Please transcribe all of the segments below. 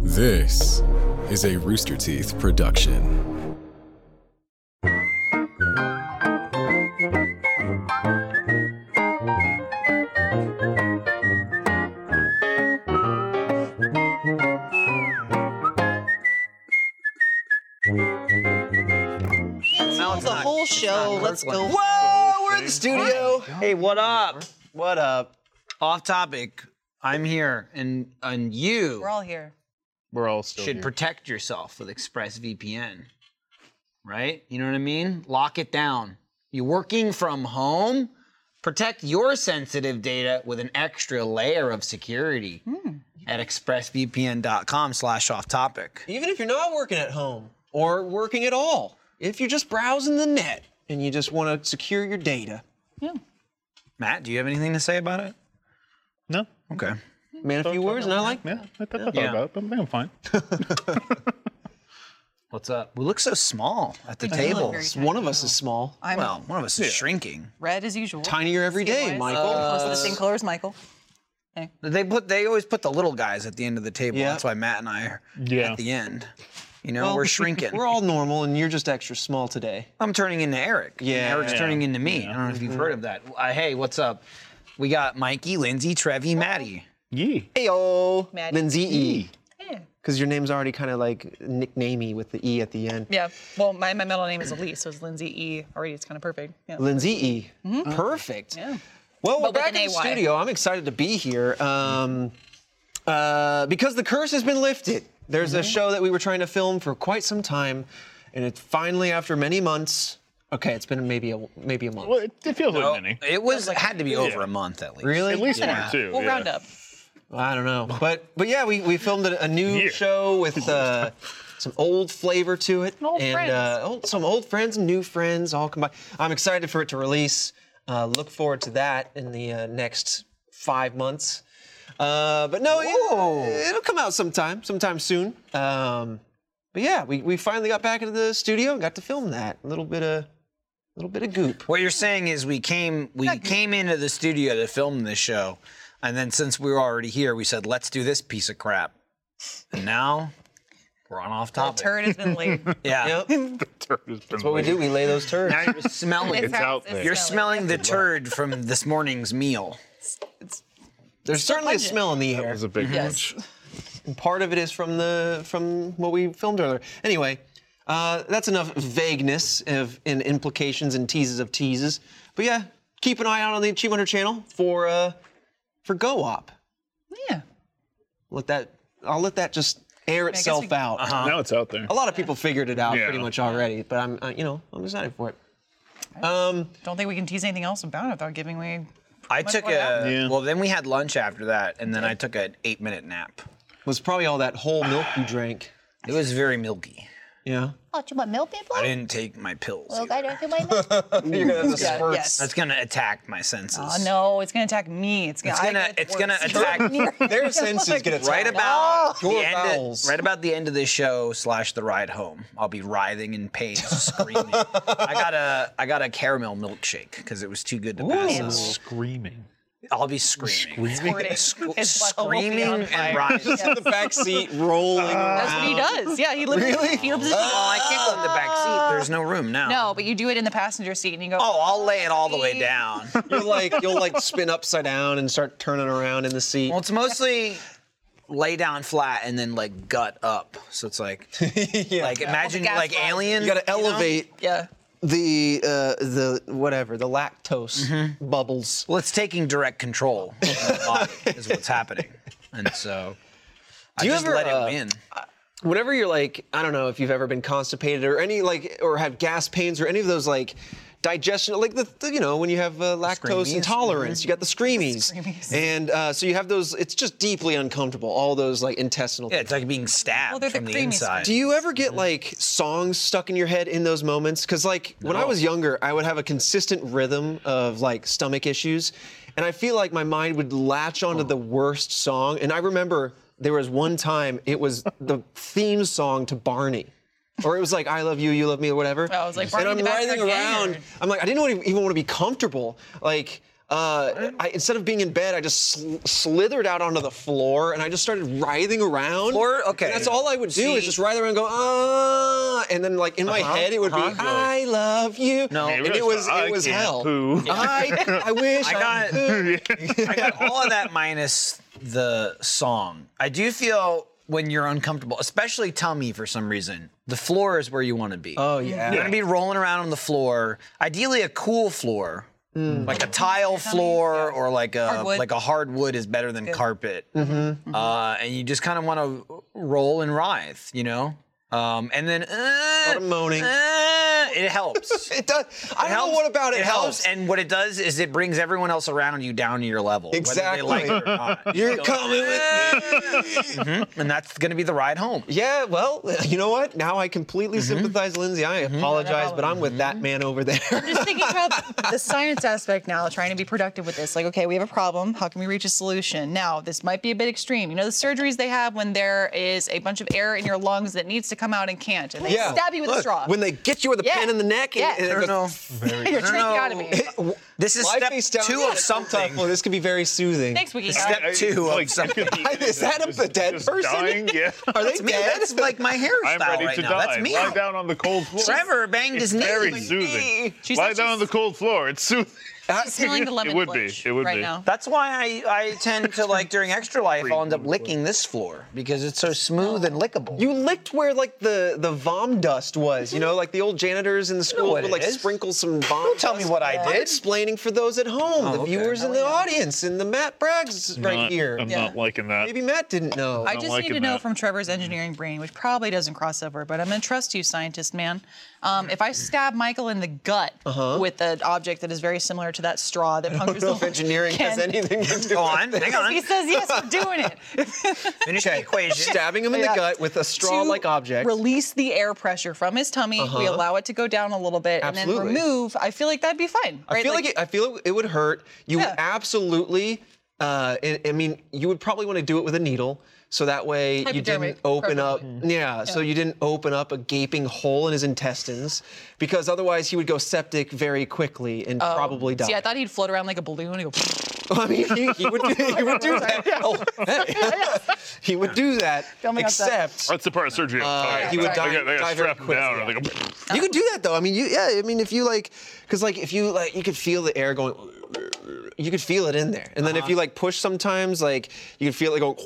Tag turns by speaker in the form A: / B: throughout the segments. A: This is a Rooster Teeth production.
B: Now it's
C: the
B: not-
C: whole
B: it's
C: show.
B: not
C: Let's go.
B: Kirkland.
C: Whoa, we're in the studio.
B: Hey, what up? What up? Off topic. I'm here, and and you
C: We're all here.
D: We're all still
B: should
D: here.
B: protect yourself with ExpressVPN, right? You know what I mean? Lock it down. You're working from home. Protect your sensitive data with an extra layer of security
E: Hmm.
B: at expressvpn.com/off topic.
E: even if you're not working at home or working at all, if you're just browsing the net and you just want to secure your data,
B: Matt, do you have anything to say about it?
D: no,
B: Okay.
E: man, a few words, and I like
D: yeah, I, I thought
B: Yeah.
D: about it, but I'm fine.
B: What's up? We look so small at the
C: look
B: table.
C: very
E: one of us is small,
C: I'm
B: Well, one of us is shrinking.
C: red as usual.
E: tinier every day,
C: Skin-wise.
E: Michael.
C: Close to the same color as Michael.
B: They put they always put the little guys at the end of the table.
E: Yeah.
B: That's why Matt and I are
D: Yeah.
B: at the end. You know,
E: Well,
B: we're shrinking.
E: We're all normal, and you're just extra small today.
B: I'm turning into Eric. and
E: Yeah.
B: Eric's
E: Yeah.
B: turning into me. I don't know if you've heard of that. Uh, hey, what's up? We got Mikey, Lindsay, Trevi, Maddie.
D: Yee.
E: Heyo,
C: Maddie.
E: Lindsay E.
C: Yeah.
E: Because your name's already kind of like nicknamey with the E at the end.
C: Yeah. Well, my, my middle name is Elise, so it's Lindsay E. Already, it's kind of perfect. Yeah.
E: Lindsay E. Perfect.
C: Mm-hmm. Yeah.
E: Well, we're
C: But with
E: back
C: an
E: in the
C: AY.
E: studio. I'm excited to be here um, uh, because the curse has been lifted. There's
C: Mm-hmm.
E: a show that we were trying to film for quite some time, and it finally, after many months, okay, it's been maybe a maybe a month.
D: Well, it, it feels like many.
B: It was had to be over a month at least.
E: Really?
D: At least
C: Yeah.
D: one or two.
C: We'll
D: yeah.
C: round up.
E: I don't know, but but yeah, we, we filmed a, a new
D: Yeah.
E: show with uh, some old flavor to it,
C: Old
E: and
C: friends.
E: Uh, old, some old friends and new friends all combined. I'm excited for it to release. Uh, look forward to that in the uh, next five months. Uh, but no, it, it'll come out sometime, sometime soon. Um, but yeah, we, we finally got back into the studio and got to film that. A little bit of little bit of goop.
B: What you're saying is we came we came into the studio to film this show, and then since we were already here, we said let's do this piece of crap, and now we're on off
C: The
B: topic.
C: turd has been laid.
B: yeah.
E: Yep.
D: That's
E: What we do, we lay those turds.
B: Now you're smelling.
D: It's
B: it.
C: Sounds-
D: out
C: it's
D: there.
B: You're
C: smelly.
B: smelling the turd from this morning's meal.
E: There's certainly a
C: pungent.
E: smell in the air.
D: It's a big
C: Yes.
E: part of it is from the from what we filmed earlier. Anyway, uh, that's enough vagueness of and implications and teases of teases. But yeah, keep an eye out on the Achievement Hunter channel for uh, for Go Op.
C: yeah.
E: Let that I'll let that just air
C: guess
E: itself
C: we-
E: out.
D: one. Now it's out there.
E: A lot of people figured it out
D: Yeah.
E: pretty much already, but I'm uh, you know I'm excited for it. Um,
C: Don't think we can tease anything else about it without giving away.
B: I took a
C: more happened.
D: Yeah.
B: well. Then we had lunch after that, and then I took an eight-minute nap.
E: was probably all that whole milk you drank.
B: It was very milky.
E: Yeah,
F: Oh, do you want milk, people?
B: I didn't take my pills.
F: Look,
B: either.
F: I don't do my milk.
E: you're gonna have to
C: Yeah,
E: squirt.
C: yes.
B: That's gonna attack my senses.
C: Oh, no, it's gonna attack me. It's gonna.
B: It's
C: I
B: gonna-
C: get
B: it's
C: worse.
B: gonna attack-
E: Their senses get attacked.
B: Right about
E: Your
B: the end of,
E: bowels.
B: right about the end of this show slash the ride home, I'll be writhing in pain, screaming. I got a I got a caramel milkshake because it was too good to pass up.
D: Screaming.
B: I'll be screaming,
C: Squirting.
B: Squ-
C: His butthole will be on
B: screaming and
C: fire.
B: writhing.
E: the back seat rolling.
C: That's what he does. Yeah, he lives. He lives.
B: Well, Oh, I can't go in the back seat. There's no room now.
C: No, but you do it in the passenger seat, and you go.
B: Oh, I'll lay it all the way down.
E: You'll like you'll like spin upside down and start turning around in the seat.
B: Well, it's mostly lay down flat and then like gut up. So it's like, like imagine
C: gas
B: like
C: lines.
B: alien.
E: You gotta elevate
C: Yeah.
E: the uh, the whatever the lactose bubbles.
B: Well, it's taking direct control of the body is what's happening, and so I
E: you
B: just
E: ever,
B: let it
E: uh,
B: win.
E: Whenever you're like I don't know if you've ever been constipated or any like or have gas pains or any of those like digestion like the, the you know when you have uh, lactose
B: Screamies.
E: intolerance you got the screamies,
C: Screamies.
E: and uh, so you have those it's just deeply uncomfortable all those like intestinal
B: Yeah, it's like being stabbed
C: Well, they're the
B: from the,
C: creamy
B: inside.
C: side.
E: Do you ever get like songs stuck in your head in those moments? Because like when I was younger, I would have a consistent rhythm of like stomach issues, and I feel like my mind would latch onto the worst song. And I remember there was one time it was the theme song to Barney. Or it was like I love you, you love me, or whatever.
C: I Oh, was like,
E: and
C: Barney
E: I'm
C: the Backyard
E: writhing
C: Gang,
E: around.
C: or-
E: I'm like, I didn't even want to be comfortable. Like Uh, I, instead of being in bed, I just sl- slithered out onto the floor and I just started writhing around.
B: Floor? Okay.
E: And that's all I would do is
B: See?
E: just writhe around and go, ah. And then, like, in my
B: Uh-huh,
E: head, it would be,
B: uh-huh.
E: I love you. No. And it was,
D: I
E: it was
D: can't
E: hell.
D: poo.
E: I, I wish
B: I
E: I,
B: got-
E: could.
B: I got all of that minus the song. I do feel when you're uncomfortable, especially tummy for some reason, the floor is where you want to be.
E: Oh, yeah.
B: You're gonna be rolling around on the floor. Ideally, a cool floor,
E: Mm.
B: like a tile floor or like a
C: Hardwood.
B: like a hardwood is better than carpet.
E: Mm-hmm.
B: Uh, and you just kind of want to roll and writhe, you know. Um, and then uh,
E: of moaning.
B: uh, it helps.
E: It does. I don't know what about it, helps.
B: and what it does is it brings everyone else around you down to your level,
E: Exactly.
B: whether they like it or not. Mm-hmm.
E: You're coming with me.
B: and that's going to be the ride home.
E: Yeah, well, you know what? Now I completely sympathize, Lindsay. I apologize, but I'm with that man over there.
C: just thinking about the science aspect now, trying to be productive with this. Like, okay, we have a problem. How can we reach a solution? Now, this might be a bit extreme. You know, the surgeries they have when there is a bunch of air in your lungs that needs to come out and can't, and they
E: Yeah,
C: stab you with a
E: look,
C: straw.
E: When they get you with a
C: Yeah.
E: pin in the neck, and,
C: Yeah.
E: and it
C: I
E: goes,
C: You're tracheotomy.
B: This is
E: lie
B: step
E: face down.
B: two
E: Yeah,
B: of
E: it's so tough.
B: something.
E: Well, this could be very soothing.
C: Thanks, Wiki.
B: Step
D: I-
B: two of
D: like,
B: something.
E: Is that a
D: Just-
E: dead
D: just
E: person?
D: Dying? Yeah.
E: Are they
B: That's me.
E: dead?
B: That's like my hairstyle
D: I'm ready
B: right
D: to
B: now.
D: die.
B: That's me.
D: Lie down on the cold floor.
B: Trevor banged
D: it's
B: his knee.
D: very
B: Like,
D: soothing.
C: She
D: Lie
C: said
D: down
C: she's-
D: on the cold floor. It's soothing.
C: She's smelling the lemon
D: would be.
C: bush
D: It would
C: right
D: be.
C: now.
B: That's why I, I tend to like during extra life I'll end up licking this floor because it's so smooth and lickable.
E: You licked where like the the vom dust was, you know, like the old janitors in the schools
B: what
E: would
B: it
E: like
B: is.
E: sprinkle some vom.
B: Don't tell me what I
E: I'm
B: did. Oh,
E: explaining for those at home, the
B: okay.
E: viewers in the audience, and the Matt Braggs right
D: Not-
E: here.
D: I'm
C: Yeah.
D: not liking that.
E: Maybe Matt didn't know.
C: I just
D: like
C: need to
D: it,
C: know
D: Matt.
C: from Trevor's engineering brain, which probably doesn't cross over, but I'm gonna trust you, scientist man. Um, if I stab Michael in the gut with an object that is very similar to that straw that punctures
E: Uh-huh. don't
C: the
E: know if engineering has
C: can-
E: anything to do
B: Go
E: with
B: on, hang
C: He
B: on.
C: says yes, we're doing it.
B: Finish the equation.
E: stabbing him in the
C: Yeah.
E: gut with a straw-like
C: to
E: object.
C: Release the air pressure from his tummy. We allow it to go down a little bit
E: Uh-huh. Absolutely.
C: and then remove. I feel like that'd be fine. Right?
E: I feel like, it, I feel it, it would hurt. You
C: Yeah.
E: would absolutely. Uh, I I mean, you would probably want to do it with a needle, so that way you didn't
C: Hypodermic,
E: open up. Mm-hmm.
C: preferably.
E: Yeah, so you didn't open up a gaping hole in his intestines, because otherwise he would go septic very quickly and probably die.
C: Oh, See, I thought he'd float around like a balloon and go.
E: I mean, he, he would do, he would do that. Hey. he would do that.
C: Don't make up that.
E: Except
D: That's the part of Oh, surgery. I'm
B: Oh,
D: talking
E: Uh, he would
D: about.
E: die-
D: They got- They
E: die very
D: got strapped
E: quick,
D: down.
E: yeah.
D: and they go-
E: You could do that though. I mean, you yeah. I mean, if you like, because like if you like, you could feel the air going. You could feel it in there, and then if you like push sometimes, like you could feel it go.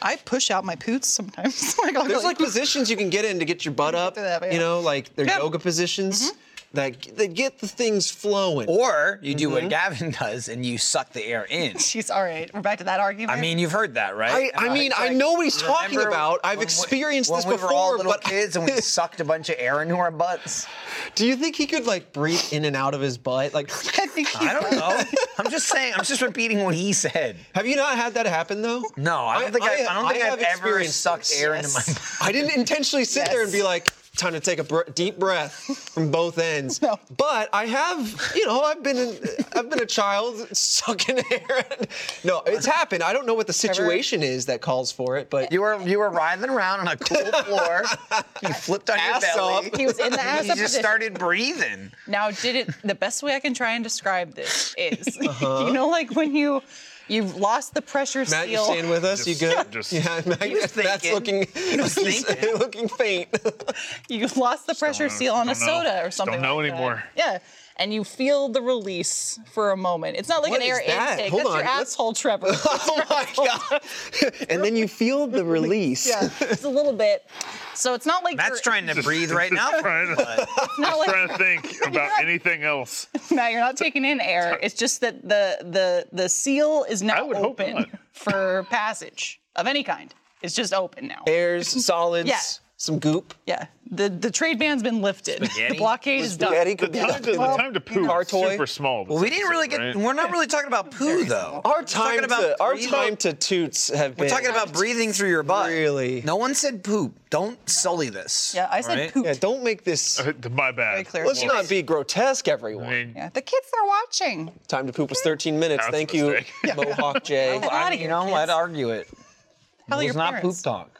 C: I push out my poots sometimes. like, I'll go
E: There's like positions you can get in to get your butt up.
C: that, yeah.
E: You know, like they're
C: Yeah.
E: yoga positions that that get the things flowing.
B: Or you do
E: Mm-hmm.
B: what Gavin does and you suck the air in.
C: She's all right. We're back to that argument.
B: I mean, you've heard that,
E: I,
B: right?
E: I
B: Uh,
E: mean,
B: it's
E: I
B: like,
E: know what he's talking
B: remember
E: about. I've
B: when we-
E: experienced this
B: when we
E: before,
B: were all little
E: but
B: kids and we sucked a bunch of air into our butts.
E: do you think he could like breathe in and out of his butt? Like,
B: I don't know. I'm just saying. I'm just repeating what he said.
E: have you not had that happen though?
B: No, I don't think I, I, don't think
E: have
B: I've ever
E: experienced
B: sucked
E: this.
B: air into my. butt.
E: I didn't intentionally sit there and be like, time to take a br- deep breath from both ends.
C: No.
E: But I have, you know, I've been in, I've been a child sucking air. no, it's happened. I don't know what the situation is that calls for it, but
B: You were you were writhing around on a cool floor. You flipped on
E: Ass
B: your belly.
E: up.
C: He was in the ass
B: You
C: up
B: just
C: position.
B: started breathing.
C: Now, did it? The best way I can try and describe this is, you know, like when you you've lost the pressure
E: Uh-huh. Matt, you
C: seal.
E: staying with us? you
D: Just-
E: good?
D: just-
E: yeah, Matt,
B: was
E: Matt's
B: thinking.
E: looking,
B: He was thinking.
E: looking faint.
C: you lost the pressure
D: know.
C: seal on a
D: Don't know.
C: soda or
D: Don't
C: something.
D: know
C: like that.
D: anymore.
C: Yeah. And you feel the release for a moment. It's not like
E: What
C: an
E: is
C: air
E: that?
C: intake.
E: Hold
C: That's your
E: on, let's-
C: asshole, Trevor.
E: oh my god! and then you feel the release.
C: yeah, just a little bit. So it's not like
B: Matt's
C: you're,
B: trying to breathe right now.
D: trying to-
C: it's not like
D: trying to think about anything else.
C: Matt, you're not taking in air. It's just that the the the seal is now
D: would hope
C: open
D: not.
C: for passage of any kind. It's just open now.
E: Airs, solids,
C: Yeah.
E: some goop.
C: Yeah, the the trade ban's been lifted.
B: Spaghetti?
C: The blockade is done.
E: Eddie could
D: The time to, the time to poo
E: Car
D: is
E: toy.
D: super small.
B: Well, we didn't really get. We're not really talking about poo though.
E: Our
B: We're talking
E: time,
B: about
E: to, our
B: breathing-
E: time to toots have been.
B: We're talking about breathing through your butt.
E: Really?
B: No one said poop. Don't sully this.
C: Yeah, I said
B: alright?
C: poop.
E: Yeah, don't make this.
D: My bad.
C: Very clear.
E: Let's not be grotesque,
D: I
E: everyone.
D: mean,
C: Yeah, the kids are watching.
E: Time to poop was 13 minutes.
D: That's
E: Thank
D: a
E: you,
D: mistake.
E: Mohawk Jay.
C: Get
B: I,
C: outta
B: you
C: here,
B: know,
C: kids.
B: I'd argue it.
C: Tell
B: it
C: your
B: was not poop
C: parents.
B: talk.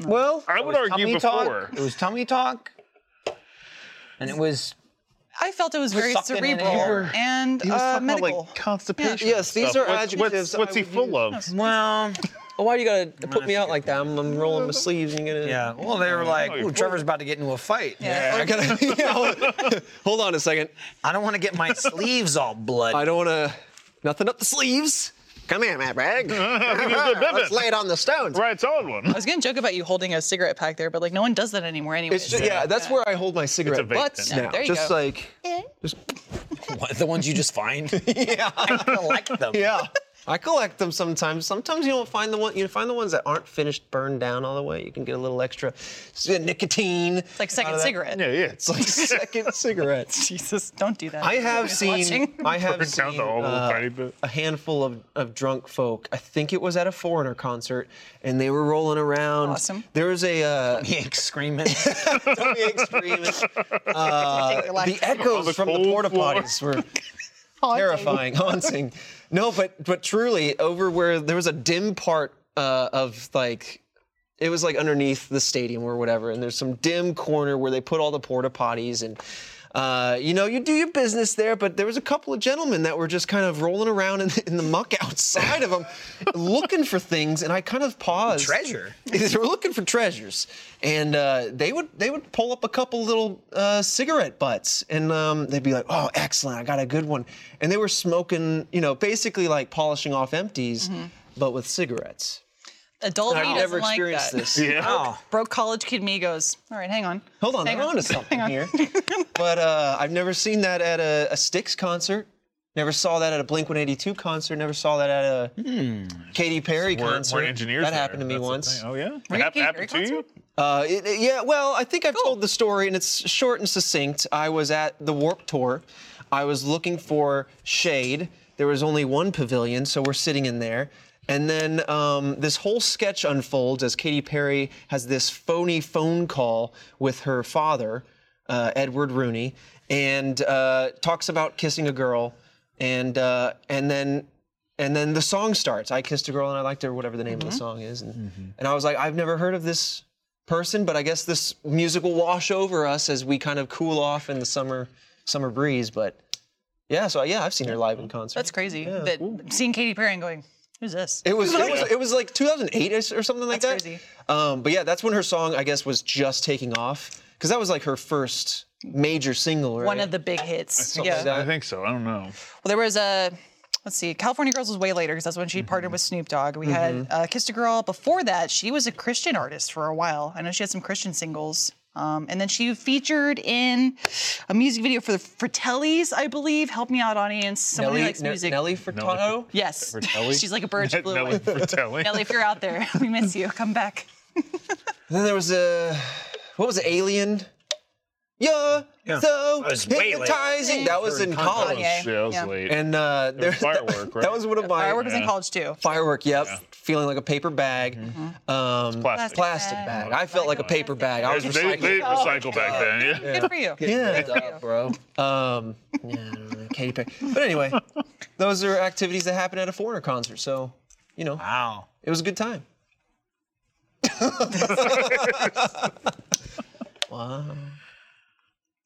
E: Well,
D: I would argue
B: tummy
D: before.
B: talk. It was tummy talk, and it was
C: I felt it was very
E: Sucked in and
C: cerebral
E: air.
C: and
D: He was
C: uh,
D: talking about
C: medical.
D: like constipation.
E: Yes, these
D: stuff.
E: are
D: what's,
E: adjectives
D: What's, what's
E: I
D: he
E: would
D: full of?
F: Well,
E: Oh, Why do you gotta put me out like that? I'm, I'm rolling my sleeves and gonna.
F: yeah. Well, they were like,
D: you're
F: "Ooh, Trevor's about to get into a fight."
E: I gotta. yeah, hold on a second.
F: I don't want to get my sleeves all bloody.
E: I don't wanna. Nothing up the sleeves. Come here, Matt Bragg. Let's lay it on the stones.
D: Right, solid one.
C: I was gonna joke about you holding a cigarette pack there, but like no one does that anymore anyway.
E: It's just, yeah, that's where I hold my cigarette
D: vape
E: butts
D: pen.
E: now.
C: There you
E: just
C: go.
E: like,
F: What, the ones you just find?
E: yeah,
F: I like them.
E: yeah. I collect them sometimes. Sometimes you don't find the one. You find the ones that aren't finished, burned down all the way. You can get a little extra s- nicotine.
C: It's like second cigarette.
D: Yeah, yeah.
E: It's like second cigarettes.
C: Jesus, don't do that.
E: I have
C: He's
E: seen.
C: watching.
E: I have
D: Burn down
E: seen
D: the whole
E: uh,
D: tiny bit.
E: a handful of, of drunk folk. I think it was at a foreigner concert, and they were rolling around.
C: Awesome.
E: There was a uh,
F: Yank screaming.
E: Tommy Extreme,
C: Take your
E: uh, the
C: life.
E: echoes
D: the
E: from the
D: cold
E: porta
D: floor.
E: potties were terrifying, haunting. No, but but truly, over where there was a dim part uh, of like. It was like underneath the stadium or whatever, and there's some dim corner where they put all the porta potties, and uh, you know you do your business there. But there was a couple of gentlemen that were just kind of rolling around in the, in the muck outside of them, looking for things, and I kind of paused.
F: Treasure?
E: they were looking for treasures, and uh, they would they would pull up a couple little uh, cigarette butts, and um, they'd be like, "Oh, excellent! I got a good one." And they were smoking, you know, basically like polishing off empties, but with cigarettes.
C: Adult me
E: I've
C: Mm-hmm. doesn't
E: never
C: like
E: experienced
C: that.
E: this.
F: Oh.
C: Broke college kid me goes. All right, hang on.
E: Hold on,
C: Hang on.
E: I'm onto something
C: Hang
E: here.
C: on.
E: but uh, I've never seen that at a, a Styx concert. Never saw that at a Blink 182 concert. Never saw that at a Katy Perry
D: We're,
E: concert.
D: we're Hmm. engineers.
E: That
D: there.
E: happened to me
D: That's the
E: once.
D: thing. Oh yeah.
C: Were you
D: Hap-
C: at
D: happened to
C: Katy
D: you?
E: Uh, it- it- yeah, well, I think I've told the story and it's short and succinct. I was at the Warp Tour. I was looking for shade. There was only one pavilion, so we're sitting in there. And then um, this whole sketch unfolds as Katy Perry has this phony phone call with her father, uh, Edward Rooney, and uh, talks about kissing a girl. And uh, and then and then the song starts. I kissed a girl and I liked her, whatever the name
C: Mm-hmm.
E: of the song is. And, and I was like, I've never heard of this person, but I guess this music will wash over us as we kind of cool off in the summer summer breeze. But yeah, so yeah, I've seen her live in concert.
C: That's crazy. that seeing Katy Perry and going, who's this?
E: It was, it was it was like 2008 or s- or something like
C: That's
E: that.
C: crazy.
E: Um, but yeah, that's when her song I guess was just taking off because that was like her first major single, right?
C: One of the big hits. Yeah.
E: like that.
D: I think so. I don't know.
C: Well, there was a. Let's see. California Girls was way later because that's when she partnered with Snoop Dogg. We
D: Mm-hmm.
C: had uh, Kissed a Girl. Before that, she was a Christian artist for a while. I know she had some Christian singles. Um, and then she featured in a music video for the Fratellis, I believe. Help me out, audience. Someone
E: Nelly,
C: who likes
E: Ne-
C: music.
E: Nelly Furtado.
C: Yes.
D: Fratelli?
C: She's like a bird. She flew
D: Nelly
C: away.
D: Fratelli.
C: Nelly, if you're out there, we miss you. Come back.
E: Then there was a what was it, Alien? You're so
F: That was way later.
E: hypnotizing. That was in college.
C: Kanye.
D: Yeah, I was
C: Yeah.
D: late.
E: And uh, there,
D: was Firework, right?
E: That was one of my
C: Firework was in college too.
E: firework. Yep, feeling like a paper bag,
C: Mm-hmm.
E: um,
D: Plastic.
E: plastic bag. I felt like a paper bag. I was
D: They, they,
E: recycling.
D: recycle back then. Yeah.
C: Good for you.
E: yeah, uh, bro. Um, yeah, I don't know, Katy Perry. But anyway, those are activities that happen at a foreigner concert. So, you know,
F: Wow.
E: it was a good time.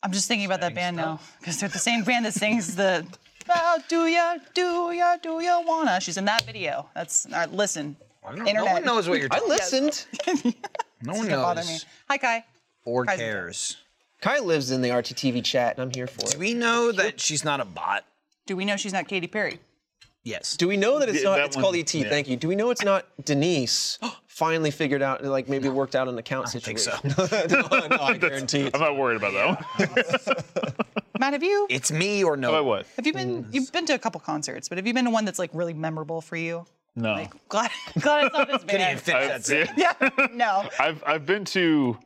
C: I'm just thinking about that band now because they're the same band that sings the "Well, do ya, do ya, do ya wanna." She's in that video. That's all right, listen.
F: I don't, no
C: Internet.
F: one knows what you're
E: I
F: talking
E: listened.
F: No one
C: Don't bother me.
F: knows
C: Hi, Kai.
F: or
C: Guys-
F: cares.
E: Kai lives in the RTTV chat, and I'm here for
F: Do
E: it.
F: we know that she's not a bot?
C: Do we know she's not Katy Perry?
F: Yes.
E: Do we know that it's
D: Yeah,
E: not?
D: that
E: it's called
D: one-
E: ET.
D: yeah.
E: Thank you. Do we know it's not Denise? Finally figured out, like maybe worked out an account
F: I think
E: situation.
F: so.
E: no, no, I guarantee. it.
D: I'm not worried about that one.
C: Matt, have you
F: it's me or no.
D: About what?
C: have you been you've been to a couple concerts, but have you been to one that's like really memorable for you?
D: No.
C: Glad glad it's not this
F: Couldn't even
C: band.
F: finish that
D: Yeah.
F: sentence.
C: No.
D: I've I've been to,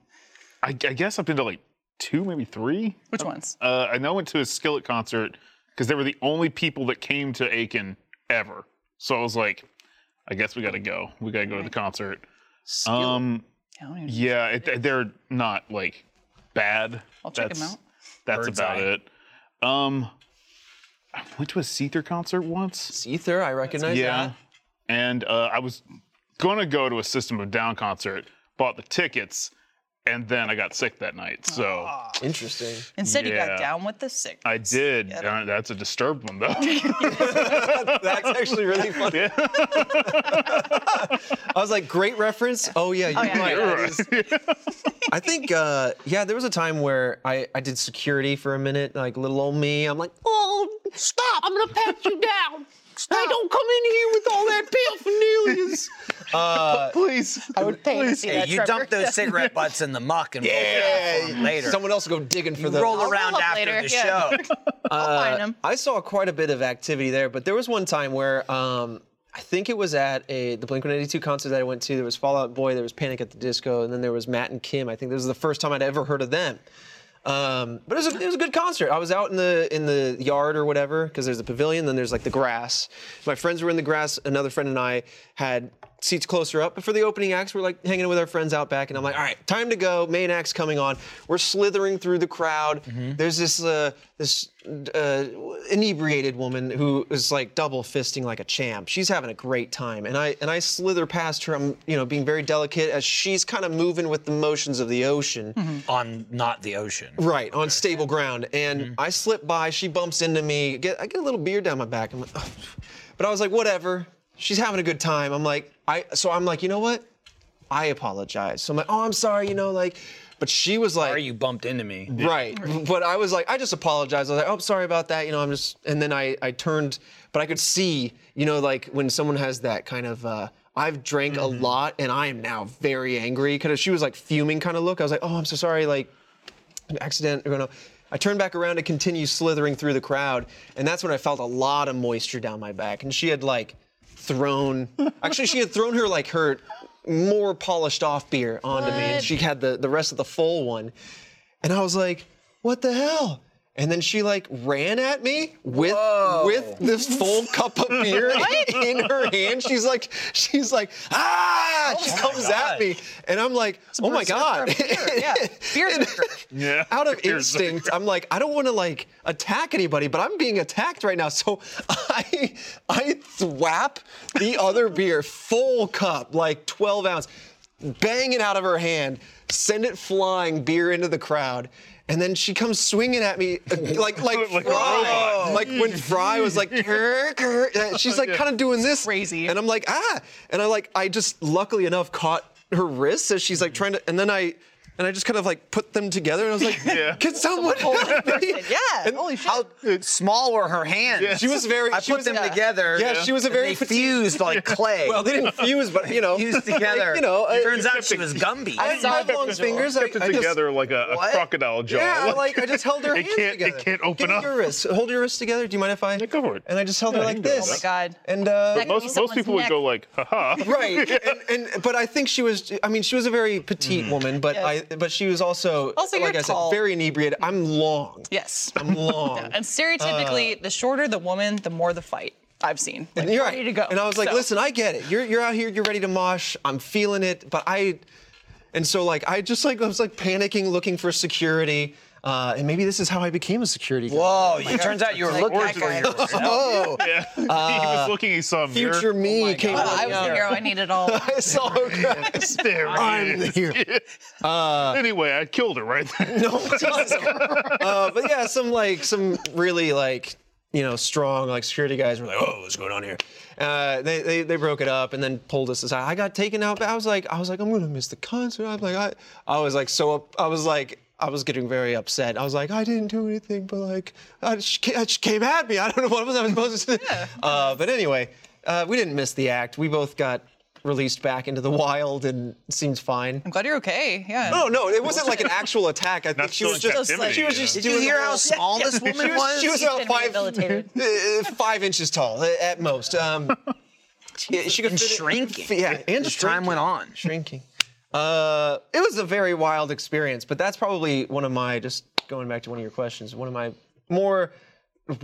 D: I, I guess I've been to like two, maybe three.
C: Which ones?
D: Uh, I know I went to a Skillet concert because they were the only people that came to Aiken ever. So I was like, I guess we got to go. We got to go to the concert. Um,
C: I don't even-
D: yeah, it, they're not like bad.
C: I'll check 'em out.
D: That's
F: Bird's
D: about
F: eye.
D: it. Um, I went to a Seether concert once.
E: Ether, I recognize
D: Yeah. And uh, I was going to go to a System of Down concert, bought the tickets, and then I got sick that night. So
E: Interesting.
C: Instead, you
D: Yeah.
C: got down with the sick.
D: I did. Uh, that's a disturbed one though.
E: That's actually really funny. I was like, great reference. Oh yeah, you
C: yeah,
E: might.
C: yeah,
E: That is- I think, uh, yeah, there was a time where I, I did security for a minute, like little old me. I'm like, oh, stop! I'm gonna pat you down. I don't come in here with all that paraphernalia.
D: Please.
C: I would pay to see
F: Hey,
C: that.
F: you
C: Trevor.
F: dump those cigarette butts in the muck and roll it up for 'em later.
E: Someone else will go digging for
F: You
E: the.
F: roll
C: I'll
F: around
C: roll up
F: after
C: later,
F: the
C: yeah.
F: show.
C: I'll find him.
E: I saw quite a bit of activity there, but there was one time where um, I think it was at a the Blink 182 concert that I went to. There was Fallout Boy, there was Panic at the Disco, and then there was Matt and Kim. I think this was the first time I'd ever heard of them. Um, but it was, a, it was a good concert. I was out in the in the yard or whatever because there's a pavilion, then there's like the grass. My friends were in the grass. Another friend and I had seats closer up. But for the opening acts, we're like hanging with our friends out back, and I'm like, all right, time to go. Main act's coming on. We're slithering through the crowd. There's this uh, this uh, inebriated woman who is like double fisting like a champ. She's having a great time, and I and I slither past her. I'm you know being very delicate as she's kind of moving with the motions of the ocean.
F: On not the ocean.
E: Right, on stable ground. And I slip by, she bumps into me. Get, I get a little beer down my back. I'm like, "Ugh." but I was like, whatever. She's having a good time. I'm like, I so I'm like, you know what? I apologize. So I'm like, oh, I'm sorry, you know, like, but she was like,
F: Or you bumped into me.
E: Right. But I was like, I just apologized. I was like, oh, sorry about that. You know, I'm just, and then I, I turned, but I could see, you know, like when someone has that kind of, uh, I've drank a lot and I am now very angry. Kind of, she was like fuming kind of look. I was like, oh, I'm so sorry. Like, an accident. You know. I turned back around to continue slithering through the crowd. And that's when I felt a lot of moisture down my back. And she had like thrown, actually, she had thrown her like her more polished off beer onto me. And
C: What?
E: she had the, the rest of the full one. And I was like, what the hell? And then she like ran at me with with this full cup of beer in, in her hand. She's like, she's like, ah!
C: Oh
E: she comes at me, and I'm like, oh my god!
C: yeah, beer drinker.
D: Yeah.
E: out of
D: Here's the-
E: instinct, I'm like, I don't want to like attack anybody, but I'm being attacked right now. So I I thwap the other beer, full cup, like 12 ounce, bang it out of her hand, send it flying beer into the crowd. And then she comes swinging at me uh, like like
D: Like a
E: Fry,
D: robot.
E: like when Fry was like, "Kerr, kerr," uh, she's like kind of doing this
C: Crazy.
E: and I'm like ah, and I like I just luckily enough caught her wrist as she's like
D: Mm-hmm.
E: trying to, and then I and I just kind of like put them together, and I was like,
D: Yeah.
E: can someone help me?
C: Yeah.
E: And
C: holy shit.
F: How small were her hands?
E: She was very.
F: I
E: she
F: put
E: was
F: them
E: a-
F: together.
E: Yeah, she was a
F: and
E: very
F: they
E: petite-
F: fused like clay.
E: Well, they didn't fuse, but you know,
F: fused together.
E: like, you know, I-
F: turns out she was Gumby.
E: I had long fingers. I,
D: kept it
E: I just-
D: together like a, a
E: What?
D: crocodile jaw.
E: Yeah, like I just held her
D: It
E: hands
D: can't- it
E: together.
D: can't open
E: Give me
D: up.
E: Your wrists. Hold your wrists together. Do you mind if I?
D: go for it.
E: And I just held her
D: Yeah,
E: like
D: you can do
E: this.
D: that.
C: Oh my god.
E: And uh,
D: most most
C: someone's
D: people
C: neck.
D: would go like, haha.
E: right and, and but i think she was i mean she was a very petite woman but
C: Yes.
E: i but she was also,
C: Also,
E: like
C: you're
E: i said
C: tall.
E: very inebriated i'm long
C: Yes.
E: i'm long
C: And
D: Uh.
C: stereotypically, the shorter the woman, the more the fight I've seen. Like,
E: And you're
C: we're
E: right
C: ready to go.
E: and i was like
C: So-
E: listen i get it you're, you're out here you're ready to mosh i'm feeling it but i and so like i just like i was like panicking looking for security uh, and maybe this is how i became a security guard.
F: Whoa! Oh, It turns out you were looking
C: that
F: for
C: guy.
F: yourself.
E: oh
D: Yeah. he was looking. He saw a mirror.
E: Uh, future me came
C: Well,
E: out
C: I was the hero. Oh I needed all.
E: I saw her guys.
D: There he
E: I'm the
D: is.
E: hero.
D: anyway, I killed her right there. No.
E: uh, but yeah, some like some really like you know strong like security guys were like, oh, what's going on here? Uh, they, they they broke it up and then pulled us aside. I got taken out, but I was like, I was like, I'm gonna miss the concert. I'm like, I I was like so up, I was like. I was getting very upset. I was like, I didn't do anything, but like, I just, ca- I just came at me. I don't know what was I supposed to do. Uh, but anyway, uh, we didn't miss the act. We both got released back into the wild and seemed fine.
C: I'm glad you're okay. Yeah.
E: No, no, it wasn't like an actual attack. I think
D: That's
E: she was
D: still
E: just,
C: intimidation,
E: she was
D: you
E: just
D: know?
F: Did you
E: doing
F: hear
E: the
F: how
E: whole-
F: small this
E: she
F: woman
E: was, she was
F: was?
E: about
C: been
E: five,
C: rehabilitated.
E: uh, five inches tall uh, at most. Um, she, she could
F: And
E: fit it-
F: shrinking.
E: Yeah, and
F: As time
E: shrinking.
F: went on.
E: Shrinking. Uh, it was a very wild experience, but that's probably one of my just going back to one of your questions. One of my more uh,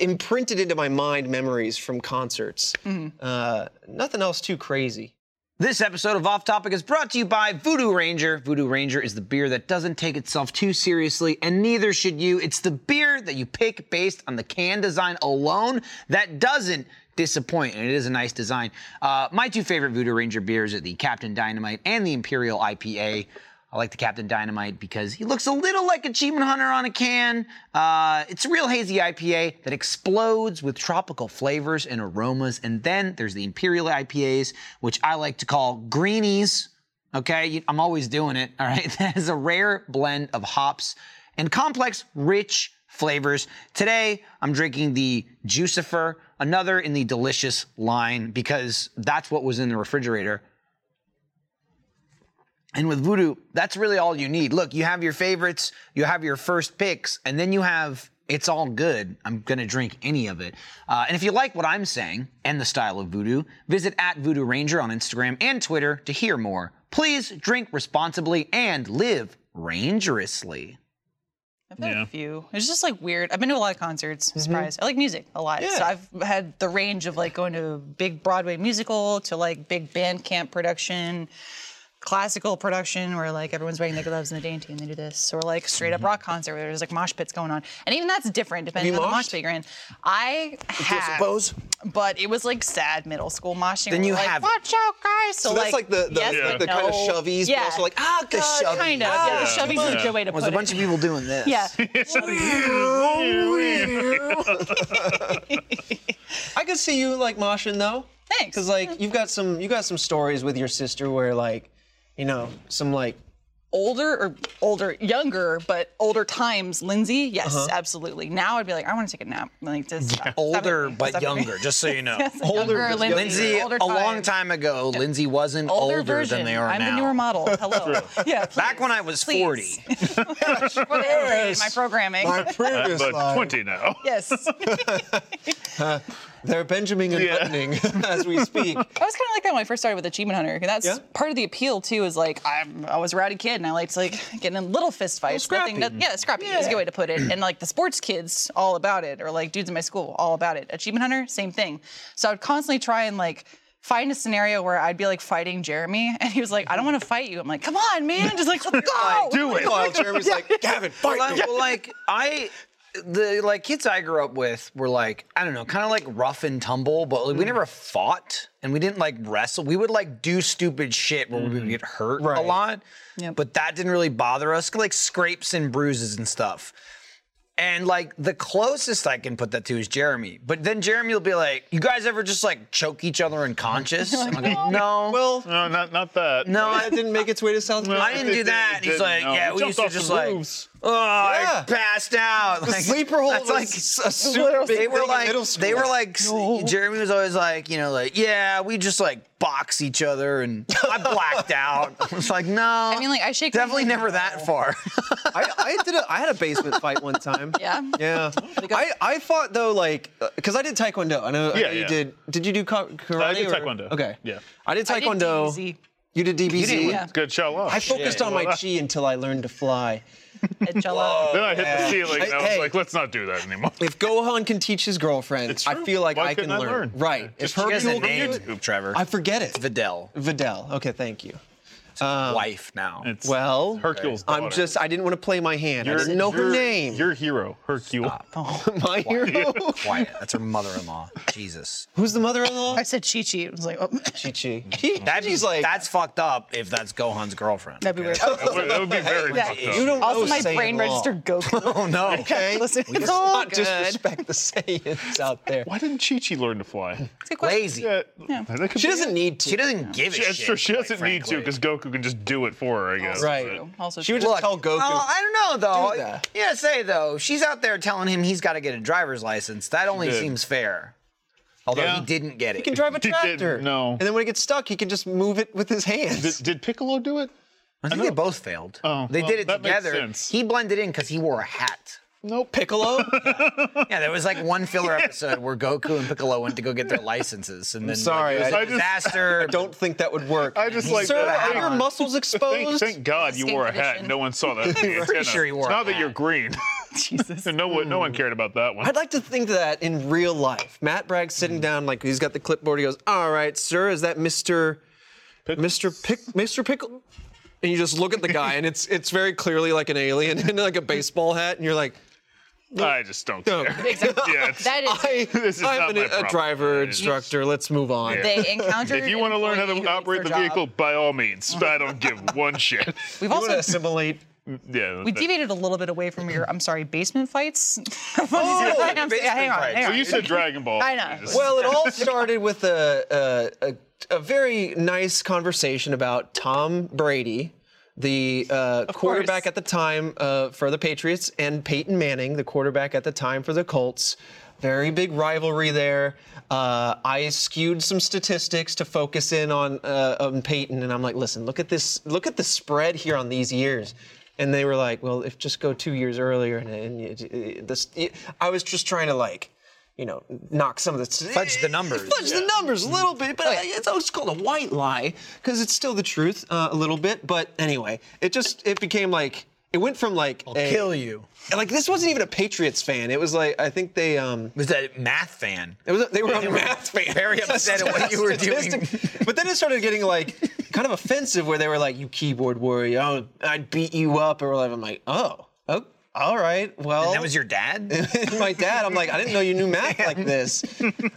E: imprinted into my mind memories from concerts.
C: Mm-hmm.
E: Uh, nothing else too crazy.
F: This episode of Off Topic is brought to you by Voodoo Ranger. Voodoo Ranger is the beer that doesn't take itself too seriously, and neither should you. It's the beer that you pick based on the can design alone that doesn't disappoint, and it is a nice design. Uh, my two favorite Voodoo Ranger beers are the Captain Dynamite and the Imperial IPA.
B: I like the Captain Dynamite because he looks a little like Achievement Hunter on a can. Uh, it's a real hazy IPA that explodes with tropical flavors and aromas. And then there's the Imperial IPAs, which I like to call greenies. Okay, You- I'm always doing it. All right, that is a rare blend of hops and complex, rich flavors. Today, I'm drinking the Juicifer, another in the delicious line because that's what was in the refrigerator. And with Voodoo, that's really all you need. Look, you have your favorites, you have your first picks, and then you have it's all good. I'm going to drink any of it. Uh, and if you like what I'm saying and the style of Voodoo, visit at Voodoo Ranger on Instagram and Twitter to hear more. Please drink responsibly and live rangerously.
C: I've had
D: Yeah.
C: a few. It's just like weird. I've been to a lot of concerts. I'm Surprised. I like music a lot. So
E: Yeah.
C: I've had the range of like going to a big Broadway musical to like big band camp production, classical production where like everyone's wearing their gloves and the dainty and they do this, or like straight up rock concert where there's like mosh pits going on. And even that's different depending
E: you
C: on the mosh
E: moshed?
C: pit you're in. I have,
E: suppose?
C: but it was like sad middle school moshing.
B: Then
C: where
B: you
C: we're like,
B: have it.
C: Watch out, guys. So,
E: So that's like the- the-
C: yes,
E: like
C: but
E: the kind of
C: no.
E: shovies, but
C: yeah.
E: also like, ah,
C: the
E: God,
C: shovies. Kind of. Yeah, the
D: ah.
C: shovies is a good way to
B: It was
C: put
B: a bunch
C: it.
B: of people doing this.
C: yeah.
E: I could see you like moshing though.
C: Thanks.
E: Cause like you've got some you got some stories with your sister where like, you know, some like
C: older or older, younger, but older times, Lindsay, yes,
B: Uh-huh.
C: absolutely. Now I'd be like, I want to take a nap. Like just stop- stop
B: Older
C: it.
B: but
C: Stop it.
B: younger, just so you know.
C: Younger
E: Older-
C: Lindsay,
B: Lindsay,
C: older
B: a long
C: times.
B: time ago, Lindsay wasn't older,
C: Older version.
B: than they are
C: I'm
B: now.
C: the newer model. Hello. yeah.
B: Back when I was 40.
C: was my programming.
E: previous
D: but 20 now.
C: yes. I was kind
B: Uh,
E: They're Benjamin and
D: Yeah.
E: buttoning as we speak.
C: of like that when I first started with Achievement Hunter. And that's
E: Yeah.
C: part of the appeal too. Is like I'm, I was a rowdy kid, and I liked like getting in little fist fights. Nothing,
E: scrappy.
C: yeah, scrappy is a good way to put it. And like the sports kids, all about it, or like dudes in my school, all about it. Achievement Hunter, same thing. So I would constantly try and like find a scenario where I'd be like fighting Jeremy, and he was like, "I don't want to fight you." I'm like, "Come on, man, just like let's go."
D: Do it.
E: Meanwhile, Jeremy's like, Gavin, fight
B: Well,
E: me.
B: I- well, like I, the like kids I grew up with were like I don't know, kind of like rough and tumble, but
E: Mm.
B: like, we never fought and we didn't like wrestle. We would like do stupid shit where we would get hurt a
E: Mm. Right.
B: lot,
C: Yep.
B: but that didn't really bother us. Like scrapes and bruises and stuff. And like the closest I can put that to is Jeremy. But then Jeremy will be like, "You guys ever just like choke each other unconscious?" I'm like, no.
E: Well,
D: No, not, not that.
B: no,
E: that
B: I,
E: didn't make its way to South
D: No,
B: I
E: Carolina.
B: didn't
D: it
B: do that.
D: it
B: He's
D: didn't,
B: like,
D: no.
B: yeah,
D: It
B: we used
D: jumped
B: to
D: off the
B: just like,
D: roofs.
B: oh,
E: Yeah.
B: I passed out.
E: The sleeper hold
B: that's
E: was a s- a super big
B: they were
E: thing in
B: like,
E: middle school.
B: they were like, s- Jeremy was always like, you know, like, yeah, we just like box each other, and I blacked out. I was like, no, I
C: mean, like, I shake my
B: definitely
C: head,
B: never that far.
E: I, I did a I had a basement fight one time.
C: Yeah.
E: Yeah. I, I fought though like because I did taekwondo. I know, I know
D: Yeah,
E: you
D: yeah.
E: did. Did you do ka- karate?
D: I did
E: or-
D: taekwondo.
E: Okay.
D: Yeah.
E: I did
C: I did
E: taekwondo.
C: DBZ.
E: you did DBZ.
C: yeah.
D: Good show Oh, off.
E: I focused on my chi until I learned to fly.
C: At Jell-O.
D: Then I hit the ceiling and I was
E: Hey.
D: like, let's not do that anymore.
E: If Gohan can teach his girlfriend,
D: It's
E: I
D: true.
E: feel like
D: Why
E: I can
D: couldn't I
E: learn.
D: learn?
E: Right.
D: Just
E: if her
D: She
B: He has a
E: fuel
D: from
B: name,
D: YouTube.
B: Trevor.
E: I forget it.
B: Videl,
E: Videl. Okay, thank you.
B: wife now.
D: Oh. It's
E: Well,
D: Hercule's
E: I'm
D: daughter.
E: just. I didn't want to play my hand. I
D: Your-
E: didn't know her
D: your-
E: name.
D: Your hero, Hercule.
E: my hero.
B: Quiet. That's her mother-in-law. Jesus.
E: Who's the mother-in-law?
C: I said Chi Chi. It was like, oh,
E: Chi Chi.
B: That'd be-
E: She's like.
B: that's fucked up if that's Gohan's girlfriend.
C: that'd be weird.
D: That would- that would be very
C: Yeah.
D: fucked up.
E: you don't
C: Also,
E: know
C: my
E: Saiyan
C: brain
E: at all.
C: registered Goku.
B: Oh no.
E: Okay.
C: Listen,
E: we
C: it's
E: just
C: all
E: not
C: good.
E: disrespect the Saiyans out there.
D: Why didn't Chi Chi learn to fly?
B: Lazy.
D: Yeah, that could
E: She
D: be
E: doesn't
D: it.
E: need to.
B: She doesn't give a
D: She, uh,
B: shit.
D: sure, she doesn't
B: quite
D: need to
B: frankly.
D: because Goku can just do it for her, I guess.
E: Right.
C: Also
E: She would
C: true.
E: just tell Goku.
B: Oh, I don't know
E: Do
B: though.
E: that.
B: Yeah, say though, she's out there telling him he's got to get a driver's license. That only
D: did.
B: seems fair. Although
D: Yeah.
B: he didn't get it.
E: he can drive a
D: He didn't,
E: tractor.
D: no.
E: And then when he gets stuck, he can just move it with his hands.
D: Did, did Piccolo do it?
B: I think they both failed.
D: Oh,
B: they
D: well,
B: did it
D: that makes
B: together.
D: sense.
B: He blended in because he wore a hat.
E: no Piccolo.
B: Yeah, there was like one filler episode where Goku and Piccolo went to go get their licenses, and then
E: sorry,
B: like, it was a
D: I just-
B: disaster.
E: I don't think that would work.
D: I just like
E: Sir,
D: that.
E: are your muscles
D: Thank,
E: exposed?
D: thank God you
C: Skin
D: wore a hat.
C: condition.
D: and No one saw that.
B: pretty sure he wore a
D: Now that
B: hat.
D: you're green,
C: Jesus.
D: no one, no one cared about that one.
E: I'd like to think that in real life, Matt Bragg
D: Mm.
E: sitting down, like he's got the clipboard. He goes, "All right, sir, is that Mister, Mister Pick, Mister Pickle?" And you just look at the guy, and it's it's very clearly like an alien in like a baseball hat, and you're like,
D: I just don't care. yeah, it's-
C: That is.
E: I,
D: This is not
E: I'm an,
D: my
E: a
D: problem.
E: driver instructor. Let's move on.
D: Yeah.
C: they encountered.
D: if you want to learn how
C: an employee
D: to
C: who hates
D: operate the
C: their job.
D: vehicle, by all means. I don't give one shit.
C: we've
E: You want to
C: also
E: assimilate?
D: Yeah.
C: we
D: that-
C: deviated a little bit away from your. I'm sorry, basement fights. oh,
E: basement
C: hang on,
E: fights.
C: hang
D: so
C: on.
D: you said Dragon Ball.
C: I know.
D: Jesus.
E: Well, it all started with a, a, a, a very nice conversation about Tom Brady, the uh, quarterback
C: course.
E: at the time uh, for the Patriots, and Peyton Manning, the quarterback at the time for the Colts. Very big rivalry there. Uh, I skewed some statistics to focus in on uh, on Peyton, and I'm like, listen, look at this, look at the spread here on these years. And they were like, well, if just go two years earlier, and, and you- uh, this, I was just trying to like, you know, knock some of the
B: Fudge the numbers.
E: fudge the numbers a
B: Mm-hmm.
E: little bit,
B: Oh,
E: but I- it's always called a white lie because it's still the truth uh, a little bit. But anyway, it just it became like it went from like
B: I'll
E: a-
B: kill you.
E: Like this wasn't even a Patriots fan. It was like I think they um
B: Was that math fan?
E: it was, they were a math fan.
B: very upset at what you were doing.
E: Statistic. But then it started getting like kind of offensive where they were like, "You keyboard warrior, oh, I'd beat you up," or whatever. I'm like, "Oh, oh, all right, well."
B: And that was your dad?
E: my dad. I'm like, I didn't know you knew math like this.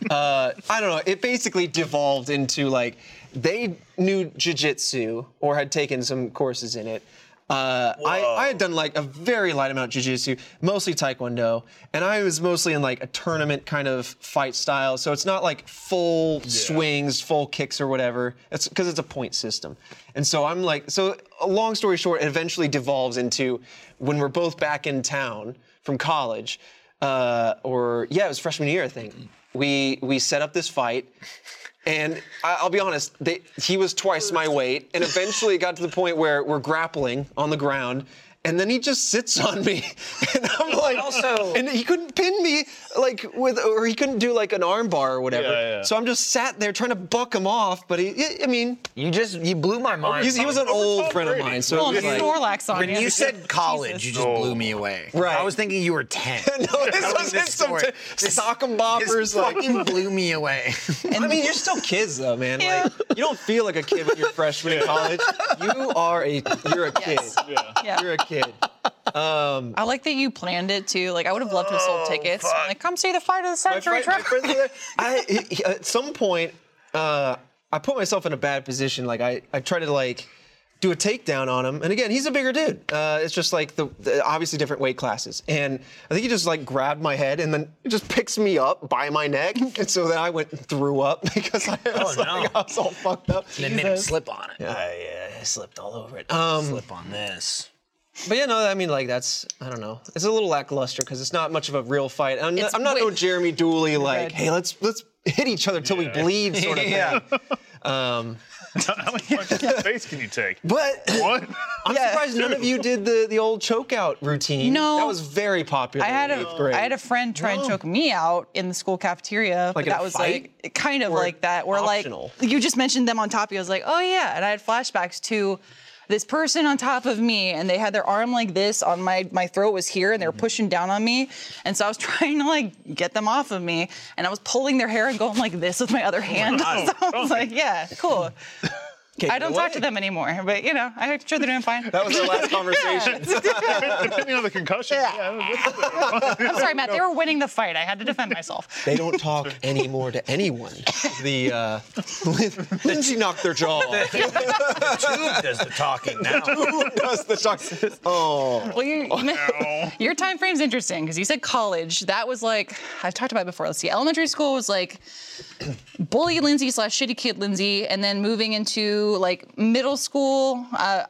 E: Uh, I don't know. It basically devolved into like they knew jujitsu or had taken some courses in it. Uh, I, I had done like a very light amount of jujitsu, mostly taekwondo, and I was mostly in like a tournament kind of fight style. So it's not like full swings, full kicks or whatever. It's because it's a point system. And so I'm like, so a long story short, it eventually devolves into when we're both back in town from college, uh, or yeah, it was freshman year, I think.
D: Mm-hmm.
E: We we set up this fight, and I, I'll be honest, they, he was twice my weight, and eventually it got to the point where we're grappling on the ground. And then he just sits on me, and I'm like,
B: also-
E: and he couldn't pin me, like with, or he couldn't do like an arm bar or whatever.
D: Yeah, yeah.
E: So I'm just sat there trying to buck him off, but he, I mean,
B: You just, you blew my mind.
E: he's, he was an
D: Over
E: old
D: Tom
E: friend of
D: Brady.
E: mine, so
C: Well,
E: it was like,
C: Snorlax on
B: when
C: you.
B: you said college, you
C: Jesus.
B: just blew me away.
E: Right.
B: I was thinking you were 10.
E: no, this
B: Telling
E: wasn't some
B: story.
E: t- sock 'em boppers,
B: This
E: like-
B: fucking blew me away.
E: I mean, you're still kids though, man. Like, you don't feel like a kid when you're a freshman in college. You are a you're a kid.
C: Yes.
E: Yeah. You're a kid.
C: I like that you planned it too. Like I would have loved to have
D: Oh,
C: sold tickets. Like come see the fight of the
E: My
C: century,
E: friend-
C: Trevor.
E: my friends were there. I, he- he- at some point, uh, I put myself in a bad position. Like I, I tried to like do a takedown on him, and again, he's a bigger dude. Uh, it's just like the, the obviously different weight classes, and I think he just like grabbed my head and then he just picks me up by my neck, and so then I went and threw up because I was,
B: Oh,
E: like,
B: no.
E: I was all fucked up.
B: and then made him slip on it.
E: I uh, slipped all over it. Um,
B: Slip on this.
E: But yeah, no, I mean, like that's I don't know. It's a little lackluster because it's not much of a real fight. I'm
C: It's
E: not, I'm not
C: way-
E: no Jeremy Dooley like,
C: Right.
E: hey, let's let's hit each other till we bleed sort of thing.
B: Yeah.
D: How many punches in the face can you take?
E: But
D: One.
E: I'm
C: Yeah.
E: surprised none of you did the the old chokeout routine.
C: No.
E: that was very popular.
C: I had
E: in
C: a
E: eighth grade.
C: I had a friend try and choke me out in the school cafeteria, but
E: in a
C: that was
E: fight?
C: like kind of
E: Or
C: like that. Or
E: optional?
C: like you just mentioned them on top. of you. I was like, oh yeah, and I had flashbacks to this person on top of me, and they had their arm like this on my my throat was here, and they were
E: Mm-hmm.
C: pushing down on me, and so I was trying to like get them off of me, and I was pulling their hair and going like this with my other hand. so I was like, yeah, cool.
E: Can't
C: I
E: get
C: don't talk
E: away.
C: to them anymore, but you know, I'm sure they're doing fine.
E: That was our last conversation.
D: Depending on the concussion. Yeah.
C: I'm sorry, Matt. They were winning the fight. I had to defend myself.
E: They don't talk anymore to anyone. The uh, Lin- Lindsay knocked their jaw off.
B: Tube does the talking now.
E: Who does the talk? Oh,
C: Well, you, your time frame's interesting because you said college. That was like I've talked about it before. Let's see, elementary school was like bully Lindsay slash shitty kid Lindsay, and then moving into like middle school. Uh,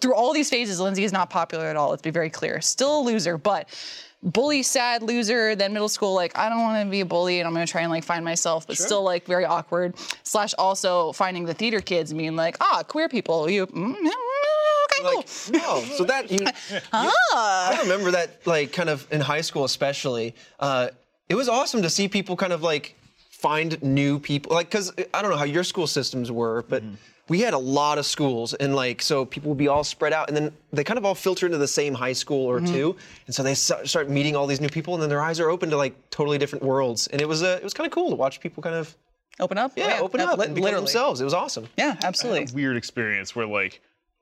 C: through all these phases, Lindsay is not popular at all. Let's be very clear. Still a loser, but bully, sad loser. Then middle school, like I don't want to be a bully, and I'm gonna try and like find myself, but still like very awkward. Slash also finding the theater kids and being like, ah, queer people. You. mm, mm, Okay, cool.
E: like, no. So that you,
C: Ah.
E: I remember that, like, kind of in high school, especially. Uh, it was awesome to see people kind of like find new people. Like, because I don't know how your school systems were, but
D: Mm-hmm.
E: we had a lot of schools, and like, so people would be all spread out, and then they kind of all filter into the same high school or
D: Mm-hmm.
E: two, and so they sta- start meeting all these new people, and then their eyes are open to like totally different worlds, and it was uh, it was kind of cool to watch people kind of
C: Open up?
E: Oh, yeah, open
C: no,
E: up, let become themselves. It was awesome.
C: Yeah, absolutely.
D: weird experience where like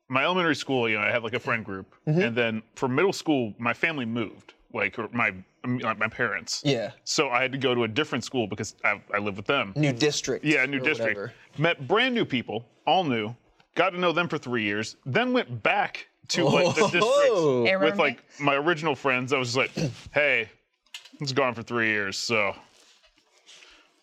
D: my elementary school, you know, I had like a friend group, and then for middle school, my family moved. Like or my um, like my parents.
E: Yeah.
D: So I had to go to a different school because I, I live with them.
E: New district.
D: Yeah, new
E: or
D: district.
E: whatever.
D: Met brand new people, all new. Got to know them for three years. Then went back to like the
E: Oh.
D: district
C: Aaron
D: with like my original friends. I was just like, hey, it's gone for three years, so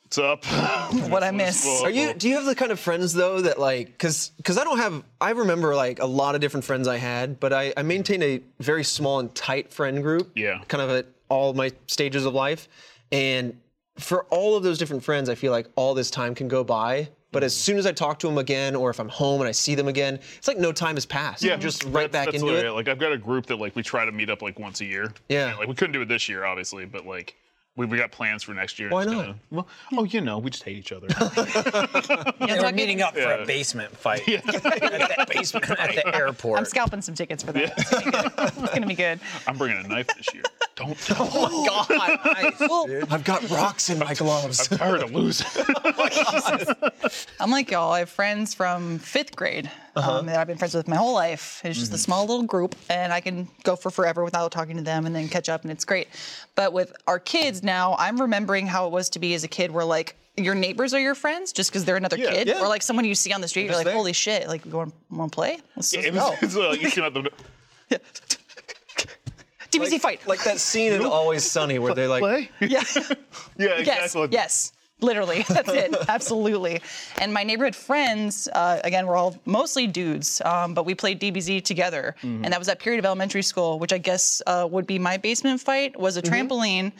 D: what's up?
C: What I miss.
E: Are you? Do you have the kind of friends though that like? Cause, cause I don't have. I remember like a lot of different friends I had, but I, I maintained a very small and tight friend group.
D: Yeah.
E: Kind of at all my stages of life, and for all of those different friends, I feel like all this time can go by. But as soon as I talk to them again, or if I'm home and I see them again, it's like no time has passed. I'm just right
D: that's-
E: back
D: that's
E: into
D: literally
E: it.
D: Like I've got a group that like we try to meet up like once a year.
E: Yeah.
D: And, like we couldn't do it this year, obviously, but like we we got plans for next year.
E: Why
D: It's
E: not?
D: gonna- well, oh, you know, we just hate each other.
B: They were meeting up for a basement fight at the basement at the airport.
C: I'm scalping some tickets for that. it's gonna be good.
D: I'm bringing a knife this year. Don't.
C: Well,
E: I've got rocks in my gloves.
D: I'm tired of losing.
C: I'm like y'all. I have friends from fifth grade
D: Uh-huh.
C: um, that I've been friends with my whole life. It's
D: Mm-hmm.
C: just a small little group, and I can go for forever without talking to them, and then catch up, and it's great. But with our kids now, I'm remembering how it was to be as a kid, where like your neighbors are your friends just because they're another
D: Yeah.
C: kid,
E: Yeah.
C: or like someone you see on the street, you're
E: just
C: like,
E: there.
C: holy shit, like we want to play? Let's just
D: It
C: go.
D: was, it's like you came out the.
C: DBZ fight.
E: like that scene in Always Sunny where they're like,
C: yeah.
D: Yeah,
C: yes,
D: exactly.
C: yes. Literally, that's it. Absolutely. And my neighborhood friends, uh, again, were all mostly dudes, um, but we played DBZ together.
D: Mm-hmm.
C: And that was that period of elementary school, which I guess uh, would be my basement fight, was
D: Mm-hmm.
C: a trampoline.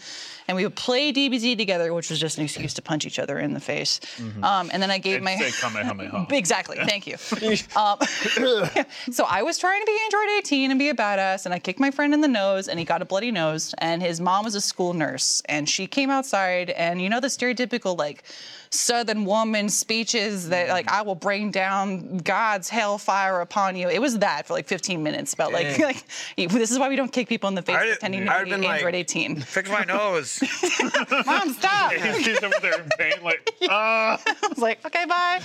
C: And we would play DBZ together, which was just an excuse to punch each other in the face. Um, and then I gave
D: Mm-hmm. And
C: my.
D: say Kamehameha.
C: Exactly. Thank you. um, so I was trying to be Android 18 and be a badass, and I kicked my friend in the nose, and he got a bloody nose. And his mom was a school nurse, and she came outside, and you know the stereotypical like Southern woman speeches that
B: Mm.
C: like I will bring down God's hellfire upon you. It was that for like 15 minutes about like like this is why we don't kick people in the face
B: I'd-
C: pretending to
B: I'd have
C: be
B: been
C: Android
B: like-
C: 18.
B: Fix my nose.
C: Mom, stop!
D: He's,
C: I
D: he's over there in pain, like, ah.
C: was like, okay, bye.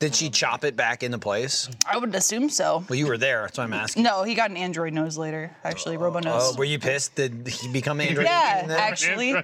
B: Did she chop it back into place?
C: I would assume so.
B: Well, you were there. That's why I'm asking.
C: No, he got an Android nose later. Actually, Robo
B: Oh,
C: nose.
B: were you pissed? Did he become Android?
C: Yeah,
B: Eden then?
C: actually.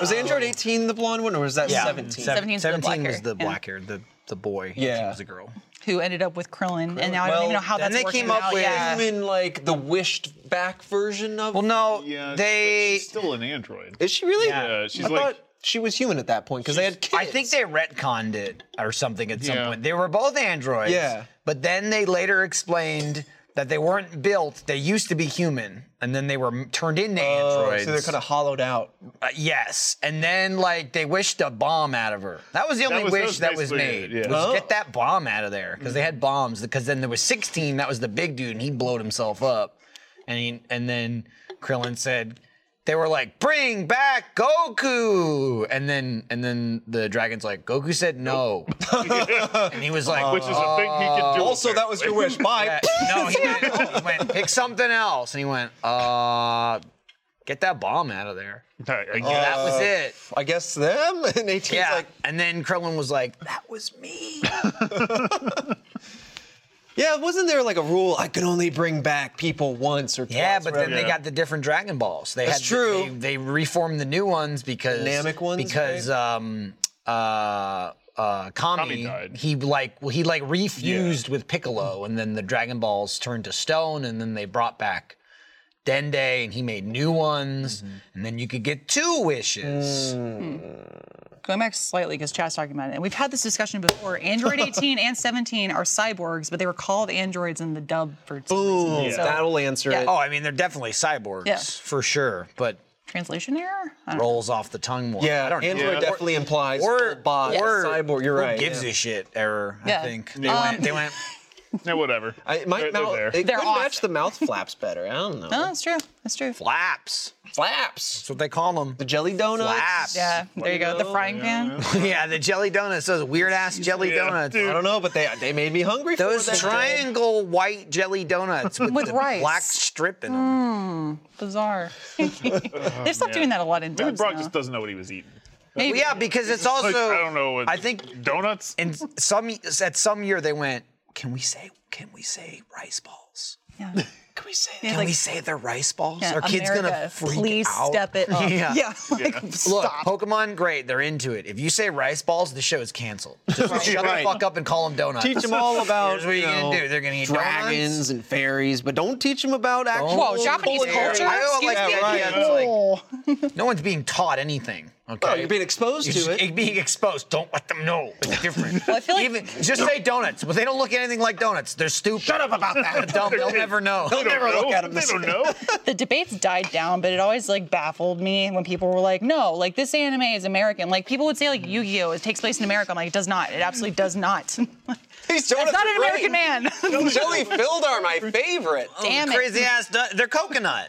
E: was Android 18 the blonde one or was that
B: Yeah.
E: 17?
B: Sev-
C: 17 's the
B: 17
C: black
B: was
C: hair,
B: the
C: yeah.
B: black hair, the, the boy.
E: Yeah.
B: She was a girl.
C: Who ended up with Krillin, and now I don't
E: Well,
C: even know how
E: then
C: that's
E: they
C: working
E: came up
C: out.
E: with
C: yeah.
E: in like the wished back version of.
B: Well, no,
D: Yeah,
B: they.
D: she's still an android.
E: is she really?
D: Yeah, she's
E: I
D: like-
E: thought she was human at that point because they had kids.
B: I think they retconned it or something at some
D: Yeah.
B: point. They were both androids.
E: Yeah.
B: But then they later explained that they weren't built. They used to be human, and then they were m- turned into
E: Oh,
B: androids.
E: so they're kind of hollowed out.
B: Uh, yes, and then like they wished a bomb out of her. That was the only
D: was- that
B: wish
D: was
B: that was
D: basically
B: made.
D: it, yeah.
B: Was get that bomb out of there because they had bombs. Because then there was 16. That was the big dude, and he blowed himself up. And he, and then Krillin said they were like, "Bring back Goku." And then and then the dragon's like, "Goku said no," and he was like,
D: Which is a thing he could do.
E: Also, that was your wish. Bye.
B: yeah, no, he went, he went, pick something else. And he went, uh, get that bomb out of there.
D: apparently. I, I
B: Oh, That was it.
E: I guess them and 18's
B: Yeah.
E: like,
B: and then Krillin was like, that was me.
E: yeah. Wasn't there like a rule? I can only bring back people once or twice.
B: yeah, but then
E: whatever.
B: they
D: Yeah.
B: got the different Dragon Balls. They
E: That's
B: had,
E: true.
B: They, they reformed the new ones because.
E: Namek ones,
B: Because, um, uh, uh, Kami,
D: Kami died.
B: he like well, he like refused with Piccolo, and then the Dragon Balls turned to stone, and then they brought back Dende, and he made new ones, and then you could get two wishes.
C: Going back slightly because Chad's talking about it, and we've had this discussion before. Android 18 and 17 are cyborgs, but they were called androids in the dub for some
E: Boom.
C: reason. So,
E: That'll answer
C: Yeah.
E: it.
B: Oh, I mean, they're definitely cyborgs
C: Yeah.
B: for sure, but
C: translation error. I don't know.
B: rolls off the tongue more.
E: Yeah,
B: I don't know.
E: Android
D: Yeah.
E: definitely implies
B: Or-
E: or, bot,
B: or-
E: cyborg. You're
B: Who
E: right.
B: gives a shit error?
C: Yeah.
B: I think
C: Um,
B: they went. They went.
D: yeah, whatever.
E: I, my
D: They're- they're
E: mouth,
D: there.
E: It could
C: They're
E: match
C: awesome.
E: the mouth flaps better. I don't know.
C: No, that's true. That's true.
B: Flaps.
E: Flaps.
B: That's what they call them.
E: The jelly donuts.
B: Flaps.
C: Yeah, there you go. The frying pan.
B: yeah, the jelly donuts. Those weird ass jelly
D: Yeah,
B: donuts.
D: dude.
E: I don't know, but they they made me hungry
B: Those
E: for that.
B: triangle white jelly donuts with,
C: With
B: the
C: rice. Mm,
B: black strip in them.
C: Bizarre. They've stopped doing that a lot in
D: Maybe
C: dubs
D: Brock
C: now.
D: just doesn't know what he was eating.
C: Maybe.
B: Yeah, because it's also.
D: Like, I don't know. What,
B: I think
D: donuts.
B: in some at some year they went. Can we say? Can we say rice balls?
C: Yeah.
E: Can we say that?
C: Yeah,
B: Can
C: like-
B: we say the rice balls?
C: Yeah,
B: Our kids gonna
C: America,
B: freak
C: please
B: out.
C: step it up.
B: Yeah.
C: yeah like,
B: Look,
C: stop.
B: Pokemon, great, they're into it. If you say rice balls, the show is canceled. Just shut
E: Right.
B: the fuck up and call them donuts.
E: Teach them all about
B: Here's what you're
E: you know,
B: gonna do. They're gonna eat
E: dragons
B: donuts.
E: and fairies, but don't teach them about actual.
C: Whoa, Japanese
E: culinary-
C: culture?
B: I don't
C: Excuse
B: like
E: Yeah,
C: me?
B: that
E: right.
B: idea. It's like, no one's being taught anything. Okay.
E: Well, you're being exposed
B: You're
E: to
B: just
E: it.
B: Being exposed. Don't let them know. It's different.
C: I feel like-
B: Even just say donuts, but they don't look anything like donuts. They're stupid. Shut up about that. Dumb. They'll never know.
D: They don't know. They don't know.
C: the debates died down, but it always like baffled me when people were like, "No, like this anime is American." Like people would say like Yu-Gi-Oh, it takes place in America. I'm like, it does not. It absolutely does not.
E: These
C: It's
E: donuts
C: not
E: are
C: an
E: great.
C: American man.
E: Jelly filled are my favorite.
C: Damn it.
B: Crazy ass. du- They're coconut.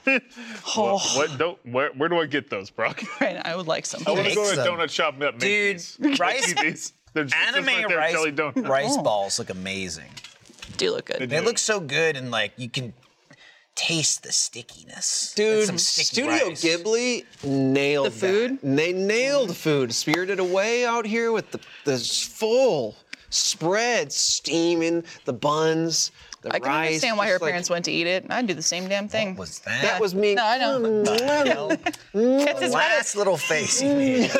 C: Oh,
D: What? Don't, where, where do I get those, Brock?
C: right, I would like some.
D: I want to go to a
B: them.
D: donut shop and that
B: Dude, rice-
D: They're just,
B: Anime
D: just right there,
B: rice,
D: jelly donuts. Oh.
B: rice balls look amazing.
C: do look good.
B: They look so good, and like you can taste the stickiness. That's
E: Dude,
B: some sticky
E: Studio
B: rice.
E: Ghibli nailed
C: The food?
E: That. They nailed food. Spirited Away out here with the the full spread, steaming the buns, the
C: I
E: rice.
C: can understand why her
E: just like-
C: parents went to eat it. I'd do the same damn thing.
B: What was that?
E: That was me. Mm,
C: No, I know. That's his
B: Last little face he made.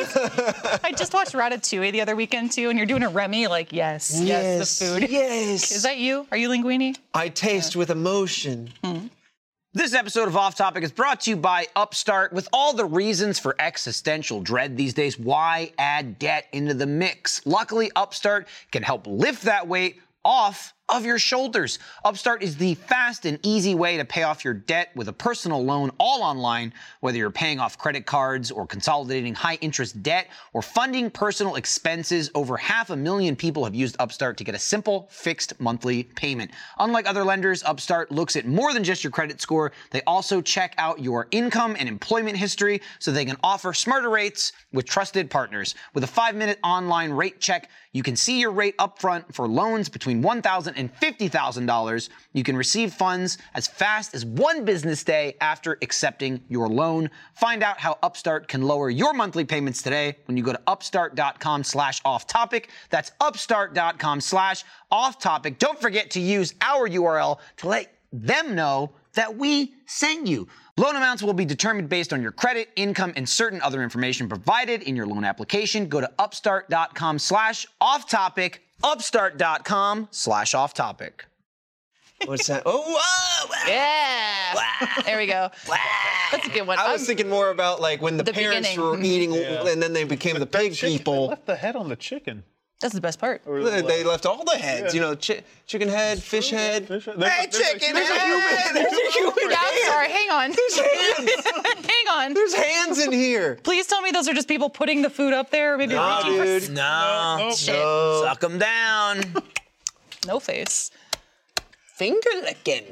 C: I just watched Ratatouille the other weekend too, and you're doing a Remy. Like, yes, yes,
E: Yes,
C: the food.
E: Yes.
C: Is that you? Are you linguini?
E: I taste with emotion.
F: This episode of Off Topic is brought to you by Upstart. With all the reasons for existential dread these days, why add debt into the mix? Luckily, Upstart can help lift that weight off of your shoulders. Upstart is the fast and easy way to pay off your debt with a personal loan all online, whether you're paying off credit cards or consolidating high interest debt or funding personal expenses. Over half a million people have used Upstart to get a simple fixed monthly payment. Unlike other lenders, Upstart looks at more than just your credit score. They also check out your income and employment history so they can offer smarter rates with trusted partners. With a five minute online rate check, you can see your rate upfront for loans between $1,000 and $50,000. You can receive funds as fast as one business day after accepting your loan. Find out how Upstart can lower your monthly payments today when you go to upstart.com slash off topic. That's upstart.com slash off topic. Don't forget to use our URL to let them know that we sent you. Loan amounts will be determined based on your credit, income, and certain other information provided in your loan application. Go to upstart.com slash off topic, upstart.com slash off topic.
E: What's that? Oh, whoa!
C: Yeah. There we go. That's a good one.
E: I
C: I'm-
E: was thinking more about like when the,
C: The
E: parents
C: beginning.
E: were eating, and then they became the pig people.
D: Left the head on the chicken.
C: that's the best part.
E: They they left all the heads, you know, chi- chicken head, fish head.
D: Hey, chicken!
E: There's a human. There's a human
C: Yeah, I'm
E: hand.
C: sorry. Hang on. hang on.
E: There's hands in here.
C: Please tell me those are just people putting the food up there, maybe
E: Nah,
C: reaching for
E: dude.
B: No,
C: shit.
B: suck them down.
C: No face.
E: Finger licking.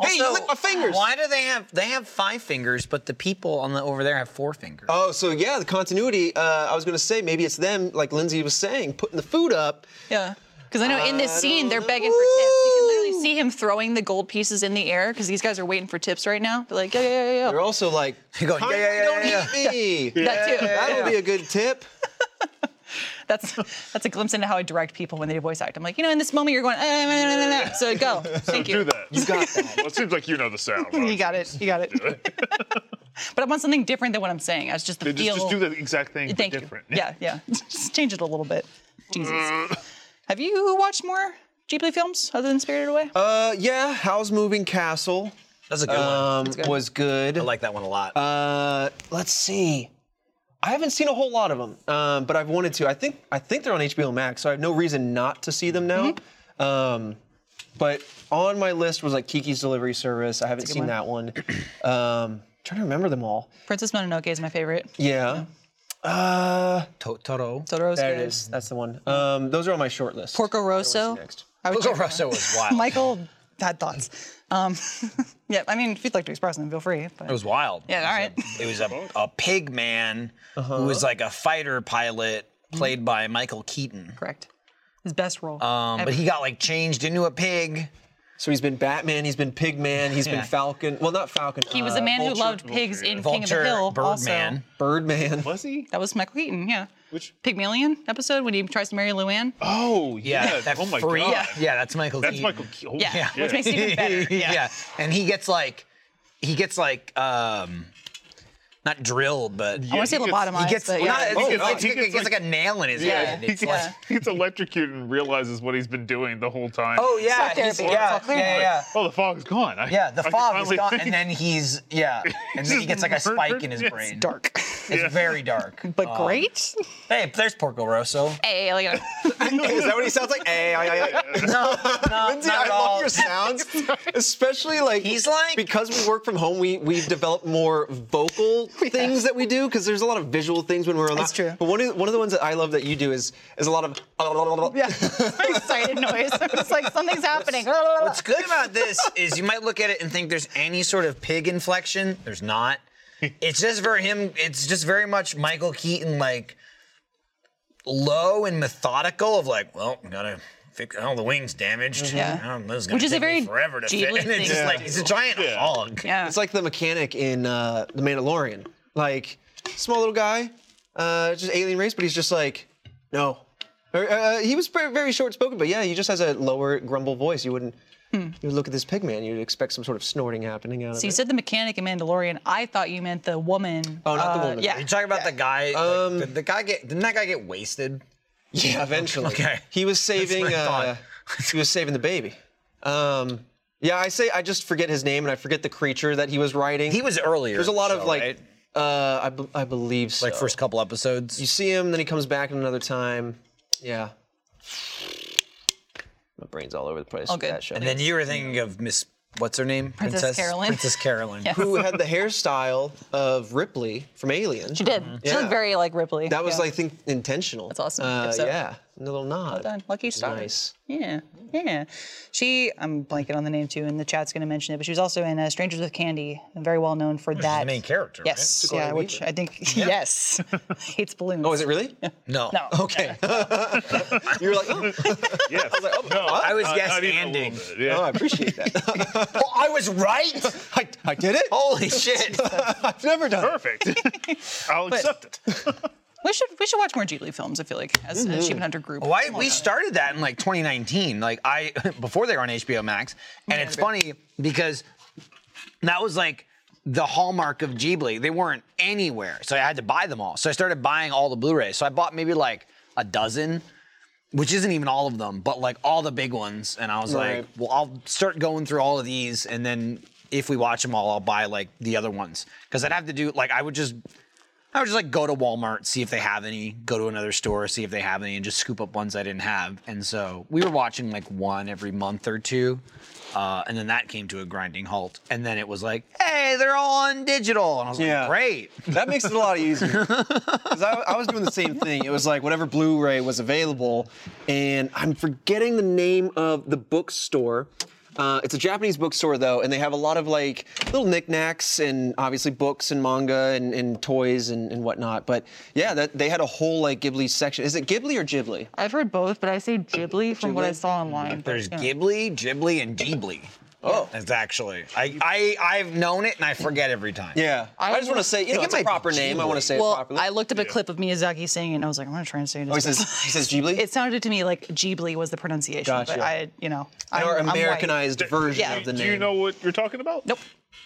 E: hey, you licked my fingers.
B: Why do they have they have five fingers, but the people on the over there have four fingers?
E: Oh, so yeah, the continuity. Uh, I was gonna say maybe it's them, like Lindsay was saying, putting the food up.
C: Yeah. Because I know in this
E: I
C: scene
E: don't
C: they're
E: know.
C: begging for tips. You can literally
E: Ooh.
C: see him throwing the gold pieces in the air because these guys are waiting for tips right now. They're like, yeah, yeah, yeah,
E: They're
C: yeah.
E: also like,
B: You're going,
E: "Kindly
B: yeah, yeah,
E: don't
B: yeah,
E: eat me.
C: That too.
E: That'll be a good tip.
C: That's that's a glimpse into how I direct people when they do voice act. I'm like, you know, in this moment you're going, eh, eh, eh, eh, eh, eh." so go. Thank you.
D: Do that. You got that. well, it seems like you know the sound.
C: You got it. You got it. but I want something different than what I'm saying. I was just the
D: Just,
C: feel.
D: just do the exact thing, but
C: Thank
D: different. Mm. Oh,
C: you. Yeah, yeah. just change it a little bit. Jesus. Have you watched more Ghibli films other than Spirited Away?
E: Uh, yeah, How's Moving Castle
B: That's a good
E: um,
B: one.
E: was good.
B: I like that one a lot.
E: Uh, let's see. I haven't seen a whole lot of them, um, but I've wanted to. I think I think they're on HBO Max, so I have no reason not to see them now.
C: Mm-hmm.
E: Um, but on my list was like Kiki's Delivery Service. I haven't seen that one. Um, trying to remember them all.
C: Princess Mononoke is my favorite.
E: Yeah. Uh,
B: Totoro.
C: Totoro's
E: there it
C: good.
E: is. That's the one. Um, those are on my short list.
C: Porco Rosso.
E: Next.
C: I would
B: Totoro
C: check-
B: Rosso was wild.
C: Michael had thoughts. Um, yeah, I mean, if you'd like to express them, feel free. But
B: It was wild.
C: Yeah, all right.
B: It was a, a pig man who was like a fighter pilot
C: Mm-hmm.
B: played by Michael Keaton.
C: correct. His best role.
B: Um, but he got like changed into a pig
E: So he's been Batman, he's been Pigman, he's been Falcon. Well, not Falcon.
C: He was
E: uh,
C: a man who
E: Vulture-
C: loved pigs in King of the
B: Vulture,
C: Hill. Also,
B: Birdman.
E: Birdman.
D: Was he?
C: that was Michael Keaton. Yeah.
D: Which?
C: Pygmalion episode when he tries to marry Luann.
D: Oh
B: Yeah,
D: yeah.
B: that
D: oh my
B: freak.
D: god.
B: Yeah. that's Michael.
D: That's
B: Keaton.
D: Michael. Ke- oh,
C: Yeah,
D: shit.
C: which makes it even better.
B: yeah. and he gets like, he gets like, um, not drilled, but
C: I want to say
D: he gets-
C: lobotomized,
B: he gets,
C: but
B: not-
C: yeah.
B: it's,
D: Oh,
B: it's
D: God.
B: like,
D: He
B: he
D: gets
B: gets like
D: like-
B: a nail in his
C: Yeah.
B: head.
D: He gets,
B: It's like,
C: uh,
D: he gets electrocuted and realizes what he's been doing the whole time.
B: oh yeah,
C: It's not
B: he's-
C: therapy, it's all
B: yeah, yeah,
C: clear now.
B: yeah, yeah.
D: Oh, the fog's gone. I,
B: Yeah, the
D: I can
B: fog is
D: finally
B: gone,
D: think.
B: and then he's yeah, and then he gets like a spike in his brain.
C: Dark,
B: It's very dark. Um,
C: but great.
B: Hey, there's Porco Rosso.
C: Hey, like
E: Is that what he sounds like? Eh, eh, eh, eh.
B: No, no,
E: Lindsay,
B: not
E: I
B: at
E: love
B: all.
E: your sounds, especially like
B: He's like-
E: because we work from home, we we develop more vocal things that we do because there's a lot of visual things when we're on.
C: That's true.
E: But one of one of the ones that I love that you do is is a lot of
C: yeah, excited noise. It's like something's happening.
B: What's good about this is you might look at it and think there's any sort of pig inflection. There's not. It's just for him. It's just very much Michael Keaton like low and methodical of like, well, gotta fix all the wings damaged.
C: Mm-hmm. Yeah.
B: Oh, this is gonna
C: Which is a
B: take me
C: very
B: forever to fit.
C: Ghibli
B: And it's just
C: thing.
B: like he's a giant hog.
C: Yeah,
E: It's like the mechanic in uh, The Mandalorian. Like, small little guy, uh, just alien race, but he's just like, no. Or, uh, he was very, very short spoken, but yeah, he just has a lower grumble voice. You wouldn't.
B: Hmm.
E: You would look at this pig man. You'd expect some sort of snorting happening out of
C: So you
E: it.
C: said the mechanic in Mandalorian. I thought you meant the woman.
E: Oh, not the
C: uh,
E: woman.
C: Yeah.
B: You talking about the guy? Um, the, the guy get didn't that guy get wasted?
E: Yeah, eventually.
B: Okay.
E: He was saving.
B: what I
E: Uh, he was saving the baby. Um, yeah, I say I just forget his name and I forget the creature that he was riding.
B: He was earlier.
E: There's a
B: in
E: lot
B: the
E: of
B: show,
E: like,
B: right?
E: uh, I, be- I believe so.
B: like first couple episodes.
E: You see him, then he comes back in another time. Yeah. My brain's all over the place.
C: All
E: with
C: good.
E: That show.
B: And then you were thinking of Miss what's her name?
C: Princess Carolyn.
B: Princess Carolyn.
E: who had the hairstyle of Ripley from Alien?
C: She did. She
E: Mm-hmm. Yeah.
C: looked very like Ripley.
E: That was,
C: yeah.
E: I think, intentional. That's
C: awesome.
E: Uh,
C: Good stuff.
E: yeah, a little nod.
C: Done. Lucky star.
E: Nice.
C: Yeah, yeah. She, I'm blanking on the name too, and the chat's going to mention it, but she was also in uh, Strangers with Candy, and very well known for that.
B: the main character.
C: Yes,
E: Sigourney
C: yeah, which
E: Weaver.
C: I think, yes, hates balloons.
E: Oh, is it really?
B: Right? No.
C: No.
E: Okay. you were like, oh,
D: Yes. I was like,
E: oh,
B: I was
D: I-
B: yes
D: I need a little
B: anding.
D: bit, Yeah.
E: I appreciate that.
B: Oh, I was right.
E: I, I did it.
B: Holy shit.
E: I've never done it.
D: Perfect. I'll accept it.
C: We should we should watch more Ghibli films. I feel like as an
E: Mm-hmm.
C: achievement hunter group.
B: Why
C: Come on
B: we
C: now.
B: started that in like 2019, like I before they were on HBO Max, and it's funny because that was like the hallmark of Ghibli. They weren't anywhere, so I had to buy them all. So I started buying all the Blu-rays. So I bought maybe like a dozen, which isn't even all of them, but like all the big ones. And I was like,
E: Right.
B: well, I'll start going through all of these, and then if we watch them all, I'll buy like the other ones because I'd have to do like I would just I would just like go to Walmart, see if they have any, go to another store, see if they have any, and just scoop up ones I didn't have. And so we were watching like one every month or two. Uh, and then that came to a grinding halt. And then it was like, hey, they're all on digital. And I was
E: Yeah.
B: like, great.
E: That makes it a lot easier. Because I, I was doing the same thing. It was like whatever Blu-ray was available, and I'm forgetting the name of the bookstore. Uh, it's a Japanese bookstore though, and they have a lot of like little knickknacks and obviously books and manga and, and toys and, and whatnot. But yeah, that they had a whole like Ghibli section. Is it Ghibli or Ghibli?
C: I've heard both, but I say Ghibli from what I
E: Ghibli?
C: saw online.
B: There's
C: Yeah.
B: Ghibli, Ghibli, and Ghibli.
E: Oh.
B: That's actually, I, I, I've known it and I forget every time.
E: Yeah. I,
C: I
E: just want to
C: was-
E: say, you
B: I
E: know,
B: think
E: it's
B: it
E: a
B: might be
E: proper name. I want to
B: Ghibli.
E: say it
C: Well,
E: properly.
C: I looked up a clip of Miyazaki saying it, and I was like, I'm gonna try and say it.
E: oh, he
C: as
E: says,
C: best
E: he says Ghibli.
C: It sounded to me like Ghibli was the pronunciation, but
E: Gotcha.
C: I, you know, I'm,
E: our
C: I'm white.
E: Americanized version
C: Yeah.
E: of the
D: Do
E: name.
D: you know what you're talking about?
C: Nope.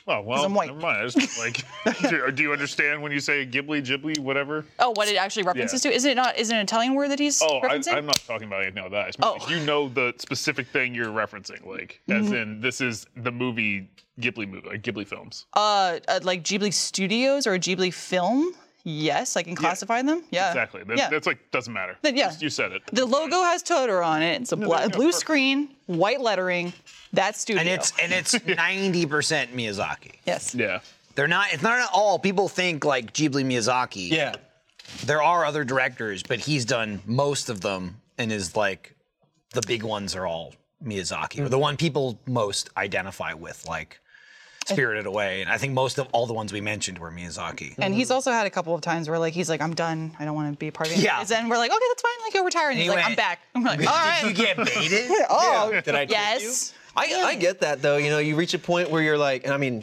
D: Oh well,
C: I'm white.
D: never mind. I just, like, do, do you understand when you say Ghibli, Ghibli, whatever?
C: Oh, what it actually references
D: Yeah.
C: to? Is it not? Is it an Italian word that he's
D: Oh, I,
C: referencing?
D: I'm not talking about anything like that. It's more
C: Oh. Mm-hmm.
D: like you know the specific thing you're referencing, like as in this is the movie Ghibli movie, like Ghibli films.
C: uh, uh, like Ghibli Studios or Ghibli Film? Yes, I can classify them. Yeah,
D: exactly. That,
C: yeah.
D: That's like doesn't matter.
C: Then, yeah.
D: Just- you said it.
C: the logo has Totoro on it. It's a bla-
D: there you go.
C: blue
D: Perfect.
C: screen, white lettering. That studio.
B: And it's, and it's 90% Miyazaki.
C: yes.
D: yeah.
B: They're not, it's not at all. People think like Ghibli Miyazaki.
E: yeah.
B: there are other directors, but he's done most of them and is like the big ones are all Miyazaki or the one people most identify with, like Spirited Away. And I think most of all the ones we mentioned were Miyazaki.
C: And he's also had a couple of times where like he's like, I'm done. I don't want to be a part of it.
B: Yeah.
C: And we're like, okay, that's fine. Like you're retiring. He's
B: He
C: like, I'm
B: went-
C: back. I'm like, all
B: Did you
C: right.
B: get baited?
C: Oh,
E: Did I? trick you?
C: yes.
E: I, I get that though. You know, you reach a point where you're like, and I mean,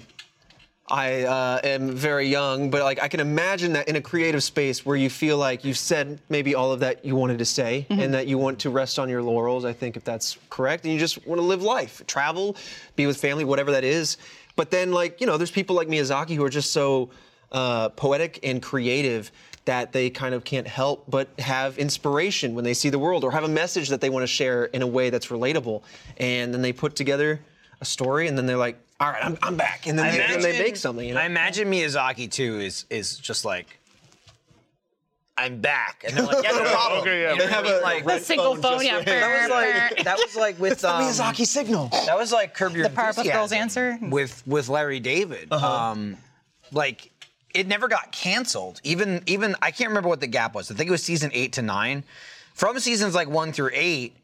E: I uh, am very young, but like I can imagine that in a creative space where you feel like you've said maybe all of that you wanted to say, and that you want to rest on your laurels. I think if that's correct, and you just want to live life, travel, be with family, whatever that is. But then, like you know, there's people like Miyazaki who are just so uh, poetic and creative that they kind of can't help but have inspiration when they see the world or have a message that they want to share in a way that's relatable. And then they put together a story and then they're like, all right, I'm, I'm back. And then they, then they make something. You know?
B: I imagine Miyazaki too is is just like, I'm back, and they're like, yeah, no problem.
D: Okay, yeah.
B: You know what I mean? like,
E: red
C: single phone, yeah.
E: just ringing. That was like-
B: that was like with um,
E: Miyazaki signal.
B: that was like Curb Your
C: The Powerpuff
B: Enthusiasm
C: Girls answer?
B: with with Larry David. Um, like it never got canceled. Even even I can't remember what the gap was. I think it was season eight to nine. From seasons like one through eight,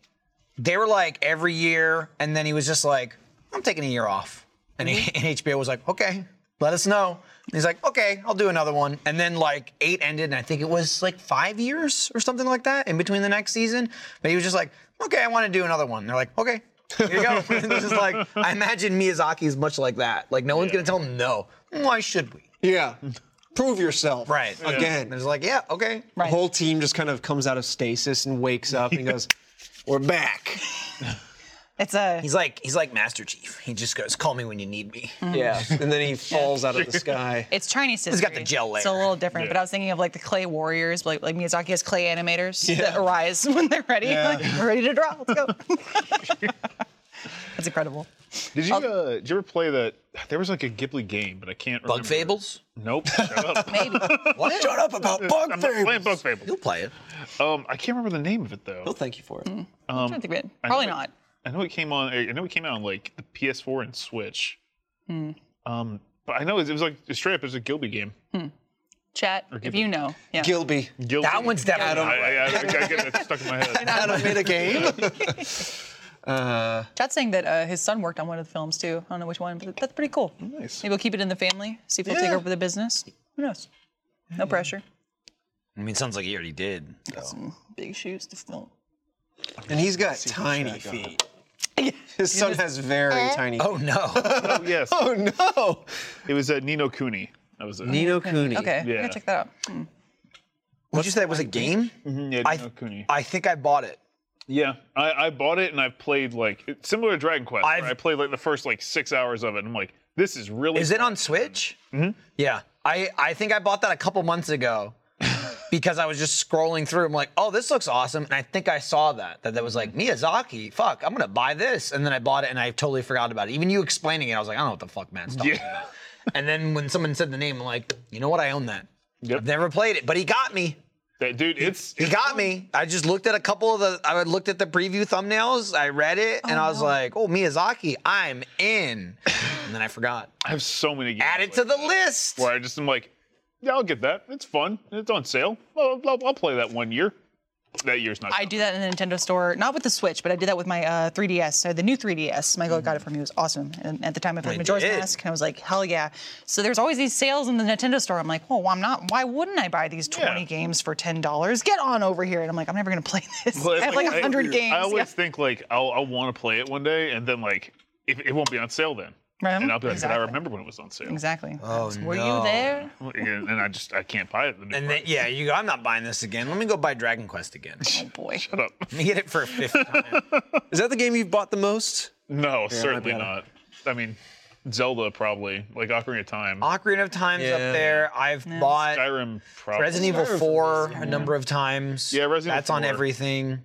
B: they were like every year, and then he was just like, "I'm taking a year off," and, he- and HBO was like, "Okay, let us know." And he's like, "Okay, I'll do another one," and then like eight ended, and I think it was like five years or something like that in between the next season. But he was just like, "Okay, I want to do another one." And they're like, "Okay." Here you go. this is like I imagine Miyazaki is much like that. Like no one's gonna tell him no. Why should we?
E: Yeah. Prove yourself.
B: Right. Yeah.
E: Again.
B: And it's like, yeah, okay.
E: The whole team just kind of comes out of stasis and wakes up and goes, we're back.
C: It's a.
B: He's like, he's like Master Chief. He just goes, call me when you need me.
E: Yeah. And then he falls out of the sky.
C: It's Chinese history.
B: It's got the gel
C: It's a
B: layer.
C: little different, but I was thinking of like the clay warriors, like, like Miyazaki has clay animators that arise when they're ready. Like, we're ready to draw. Let's go. That's incredible.
D: Did you uh, did you ever play that? There was like a Ghibli game, but I can't.
B: Bug
D: remember.
B: Fables?
D: Nope. Shut up.
C: Maybe.
B: What? Shut up about
D: I'm not playing Bug Fables.
B: You'll play it.
D: Um, I can't remember the name of it
E: Well,
D: though.
E: thank you for it.
C: Um, I don't think we- probably not.
D: I know it came on. I know it came out on like the PS4 and Switch. Um, but I know it was like straight up. It was a Gilby game.
C: Chat, if you know. Yeah.
E: Gilby.
D: Gilby.
B: That one's definitely.
D: I, I, I, I get that stuck in my head.
E: Adam made a game.
C: Chat's saying that uh, his son worked on one of the films too. I don't know which one, but that's pretty cool. Nice. Maybe we'll keep it in the family, see if we'll take over the business. Who knows? No pressure.
B: I mean, it sounds like he already did. So.
C: Big shoes to fill.
E: And he's got tiny feet. His son has very tiny feet.
B: Oh no.
D: Oh yes,
E: Oh, Eh? no.
D: it was uh, Nino Cooney. That was it.
E: Nino Cooney.
C: Okay, I'm
D: Yeah.
C: gonna check that out. Hmm.
B: Would you say that was a game?
D: Yeah,
B: I,
D: Nino Cooney.
B: I think I bought it.
D: Yeah, I, I bought it and I've played like it's similar to Dragon Quest.
B: I've-
D: Where I played like the first like six hours of it. and I'm like, this is really.
B: Is it
D: fun.
B: on Switch? Mm-hmm. Yeah. I, I think I bought that a couple months ago because I was just scrolling through. I'm like, oh, this looks awesome. And I think I saw that, that that was like, Miyazaki, fuck, I'm going to buy this. And then I bought it and I totally forgot about it. Even you explaining it, I was like, I don't know what the fuck Matt's talking
D: Yeah.
B: about. And then when someone said the name, I'm like, you know what? I own that.
D: Yep.
B: I've never played it, but he got me.
D: That, dude, it's.
B: He got me. I just looked at a couple of the. I looked at the preview thumbnails. I read it, and I was like, "Oh, Miyazaki, I'm in." And then I forgot.
D: I have so many games.
B: Add it to
D: like
B: the
D: that,
B: list.
D: Where I just am like, yeah, I'll get that. It's fun. It's on sale. I'll, I'll, I'll play that one year. That year's not.
C: I do that in the Nintendo store, not with the Switch, but I did that with my uh, 3DS. So the new 3DS, Michael
D: Mm-hmm.
C: got it for me. It was awesome. And at the time, I played Majora's
B: did.
C: Mask, and I was like, hell yeah. So there's always these sales in the Nintendo store. I'm like, oh, well, I'm not. Why wouldn't I buy these 20
D: Yeah.
C: games for $10? Get on over here. And I'm like, I'm never gonna play this.
D: Well,
C: I
D: it's
C: have like 100
D: I,
C: games.
D: I always
C: Yeah.
D: think like I'll, I'll want to play it one day, and then like if, it won't be on sale then.
C: Right.
D: And I'll be like, but I
C: Exactly.
D: remember when it was on sale.
C: Exactly. Oh, Were
B: no.
C: you there?
D: And and I just I can't buy it. The new
B: And then yeah, you go. I'm not buying this again. Let me go buy Dragon Quest again.
C: Oh boy.
B: Let me get it for a fifth time.
E: Is that the game you've bought the most?
D: no, certainly
E: better.
D: not. I mean, Zelda probably like Ocarina of Time.
B: Ocarina of Time's up
E: Yeah.
B: there. I've bought
D: Skyrim probably.
B: Resident Evil 4 a number of times.
D: Yeah, Resident Evil
B: That's on
D: 4.
B: everything.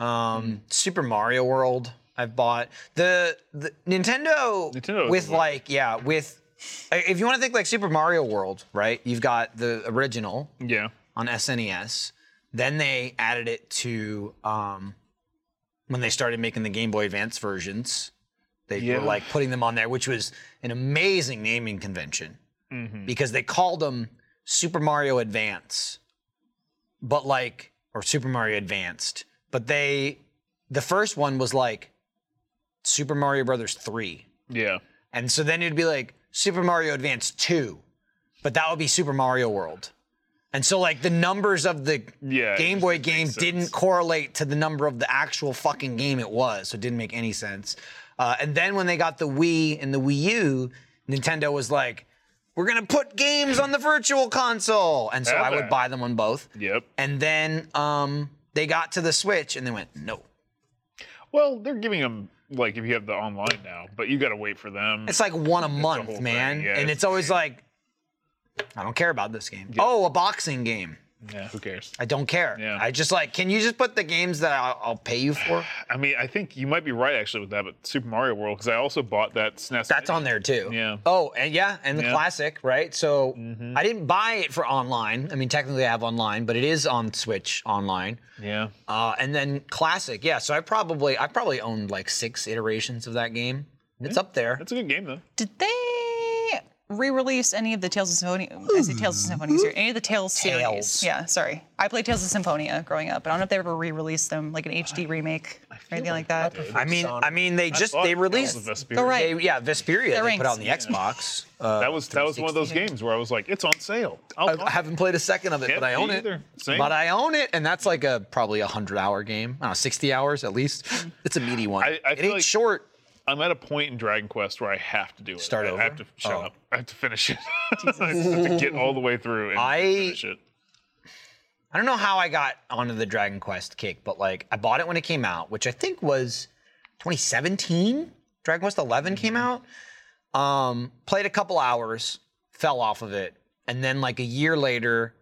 B: Um, Super Mario World. I've bought the, the Nintendo,
D: Nintendo is
B: with
D: the way.
B: like yeah with if you want to think like Super Mario World right you've got the original
D: Yeah.
B: on SNES then they added it to um, when they started making the Game Boy Advance versions they
D: Yeah.
B: were like putting them on there which was an amazing naming convention because they called them Super Mario Advance, but like, or Super Mario Advanced, but they, the first one was like Super Mario Brothers 3.
D: Yeah.
B: And so then it'd be like Super Mario Advance 2, but that would be Super Mario World. And so like the numbers of the
D: Yeah, it
B: Game
D: just
B: Boy
D: didn't
B: game
D: make sense.
B: didn't correlate to the number of the actual fucking game it was, so it didn't make any sense. Uh, and then when they got the Wii and the Wii U, Nintendo was like, "We're gonna put games on the Virtual Console," and so
D: Have
B: I would
D: that.
B: buy them on both.
D: Yep.
B: And then um, they got to the Switch and they went, "No."
D: Well, they're giving them like if you have the online now, but you got to wait for them.
B: It's like one a month,
D: whole
B: man.
D: thing, yeah,
B: and
D: it's
B: it's always like, I don't care about this game. Oh, a boxing game.
D: yeah, who cares?
B: I don't care.
D: Yeah.
B: I just like, can you just put the games that I'll, I'll pay you for?
D: I mean, I think you might be right actually with that, but Super Mario World because I also bought that E SNES.
B: That's on there too.
D: Yeah.
B: Oh, and yeah, and the
D: Yeah. Mm-hmm.
B: classic, right? So I didn't buy it for online. I mean, technically I have online, but it is on Switch online.
D: Yeah.
B: Uh, and then classic, yeah. So I probably I probably owned like six iterations of that game. It's up there.
D: That's a good game though.
C: Did they re-release any of the Tales of Symphonia? I say Tales of
E: Hmm.
C: Symphonia. Sorry, any of the Tales series?
B: Tales.
C: Yeah, sorry. I played Tales of Symphonia growing up, but I don't know if they ever re-released them, like an HD remake or anything like that.
B: I mean, I mean, they just they released.
D: That was,
C: All
D: right.
C: Oh, right.
B: They, yeah, Vesperia they put
C: rings.
B: out on the Xbox. Uh,
D: that was that was one of those games where I was like, it's on sale. I'll
B: I haven't played a second of it,
D: Yeah,
B: but I
D: me
B: own it.
D: either. Same.
B: But I own it, and that's like a probably a hundred hour game. I don't know, sixty hours at least. It's a meaty one.
D: Mm-hmm. I- I
B: it
D: feel
B: ain't
D: like-
B: short.
D: I'm at a point in Dragon Quest where I have to do it.
B: Start
D: I,
B: over?
D: I have to shut
B: Oh.
D: up. I have to finish it. I have to get all the way through and
B: I-
D: finish it.
B: I don't know how I got onto the Dragon Quest kick, but like I bought it when it came out, which I think was 2017. Dragon Quest 11 came
D: Mm-hmm.
B: out. Um, played a couple hours, fell off of it, and then like a year later,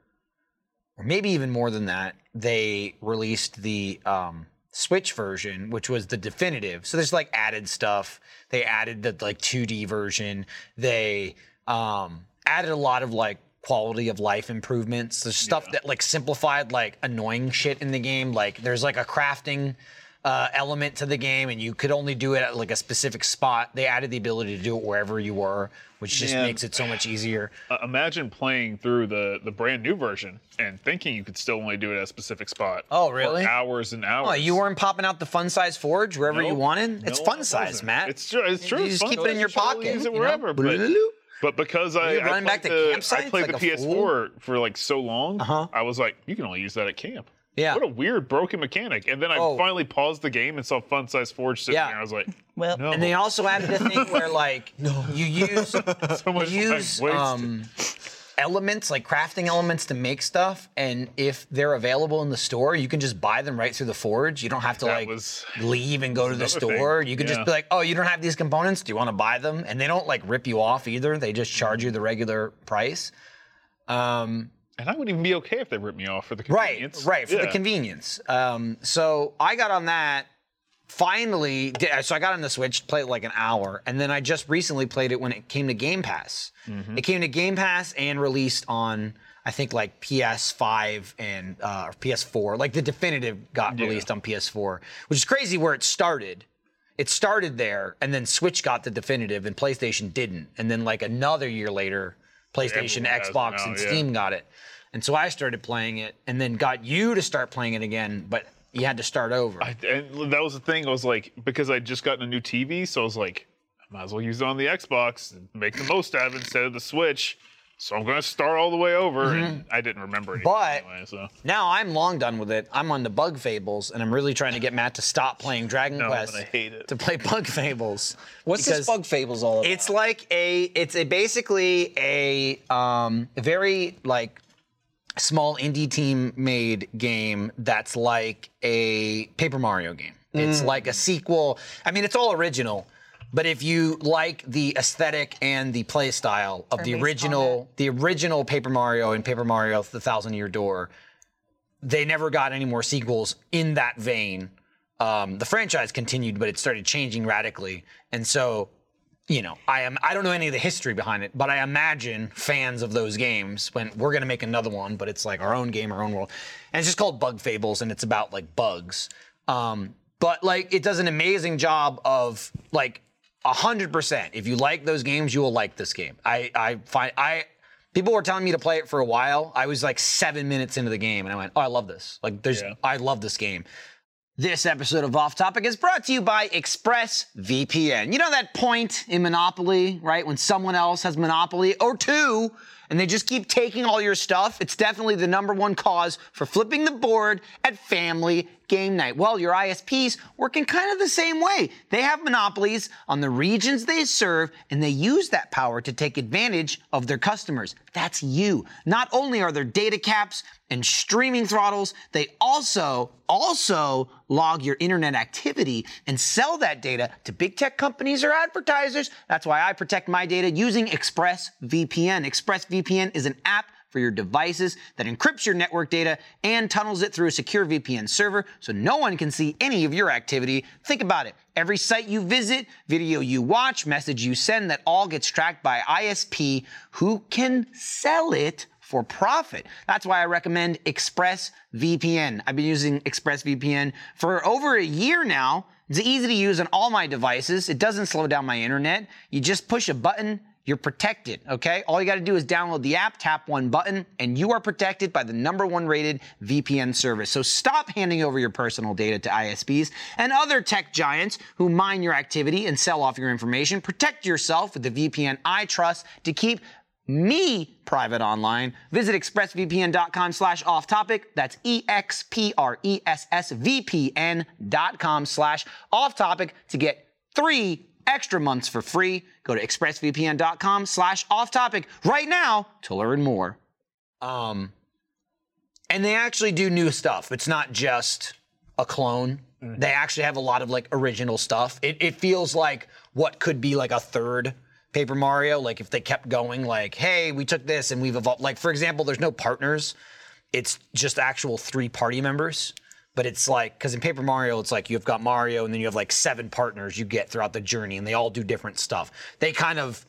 B: or maybe even more than that, they released the um, Switch version, which was the definitive. So there's like added stuff. They added the like 2D version. They um, added a lot of like quality of life improvements. There's stuff that like simplified like annoying shit in the game. Like there's like a crafting uh, element to the game, and you could only do it at like a specific spot. They added the ability to do it wherever you were, which just
D: Man.
B: makes it so much easier.
D: Uh, imagine playing through the the brand new version and thinking you could still only do it at a specific spot.
B: Oh,
D: for
B: really?
D: hours and hours.
B: Oh, you weren't popping out the fun size forge wherever you
D: Nope.
B: wanted. It's
D: No, I
B: fun size,
D: wasn't.
B: Matt.
D: It's true. It's true.
B: You
D: it's
B: just
D: fun
B: keep it
D: size.
B: in your
D: You should always
B: pocket,
D: Use it
B: you know?
D: wherever. But, but because I,
B: you
D: I
B: running back
D: played
B: to
D: the I
B: campsites
D: played
B: like
D: the
B: a
D: PS4 for like so long,
B: Uh-huh.
D: I was like, you can only use that at camp.
B: Yeah.
D: What a weird broken mechanic. And then I
B: Oh.
D: finally paused the game and saw Fun Size Forge sitting
B: Yeah.
D: there. I was like,
C: Well,
D: no.
B: And they also added a thing where like you use
D: much
B: you
D: time
B: use
D: wasted.
B: um, elements like crafting elements to make stuff, and if they're available in the store, you can just buy them right through the forge. You don't have to
D: That
B: like
D: was-
B: leave and go to the
D: another thing.
B: store. You can
D: Yeah.
B: just be like, oh, you don't have these components. Do you want to buy them? And they don't like rip you off either. They just charge you the regular price. Um,
D: and I wouldn't even be okay if they ripped me off for the
B: Right,
D: convenience.
B: right, for the
D: Yeah.
B: convenience. Um, so I got on that. Finally, di- so I got on the Switch, played it like an hour, and then I just recently played it when it came to Game Pass.
D: Mm-hmm.
B: It came to Game Pass and released on I think like PS5 and uh, or PS4. Like the definitive got released on PS4, which is crazy where it started. It started there, and then Switch got the definitive, and PlayStation didn't. And then like another year later, PlayStation,
D: Everyone has it
B: Xbox,
D: now,
B: and
D: yeah.
B: Steam got it. And so I started playing it and then got you to start playing it again, but you had to start over.
D: I, and that was the thing. I was like, because I just gotten a new TV, so I was like, I might as well use it on the Xbox and make the most out of it instead of the Switch. So I'm gonna start all the way over, and
C: Mm-hmm.
D: I didn't remember anything
B: But-
D: anyway. So
B: now I'm long done with it. I'm on the Bug Fables and I'm really trying to get Matt to stop playing Dragon
D: No,
B: Quest
D: but I hate it.
B: to play Bug Fables.
E: What's this
B: because-
E: bug fables all about?
B: It's like a it's a basically a um, very like small indie team made game that's like a Paper Mario game.
E: Mm.
B: It's like a sequel. I mean, it's all original. But if you like the aesthetic and the play style of the
C: Turn-based
B: original, the original Paper Mario and Paper Mario: The Thousand Year Door, they never got any more sequels in that vein. Um, the franchise continued, but it started changing radically, and so you know, I am I don't know any of the history behind it, but I imagine fans of those games when we're gonna make another one, but it's like our own game, our own world. And it's just called Bug Fables and it's about like bugs. Um, but like it does an amazing job of like hundred percent. If you like those games, you will like this game. I I find I people were telling me to play it for a while. I was like seven minutes into the game and I went, Oh, I love this. Like there's I love this game. This episode of Off Topic is brought to you by ExpressVPN. You know that point in Monopoly, right? When someone else has Monopoly or two, and they just keep taking all your stuff, it's definitely the number one cause for flipping the board at family game night. Well, your ISPs work in kind of the same way. They have monopolies on the regions they serve, and they use that power to take advantage of their customers. That's you. Not only are there data caps and streaming throttles, they also, also log your internet activity and sell that data to big tech companies or advertisers. That's why I protect my data using ExpressVPN. ExpressVPN is an app for your devices that encrypts your network data and tunnels it through a secure VPN server so no one can see any of your activity. Think about it. Every site you visit, video you watch, message you send, that all gets tracked by ISP who can sell it for profit. That's why I recommend ExpressVPN. I've been using ExpressVPN for over a year now. It's easy to use on all my devices. It doesn't slow down my internet. You just push a button, you're protected, okay? All you gotta do is download the app, tap one button, and you are protected by the number one rated VPN service. So stop handing over your personal data to ISPs and other tech giants who mine your activity and sell off your information. Protect yourself with the VPN I trust to keep me private online. Visit expressvpn.com slash off topic. That's E E-X-P-R-E-S-S-V-P-N dot com slash off topic to get three extra months for free. Go to expressvpn.com slash off topic right now to learn more. Um, and they actually do new stuff. It's not just a clone. They actually have a lot of like original stuff. It, it feels like what could be like a third Paper Mario. Like if they kept going, like, hey, we took this and we've evolved. Like for example, there's no partners. It's just actual three party members. But it's like because in Paper Mario, it's like you've got Mario and then you have like seven partners you get throughout the journey, and they all do different stuff. They kind of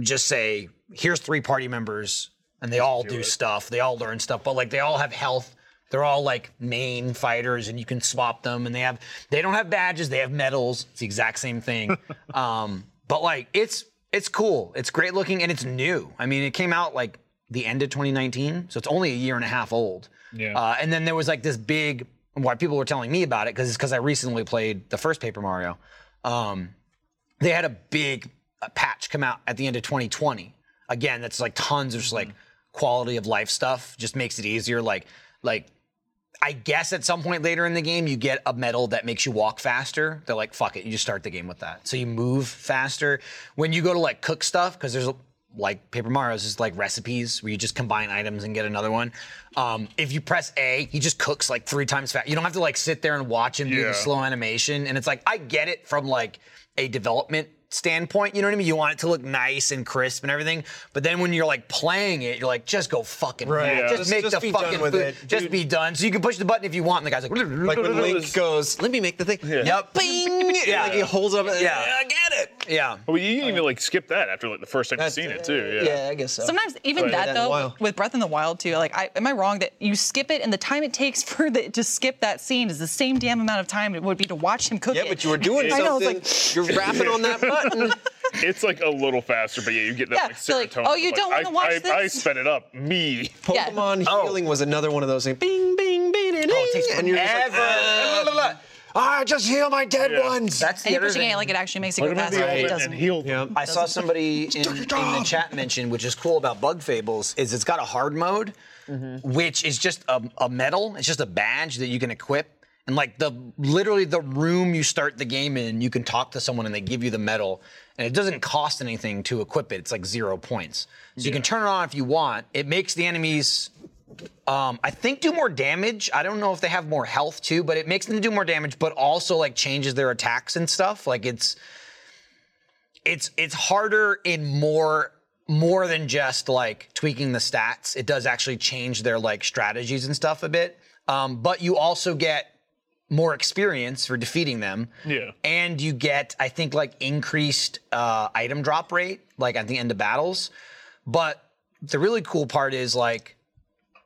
B: just say, here's three party members, and they all do stuff. They all learn stuff, but like they all have health. They're all like main fighters, and you can swap them. And they have they don't have badges. They have medals. It's the exact same thing. um, but like it's it's cool. It's great looking, and it's new. I mean, it came out like the end of 2019, so it's only a year and a half old.
D: Yeah.
B: Uh, and then there was like this big why people were telling me about it because because I recently played the first Paper Mario. Um, they had a big uh, patch come out at the end of 2020. Again, that's like tons of just like quality of life stuff. Just makes it easier. Like like I guess at some point later in the game, you get a medal that makes you walk faster. They're like, fuck it, you just start the game with that. So you move faster. When you go to like cook stuff, because there's like Paper Mario's is like recipes where you just combine items and get another one. Um, if you press A, he just cooks like three times fast. You don't have to like sit there and watch him do
D: Yeah.
B: the slow animation. And it's like, I get it from like a development standpoint. You know what I mean? You want it to look nice and crisp and everything. But then when you're like playing it, you're like, just go fucking
E: Right.
D: Yeah.
B: just,
E: Just-
B: make
E: just
B: the
E: be done
B: fucking
E: with
B: food.
E: it,
B: Just
E: dude.
B: be done. So you can push the button if you want. And the guy's like,
E: Like when
D: no,
E: Link
D: it's-
E: goes, let me make the thing.
B: Yep.
E: Bing!
B: Yeah.
E: Like he holds up.
B: Yeah.
E: I get it.
B: yeah.
D: Well, you can even like skip that after like the first time you've seen it too. Yeah.
E: I guess so.
C: Sometimes even
D: Right.
E: Breath
C: that
E: in the
C: though,
E: Wild.
C: with Breath in the Wild too. Like, I, am I wrong that you skip it and the time it takes for the, to skip that scene is the same damn amount of time it would be to watch him cook
E: Yeah,
C: it?
E: but you were doing
C: I
E: something.
C: know. It's
E: You're rapping on that button.
D: It's like a little faster, but yeah, you get that
C: Yeah,
D: like
C: they're like,
D: serotonin.
C: "Oh, you
D: of,
C: don't
D: like,
C: wanna watch
D: I, I, I
C: this?"
D: sped it up. Me.
C: Yeah.
E: Pokemon Healing was another one of those things. Bing, bing, bing, ding,
B: Oh, it takes
E: and you're just like,
B: forever.
E: "Ah, blah, blah, blah. I just heal my dead
D: Yeah.
E: ones.
B: That's
C: and
B: the
C: you're
B: other
C: pushing
B: thing.
C: it like it actually makes it go faster.
D: Right.
C: It
D: and
C: doesn't.
D: heal them.
E: yeah.
B: I saw somebody in, in the chat mention, which is cool about Bug Fables, is it's got a hard mode, which is just a, a medal. It's just a badge that you can equip. And like the literally the room you start the game in, you can talk to someone and they give you the medal. And it doesn't cost anything to equip it. It's like zero points. So you can turn it on if you want. It makes the enemies um, I think do more damage. I don't know if they have more health too, but it makes them do more damage, but also like changes their attacks and stuff. Like it's it's it's harder in more more than just like tweaking the stats. It does actually change their like strategies and stuff a bit. Um, but you also get more experience for defeating them.
D: Yeah.
B: And you get, I think, like increased uh, item drop rate, like at the end of battles. But the really cool part is like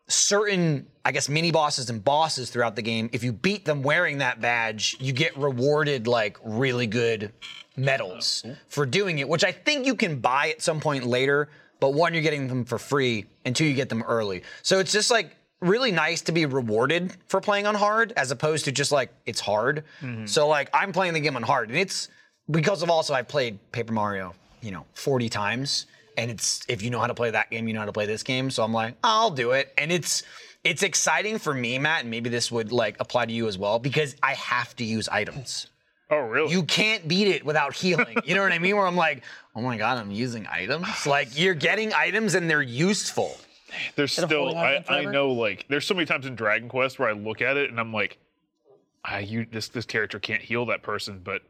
B: certain, I guess, mini bosses and bosses throughout the game, if you beat them wearing that badge, you get rewarded like really good medals for doing it, which I think you can buy at some point later. But one, you're getting them for free, and two, you get them early. So it's just like really nice to be rewarded for playing on hard as opposed to just like it's hard. So like I'm playing the game on hard, and it's because of also I played Paper Mario, you know, 40 times And it's if you know how to play that game, you know how to play this game. So I'm like, I'll do it. And it's it's exciting for me, Matt, and maybe this would like apply to you as well because I have to use items.
D: Oh, really?
B: You can't beat it without healing. You know what I mean? Where I'm like, oh my god, I'm using items. Like you're getting items and they're useful.
D: There's
C: holding
D: still
C: on to
D: I,
C: it
D: I
C: forever?
D: know like there's so many times in Dragon Quest where I look at it and I'm like, I you this this character can't heal that person, but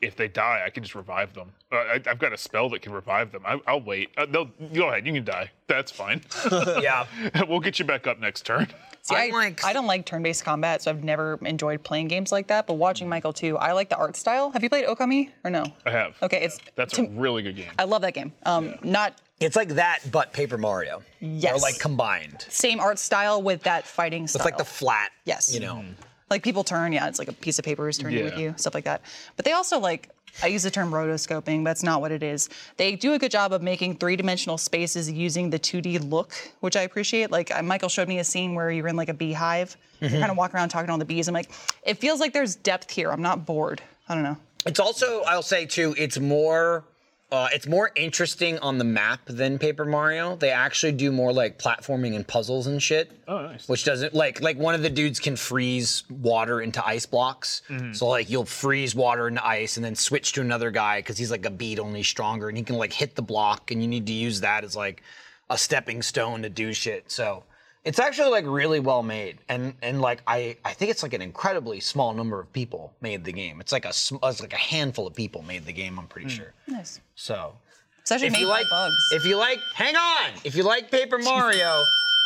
D: if they die, I can just revive them. Uh, I, I've got a spell that can revive them. I, I'll wait. Uh, they'll go ahead. You can die. That's fine.
B: Yeah.
D: we'll get you back up next turn.
C: See,
B: I
C: I,
B: like-
C: I don't like turn-based combat, so I've never enjoyed playing games like that. But watching Michael too, I like the art style. Have you played Okami or no?
D: I have.
C: Okay, it's
D: That's a really good game.
C: I love that game. Um, not
B: It's like that, but Paper Mario.
C: Yes.
B: Or like combined. It's
C: same art style with that fighting style.
B: like the flat.
C: Yes.
B: You know.
C: like people turn, yeah, it's like a piece of paper is turning
D: Yeah.
C: with you, stuff like that. But they also like I use the term rotoscoping, but that's not what it is. They do a good job of making three-dimensional spaces using the 2D look, which I appreciate. Like uh, Michael showed me a scene where you're in like a beehive, you're kind of walking around talking to all the bees. I'm like, it feels like there's depth here. I'm not bored. I don't know.
B: It's also, I'll say too, it's more. Uh, it's more interesting on the map than Paper Mario. They actually do more like platforming and puzzles and shit. Oh, nice. Which doesn't like like one of the dudes can freeze water into ice blocks. So like you'll freeze water into ice and then switch to another guy because he's like a beat only stronger and he can like hit the block and you need to use that as like a stepping stone to do shit. So it's actually like really well made and and like I I think it's like an incredibly small number of people made the game. It's like a sm- it's like a handful of people mmade the game. I'm pretty sure.
C: Nice.
B: So
C: It's actually
B: if
C: made
B: you
C: by
B: like
C: bugs.
B: if you like hang on if you like Paper Mario.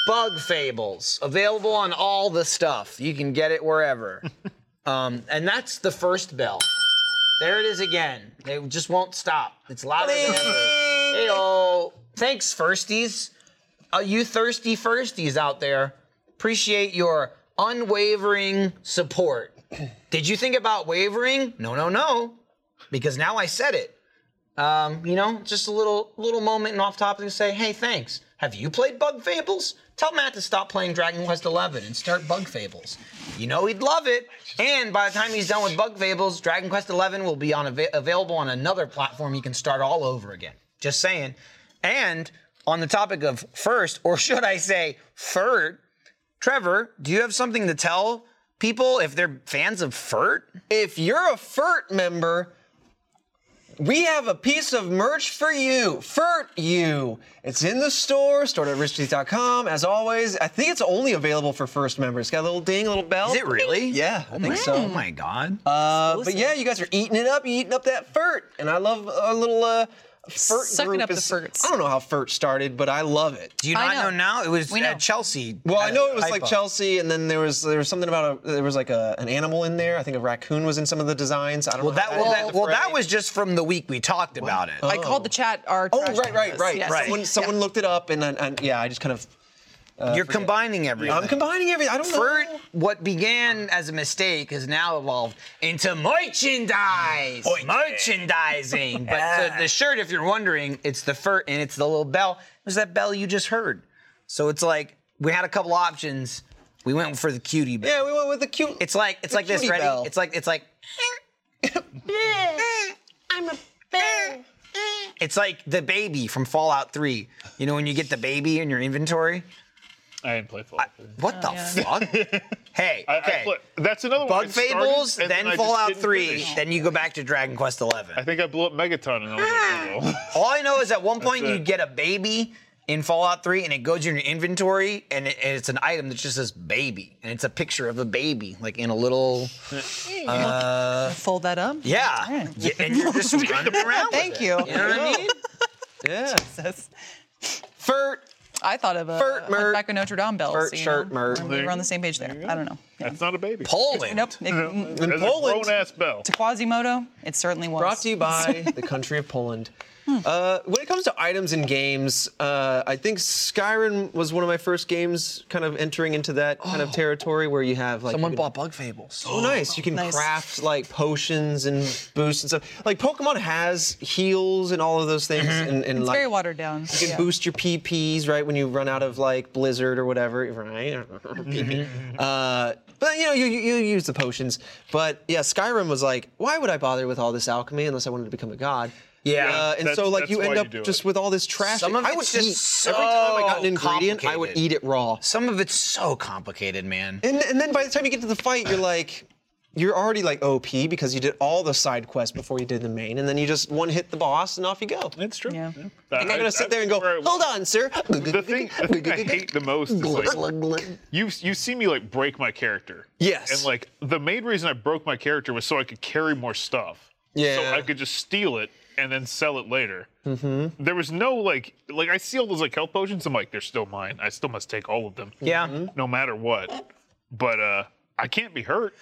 B: Bug Fables available on all the stuff. You can get it wherever. um, and that's the first bell. There it is again. They just won't stop. It's louder than ever. Hey, thanks, firsties. Are you thirsty firsties out there? Appreciate your unwavering support. Did you think about wavering? No, no, no, because now I said it. Um, you know, just a little little moment and off topic to say, hey, thanks. Have you played Bug Fables? Tell Matt to stop playing Dragon Quest XI and start Bug Fables. You know he'd love it. And by the time he's done with Bug Fables, Dragon Quest XI will be on ava- available on another platform. He can start all over again. Just saying. And on the topic of first, or should I say third, Trevor, do you have something to tell people if they're fans of Furt?
E: If you're a FERT member, we have a piece of merch for you. FERT you. It's in the store, stored.richteeth.com. As always, I think it's only available for first members. It's got a little ding, a little bell.
B: Is it really?
E: Yeah, I
B: Oh
E: think
B: my,
E: so.
B: Oh my god.
E: Uh, but yeah, you guys are eating it up. You're eating up that furt, and I love our little uh, furt
C: Sucking
E: group.
C: up the
E: is-
C: furts.
E: I don't know how furt started, but I love it.
B: Do you
C: I
B: not know.
C: know.
B: now? It was
C: We
B: uh,
C: know.
B: Chelsea. uh,
E: Well, I
B: had
E: know
B: a
E: it was like
B: typo.
E: Chelsea, and then there was there was something about a there was like a, an animal in there. I think a raccoon was in some of the designs. I don't
B: Well,
E: know.
B: that,
E: how
B: well,
E: ended
B: that,
E: up
B: well, that
E: right.
B: was just from the week we talked about
E: uh,
B: it.
C: I called the chat our
E: Oh,
C: trash
E: right, right,
C: pandas.
E: right,
C: Yes.
E: right. Someone, someone looked it up, and, and, and yeah, I just kind of
B: You're combining everything.
E: I'm combining everything. I don't
B: Furt,
E: know.
B: what began as a mistake has now evolved into merchandise. Merchandising. but the, the shirt, if you're wondering, it's the fur and it's the little bell. It was that bell you just heard. So it's like we had a couple options. We went for the cutie bell.
E: Yeah, we went with the cute.
B: It's like it's
E: the
B: like this.
E: cutie
B: Ready?
E: bell.
B: It's like it's like. I'm a bear. It's like the baby from Fallout 3. You know when you get the baby in your inventory.
D: I didn't play Fallout. three.
B: What the fuck? hey,
D: I- I
B: okay.
D: play- that's another one.
B: Bug
D: I started,
B: Fables,
D: and
B: then
D: I just
B: Fallout
D: didn't
B: 3,
D: finish.
B: then you go back to Dragon Quest 11.
D: I think I blew up Megaton and I
B: Ah.
D: was like, oh.
B: All I know is at one point
D: That's
B: you
D: it.
B: get a baby in Fallout 3 and it goes in your inventory and, it- and it's an item that just says baby and it's a picture of a baby like in a little
C: Fold that up.
B: yeah, yeah and you're just running around. with
C: Thank
B: it.
C: you.
B: You know what I mean?
E: yeah.
C: Says-
E: Furt,
C: I thought of a
E: Furt, mert.
C: Hunchback of Notre Dame bells.
E: Furt,
C: you
E: shirt,
C: know?
E: mert.
C: We were on the same page there. I don't know. Yeah.
D: That's not a baby.
B: Poland.
C: Nope. It- mm,
D: That's a
E: Poland.
D: grown ass bell.
C: to Quasimodo, it certainly was.
E: Brought to you by the country of Poland.
C: Hmm.
E: Uh, when it comes to items in games, uh, I think Skyrim was one of my first games, kind of entering into that kind
C: Oh.
E: of territory where you have like
B: Someone
E: you can-
B: bought Bug Fables.
E: Oh, nice! You can
C: Nice.
E: craft like potions and boosts and stuff. Like Pokemon has heals and all of those things, and, and
C: Mm-hmm. It's
E: like
C: very watered down.
E: You
C: Yeah.
E: can boost your
B: Mm-hmm.
E: PPs, right, when you run out of like Blizzard or whatever, right? PP. uh, But you know, you, you you use the potions. But yeah, Skyrim was like, why would I bother with all this alchemy unless I wanted to become a god?
B: Yeah,
E: Uh, and
D: that's-
E: so like
D: that's
E: you
D: why
E: end
D: you
E: up
D: do
E: just
D: it.
E: with all this trash.
B: Some of
E: I would
B: it's
E: eat
B: just
E: every time I got an
B: so
E: ingredient, I would
B: complicated.
E: eat it raw.
B: Some of it's so complicated, man.
E: And and then by the time you get to the fight, you're like. You're already like OP because you did all the side quests before you did the main, and then you just one hit the boss and off you go.
D: It's true.
C: Yeah.
D: But
E: I'm not
D: I-
E: gonna
D: I-
E: sit there and go,
D: where I-
E: hold on, sir.
D: The thing, the thing I hate the most is like you you see me like break my character.
E: Yes.
D: And like the main reason I broke my character was so I could carry more stuff.
E: Yeah.
D: So I could just steal it and then sell it later. Mm-hmm. There was no like like I see all those like health potions. I'm like they're still mine. I still must take all of them.
F: Yeah.
E: Mm-hmm.
D: No matter what. But uh, I can't be hurt.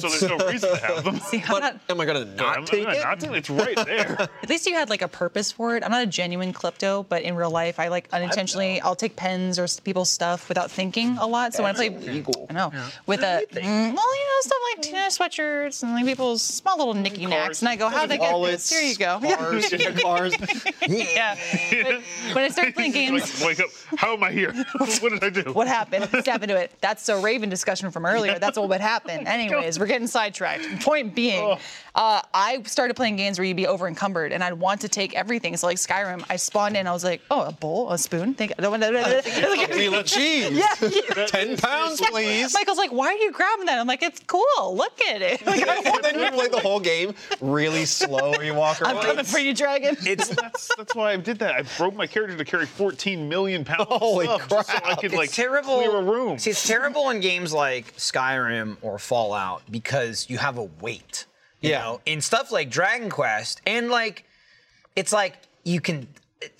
D: there's no reason to have them.
C: I'm not-
E: Am I gonna not
D: I'm,
E: take
D: I'm
E: it?
D: not doing it. It's right there.
C: at least you had like a purpose for it. I'm not a genuine klepto, but in real life, I like unintentionally, I'll take pens or s- people's stuff without thinking a lot. So when I play, I know, with a, mm, well, you know, stuff like you know, sweatshirts and like people's small little nicky nacks, and I go, how did I get this?
E: Wallets,
C: Here you go.
E: Cars, cars.
C: yeah. But when I started playing games,
D: like, wake up. How am I here? what did I do?
C: what happened? Step into it. That's the Raven discussion from earlier. That's what would happen. Anyways, we're getting sidetracked. Point being, uh, I started playing games where you'd be over encumbered and I'd want to take everything. So like Skyrim, I spawned in, I was like, oh, a bowl, a spoon? Thank
E: Wheel of cheese.
C: yeah.
E: Ten pounds, please.
C: Michael's like, why are you grabbing that? I'm like, it's cool. Look at it. Like, I want
E: then you play the whole game really slow. You walk around.
C: I'm coming for you, dragon.
D: Well, that's that's why I did that. I broke my character to carry 14 million pounds. of
E: Holy
D: stuff just So I
E: crap.
D: could
E: It's
D: like
B: terrible.
D: clear a room.
B: See, it's terrible in games like Skyrim or Fallout because you have a weight. You
E: Yeah.
B: know, in stuff like Dragon Quest, and like, it's like you can.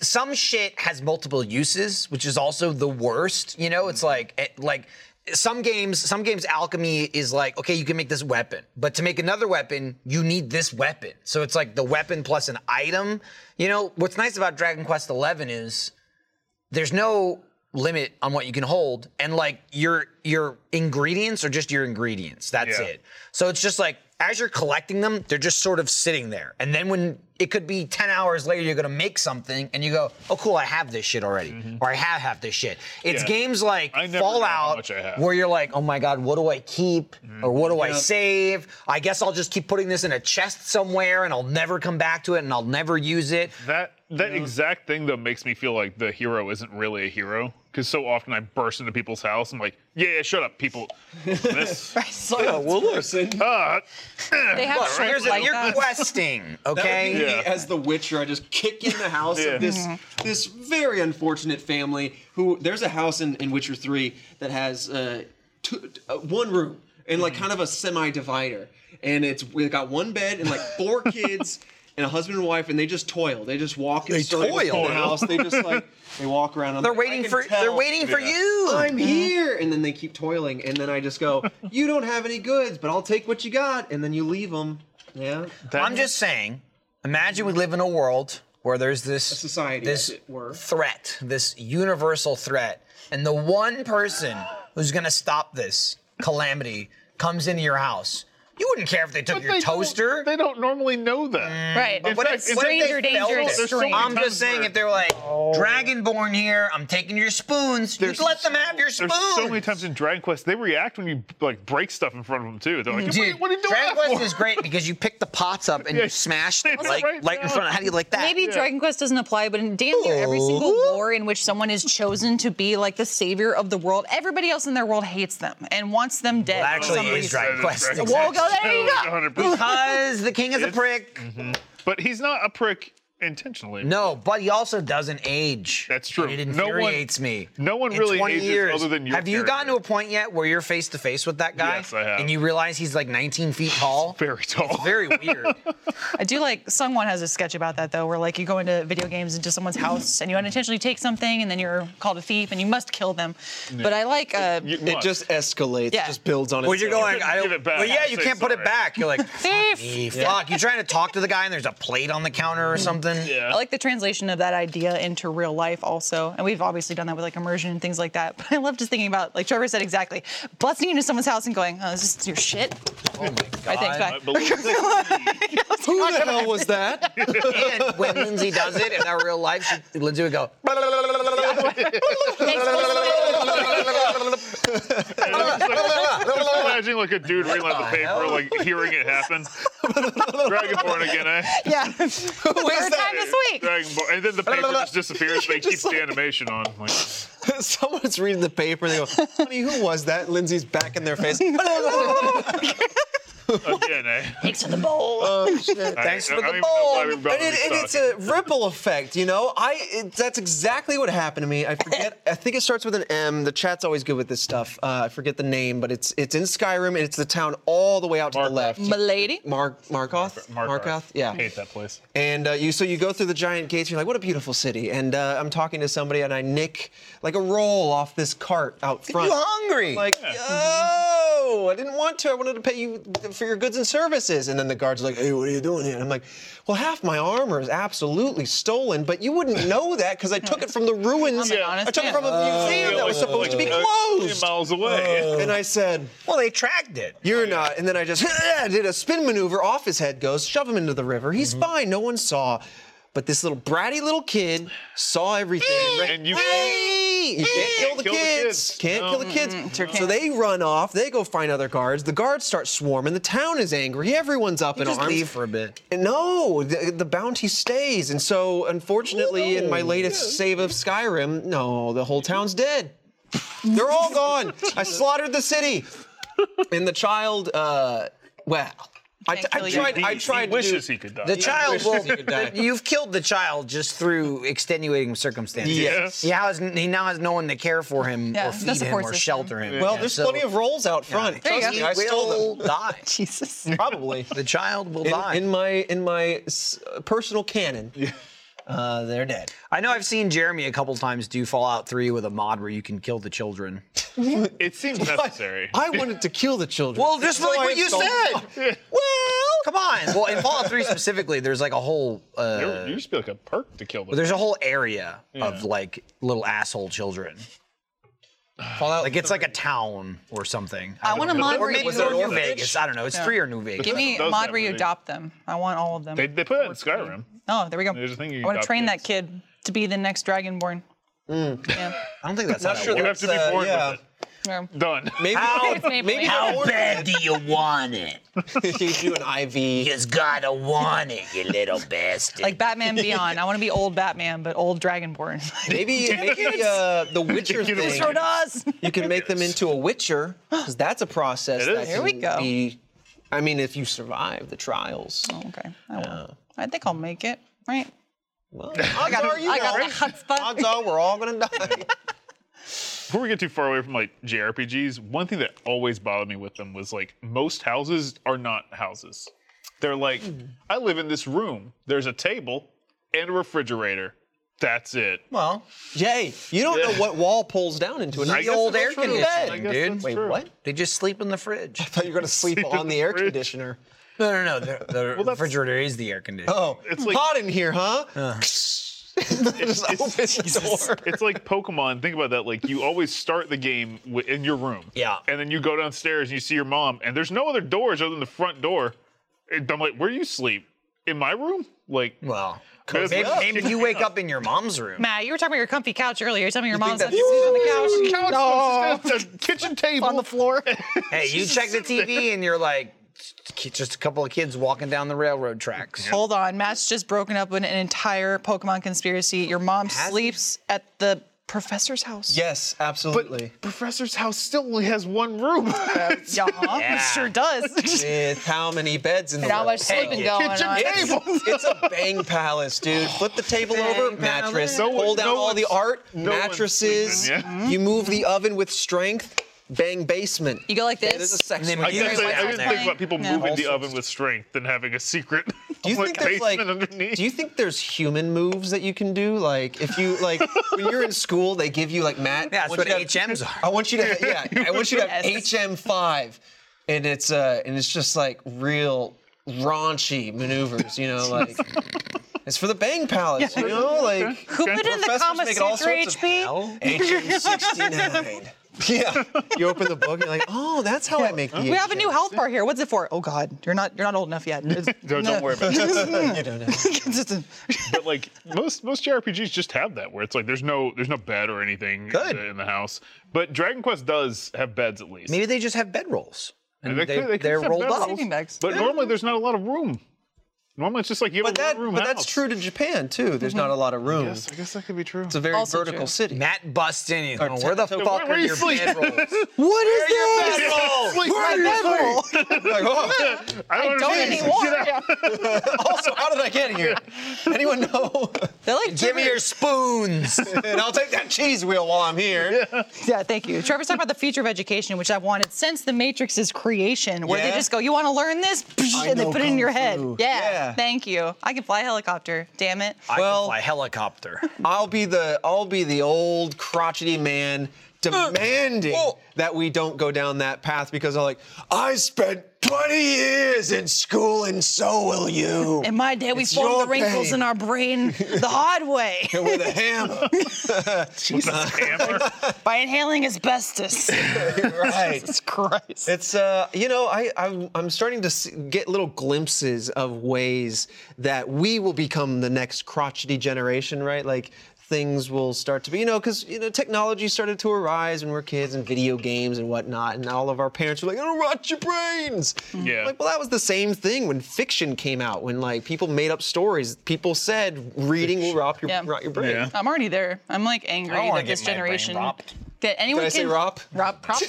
B: Some shit has multiple uses, which is also the worst. You know, it's like it- like some games. Some games alchemy is like okay, you can make this weapon, but to make another weapon, you need this weapon. So it's like the weapon plus an item. You know, what's nice about Dragon Quest Eleven is there's no limit on what you can hold and like your your ingredients are just your ingredients that's
D: Yeah.
B: it so it's just like as you're collecting them they're just sort of sitting there and then when it could be 10 hours later you're gonna make something and you go oh cool i have this shit already or i have half this shit it's
D: Mm-hmm. Yeah.
B: games like
D: I never know how
B: fallout
D: much I have. Mm-hmm.
B: where you're like oh my god what do i keep or what do i save i guess i'll just keep putting this in a chest somewhere and i'll never come back to it and i'll never use it
D: That that exact thing though makes me feel like the hero isn't really a hero because so often I burst into people's house. I'm like, yeah, yeah, shut up, people. This,
E: Yeah, well, listen.
D: uh,
C: They have
B: Look,
C: shirts
B: here's a-
C: like
B: you're
C: that.
B: questing, okay?
E: That would be me
D: Yeah.
E: as the Witcher. I just kick in the house
D: Yeah.
E: of this
B: Mm-hmm.
E: this very unfortunate family. Who there's a house in, in Witcher Three that has uh, two, uh, one room and
D: Mm-hmm.
E: like kind of a semi divider, and it's we got one bed and like four kids. And a husband and wife, and they just toil. They just walk in
B: They
E: circles through
B: toil.
E: the house. They just like they walk around. I'm
B: They're
E: like, I
B: waiting
E: can
B: for they're
E: tell
B: waiting for
D: Yeah.
B: you. Mm-hmm.
E: I'm here, and then they keep toiling. And then I just go, "You don't have any goods, but I'll take what you got." And then you leave them. Yeah,
D: that-
B: I'm just saying, imagine we live in a world where there's this
E: society,
B: this
E: as it were.
B: threat, this universal threat, and the one person who's gonna stop this calamity comes into your house. You wouldn't care if they took
D: But
B: your
D: they don't-
B: toaster. Mm.
D: they don't normally know that.
C: Right. But
D: But what
C: what
D: if-
C: is
D: what if they
C: stranger
D: felt
C: danger
D: it?
C: is
D: There's so
C: strange.
D: many
B: I'm just saying, if they're like Dragonborn here, I'm taking your spoons.
D: There's
B: You'd let them have your spoons.
D: There's so many times in Dragon Quest they react when you like break stuff in front of them too. They're like, what, are you-
B: Dude,
D: what are you doing
B: Dragon
D: that
B: Quest
D: for?
B: is great because you pick the pots up and
D: Yeah.
B: you smash them
D: It's
B: like,
D: right
B: like in
D: now.
B: front of. How do you like that?
C: Maybe Dragon Quest doesn't apply, but in damn near every single war in which someone is chosen to be like the savior of the world, everybody else in their world hates them and wants them dead.
B: Well,
C: for
B: actually,
C: some
B: it is
C: reason.
B: Dragon Quest.
C: Well, go there you go.
D: 100%.
B: because the king is a
D: It's- Mm-hmm.
B: prick.
D: But he's not a prick intentionally.
B: No, but he also doesn't age.
D: That's true.
B: And it
D: No one-
B: infuriates me.
D: no one
B: In
D: really
B: 20
D: ages
B: years,
D: other than your
B: Have you gotten to a
D: character.
B: point yet where you're face to face with that guy?
D: Yes, I have.
B: And you realize he's like 19 feet tall.
D: Very tall.
B: It's very weird.
C: I do like Sungwon has a sketch about that though, where like you go into video games into someone's house and you unintentionally take something and then you're called a thief and you must kill them. But I like uh,
D: You
E: It
D: must.
E: just escalates.
C: Yeah.
E: It just builds on itself.
B: Well, you're going. I
D: give
B: don't,
D: it back.
B: well, yeah, you
D: Say
B: can't put it
D: sorry.
B: back. You're like,
C: thief.
B: "Hey, fuck. You're trying to talk to the guy, and there's a plate on the counter or
D: Mm.
B: something.
C: I like the translation of that idea into real life also. And we've obviously done that with like immersion and things like that. But I love just thinking about, like Trevor said exactly, busting into someone's house and going, oh, is this your shit?
B: Oh my
C: I
B: god.
C: think back.
D: I believe-
E: Who the hell was that?
B: And when Lindsay does it in our real life, she, Lindsay would go.
D: Just like- just imagining like a dude reading like the paper, like hearing it happen. Dragonborn again, eh?
C: Yeah. Third time this week.
D: Dragonborn, and then the paper just disappears. They keep
E: Just
D: the
E: like-
D: animation on. Like,
E: Someone's reading the paper. They go, "Honey, who was that?" And Lindsay's back in their face.
D: again, eh?
C: Thanks for the bowl.
D: Thanks
E: for the bowl. And, it- and it's a ripple effect, you know. I it, that's exactly what happened to me. I forget. I think it starts with an M. The chat's always good with this stuff. Uh, I forget the name, but it's it's in Skyrim and it's the town all the way out to the
D: Markarth.
E: left.
C: Milady.
E: Mark Markoth.
D: Markarth.
E: Yeah.
D: hate that place.
E: And uh, you, so you go through the giant gates. And you're like, what a beautiful city. And uh, I'm talking to somebody, and I nick like a roll off this cart out front.
B: You hungry?
E: Like, oh, I didn't want to. I wanted to pay you for your goods and services. And then the guards are like, hey, what are you doing here? And I'm like, well, half my armor is absolutely stolen, but you wouldn't know that because I took it from the ruins.
C: an honest
E: I took it
C: man.
E: from a museum that
D: Oh,
E: was supposed to be closed.
D: uh, Miles away.
E: And I said,
B: well, they tracked it.
E: you're not. And then I just did a spin maneuver off his head, goes, shove him into the river. He's
B: Mm-hmm.
E: fine. No one saw. But this little bratty little kid saw everything.
D: And you-
E: Hey! You can't kill the
D: Kill the
E: kids.
D: kids.
E: Can't
D: No.
E: kill the kids. So they run off. They go find other guards. The guards start swarming. The town is angry. Everyone's up in
B: Just
E: arms.
B: leave for a bit.
E: And No, the, the bounty stays. And so, unfortunately, in my latest save of Skyrim, no, the whole town's dead. They're all gone. I slaughtered the city. And the child, uh, well, I,
C: Can't kill
E: I
C: you.
E: tried.
D: He,
E: I tried.
D: he
E: to
D: wishes
E: do,
D: he could die.
B: The child
E: wishes he could die.
B: will. You've killed the child just through extenuating circumstances.
E: Yes.
B: He, has, he now has no one to care for him
C: Yeah, no
B: or feed him
C: support
B: or
C: system.
B: shelter him.
E: Well, there's
B: So
E: plenty of rolls out front.
C: There you
E: Trust
C: go.
E: me, I
B: he
E: stole
B: will
E: them.
B: die.
C: Jesus.
E: Probably.
B: The child will
E: In,
B: die.
E: in my in my s- personal canon, uh, they're dead.
B: I know I've seen Jeremy a couple times do Fallout 3 with a mod where you can kill the children.
D: it seems necessary.
E: I wanted to kill the children.
B: Well, just
E: So
B: like
E: I
B: what you
E: stole-
B: said. well, come on. Well, in Fallout 3 specifically, there's like a whole uh,
D: There there used to be like a perk to kill them.
B: there's a whole area of like little asshole children.
E: Fallout
B: Like it's like a town or something.
C: I want a
B: to
C: mod
B: or
C: where
B: maybe
C: you
B: it's New
D: orphanage?
B: Vegas. I don't know. It's three or New Vegas.
C: give me a
D: Those
C: mod where you
D: definitely.
C: adopt them. I want all of them.
D: They, they put it in Skyrim.
C: oh, there we go.
D: There's a thing you
C: I want to
D: adopt
C: train that
D: kids. Mm.
C: kid to be the next Dragonborn. Yeah.
B: I don't think that's how
E: Not
B: that
E: sure
D: You
B: works.
D: have to be
E: That's, uh,
D: born
E: yeah.
C: Yeah.
D: with it. Done.
E: Maybe
C: It's Maple
E: maybe
C: Leaf.
E: how
B: bad do you want it?
E: you do an IV.
B: Just gotta want it, you little bastard.
C: Like Batman Beyond. I want to be old Batman, but old Dragonborn.
E: Maybe maybe uh, the Witcher
D: Get away.
E: thing.
C: Throw does.
E: You can make them into a Witcher because that's a process.
D: It
E: that
D: is.
E: can
C: Here we go.
E: Be, I mean, if you survive the trials.
C: Okay. I will. I think I'll make it. Right.
E: Well, odds
C: got-
E: are you
C: I got
E: know.
C: the chutzpah.
E: Odds are we're all gonna die.
D: Before we get too far away from like JRPGs, one thing that always bothered me with them was like most houses are not houses. They're like, I live in this room. There's a table and a refrigerator. That's it.
B: well,
E: Jay, you don't know what wall pulls down into an
D: I
B: the
D: guess
B: old
D: that's
B: air
D: true. I
B: conditioning,
D: guess
B: dude.
D: that's
E: Wait,
D: true.
E: what? I
B: They just sleep in the fridge.
E: thought you were gonna sleep on the air
D: fridge.
E: conditioner.
B: No, no, no. The, the
D: that's-
B: refrigerator is the air conditioner.
E: Oh, it's
D: It's like-
E: hot in here, huh? Just open the door.
D: It's like Pokemon. Think about that. Like you always start the game wi- in your room.
B: Yeah.
D: And then you go downstairs and you see your mom, and there's no other doors other than the front door. And I'm like, where do you sleep? In my room? Like,
B: Well,
D: Could
E: Oh,
B: maybe,
D: be.
B: maybe you wake up in your mom's room.
C: Matt, you were talking about your comfy couch earlier. You're telling me your mom's not
E: think
C: just on the couch.
D: couch,
C: No.
D: it's a kitchen table
C: On the floor.
B: Hey, you check the TV and you're like, "Ki- just a couple of kids walking down the railroad tracks.
C: Hold on. Matt's just broken up with an entire Pokemon conspiracy. Your mom sleeps at the professor's house.
E: Yes, absolutely.
D: Professor's house still only has one room.
C: Yeah. It sure does.
E: With how many beds in the
C: Not
E: world?
C: much sleeping going
D: kitchen
C: on.
D: table.
E: It's a bang palace, dude. Flip the table over, mattress.
D: No one-
E: Pull down
D: no
E: all the
D: one's-
E: art,
D: no one's
E: mattresses.
D: sleeping, yeah.
E: You move the oven with strength, bang basement.
C: You go like this.
E: That is a sex.
B: And then
E: room.
D: I
B: You guys
D: guess I, I
B: went out
D: always think
B: there.
D: about people
C: Yeah.
D: moving the
E: All
D: oven with strength and having a secret
E: Do you
D: like,
E: think there's like?
D: basement underneath.
E: Do you think there's human moves that you can do? Like if you like when you're in school, they give you like Matt.
B: Yeah, that's
E: I want
B: what
E: you to have-
B: HMs
E: I
B: are.
E: want you to have, yeah, I want you to have
C: Yes.
E: HM5, and it's uh, and it's just like real raunchy maneuvers, you know, like it's for the bang palace, you know, like
C: Who put in the
E: professors
C: comma
E: making all
C: C3
E: sorts of
C: HP?
E: HM69. Yeah. You open the book, you're like, oh, that's how I make the.
C: We have a new health bar here. What's it for? Oh God, you're not you're not old enough yet.
D: Don't, don't worry about it.
E: you don't know.
D: But like most most JRPGs just have that where it's like there's no there's no bed or anything in
B: Good.
D: the- in the house. But Dragon Quest does have beds at least.
B: Maybe they just have bedrolls. And
D: They- they-
B: they,
D: they
B: they are
D: just have
B: rolled up.
D: bedrolls.
C: Sleeping bags.
D: But normally there's not a lot of room. Normally it's just like you have
E: But
D: a
E: that,
D: room
E: but that's true to Japan too. There's not a lot of room.
D: Yes, I guess that could be true.
E: It's a very
C: Also
E: vertical
C: true.
E: city.
B: Matt Bustin. is going, Where the
D: Where-
B: fuck
D: where
B: are
D: you
B: your
D: sleep?"
B: bedrolls?
E: What is
D: bedrolls? Sleep,
E: Where are
D: sleep,
E: your bedrolls? Like, oh,
D: I don't,
C: Don't
D: understand.
C: anymore.
D: Get out.
E: also, how did I get here? Anyone know?
C: They're like
B: Give me your spoons.
E: and I'll take that cheese wheel while I'm here.
C: Yeah, thank you. Trevor's talking about the future of education, which I've wanted since the Matrix's creation, where
E: Yeah.
C: they just go, "You want to learn this?"
E: I
C: and they
E: know
C: put it in
E: Kung
C: your head.
E: Fu.
C: Yeah,
E: Yeah.
C: Thank you. I can fly a helicopter. Damn it.
E: Well-
B: my helicopter.
E: I'll be the I'll be the old crotchety man demanding
B: oh.
E: that we don't go down that path because I'm like, I spent 20 years in school and so will you.
C: In my day, we
E: It's
C: formed
E: your
C: the wrinkles
E: pain.
C: in our brain the hard way
E: And with a hammer.
C: by inhaling asbestos.
E: right.
C: Jesus Christ.
E: It's uh, you know, I I'm, I'm starting to see, get little glimpses of ways that we will become the next crotchety generation, right? Like things will start to be, you know, because you know, technology started to arise when we we're kids and video games and whatnot, and all of our parents were like, "It'll rot your brains."
D: Yeah.
E: Like, well, that was the same thing when fiction came out, when like people made up stories. People said reading will rot your
C: Yeah.
E: rot your brain.
D: Yeah.
C: I'm already there. I'm like angry
B: I don't wanna
C: that this
B: get my brain
C: generation.
B: ropped.
C: That anyone
E: Did I
C: can
E: say rop?
C: Rop, prop. you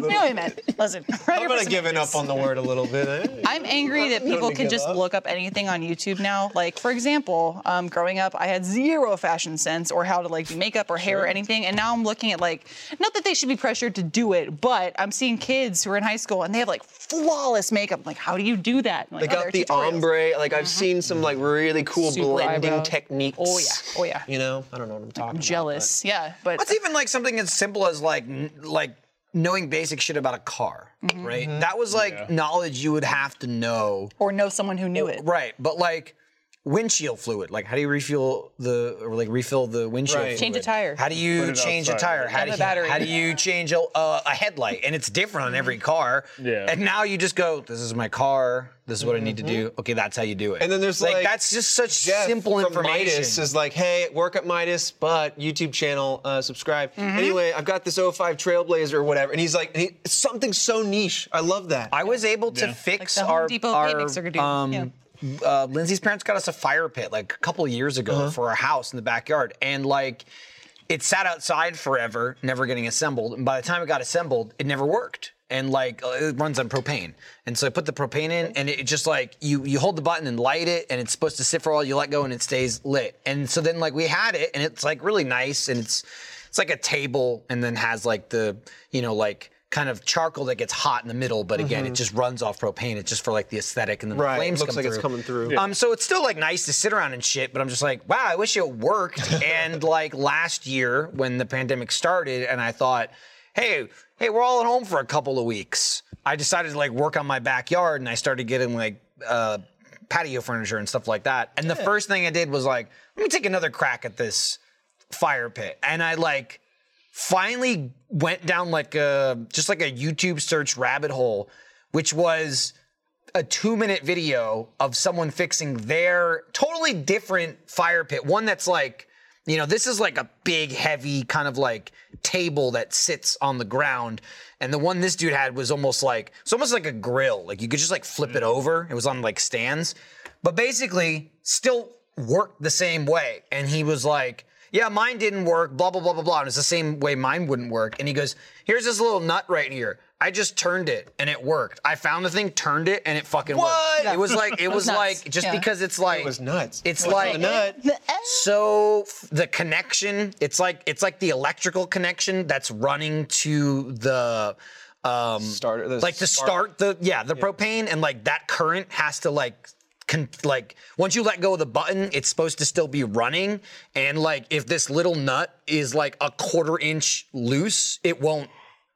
C: know what I meant. Listen,
E: I'm gonna giving up on the word a little bit. eh?
C: I'm angry that
E: Totally
C: people can
E: give
C: just
E: up.
C: look up anything on YouTube now. Like, for example, um, growing up, I had zero fashion sense or how to like do makeup or hair or anything. And now I'm looking at like, not that they should be pressured to do it, but I'm seeing kids who are in high school and they have like flawless makeup. I'm like, how do you do that?
E: They got the ombre. Like I've seen some like really cool
C: Super
E: blending
C: eyebrow.
E: techniques.
C: Oh, yeah. Oh, yeah.
E: You know, I don't know what I'm talking about.
C: Jealous. Yeah, but
B: That's even like something as simple as like n- like knowing basic shit about a car,
E: Mm-hmm.
B: right? That was like knowledge you would have to know,
C: or know someone who knew it.
B: right? But like windshield fluid, like how do you refuel the or like refill the windshield?
E: Right.
C: Change a
B: fluid?
C: tire.
B: How do you change a
D: outside.
B: tire? How
C: Have
B: do
C: a
B: you,
C: battery.
B: how do you change a, uh, a headlight? And it's different on every
E: Mm-hmm.
B: car.
D: Yeah.
B: And now you just go, this is my car. This is what I need to do. Okay, that's how you do it.
E: Mm-hmm. And then there's, like,
B: that's just such
E: Jeff
B: simple
E: from
B: information.
E: Midas is like, hey, work at Midas, but YouTube channel, uh, subscribe. Anyway, I've got this 05 Trailblazer or whatever, and he's like, he, something so niche. I love that.
B: I was able to
D: Yeah.
B: fix
C: Like the Home
B: our,
C: Depot
B: our
C: paint mixer could do.
B: um,
C: Yeah.
B: uh, Lindsay's parents got us a fire pit like a couple years ago for our house in the backyard, and like it sat outside forever, never getting assembled. And by the time it got assembled, it never worked. And like uh, it runs on propane, and so I put the propane in, and it just like you you hold the button and light it, and it's supposed to sit for a while. You let go, and it stays lit. And so then like we had it, and it's like really nice, and it's it's like a table, and then has like the you know like kind of charcoal that gets hot in the middle, but again it just runs off propane. It's just for like the aesthetic, and then
E: Right,
B: the flames
E: looks
B: come
E: like
B: through.
E: it's coming through.
B: Um, so it's still like nice to sit around and shit, but I'm just like, wow, I wish it worked. and like last year when the pandemic started, and I thought, hey, hey, we're all at home for a couple of weeks. I decided to like work on my backyard, and I started getting like uh, patio furniture and stuff like that. And the first thing I did was like, let me take another crack at this fire pit, and I like finally went down like a just like a YouTube search rabbit hole, which was a two minute video of someone fixing their totally different fire pit. One that's like, you know, this is like a big, heavy kind of like table that sits on the ground. And the one this dude had was almost like, it's almost like a grill. Like you could just like flip it over. It was on like stands, but basically still worked the same way. And he was like, yeah, mine didn't work, blah, blah, blah, blah, blah. And it's the same way mine wouldn't work. And he goes, here's this little nut right here. I just turned it and it worked. I found the thing, turned it, and it fucking
E: What?
B: worked. It was like, it was
C: nuts.
B: like, just
C: Yeah.
B: because it's like,
E: It was nuts.
B: It's
E: It was
B: like-
E: a nut.
B: so f- the connection, it's like, it's like the electrical connection that's running to the, um,
E: Starter- the
B: like to
E: spark.
B: start the, yeah, the propane and like that current has to like, Con, like once you let go of the button, it's supposed to still be running. And like if this little nut is like a quarter inch loose, it won't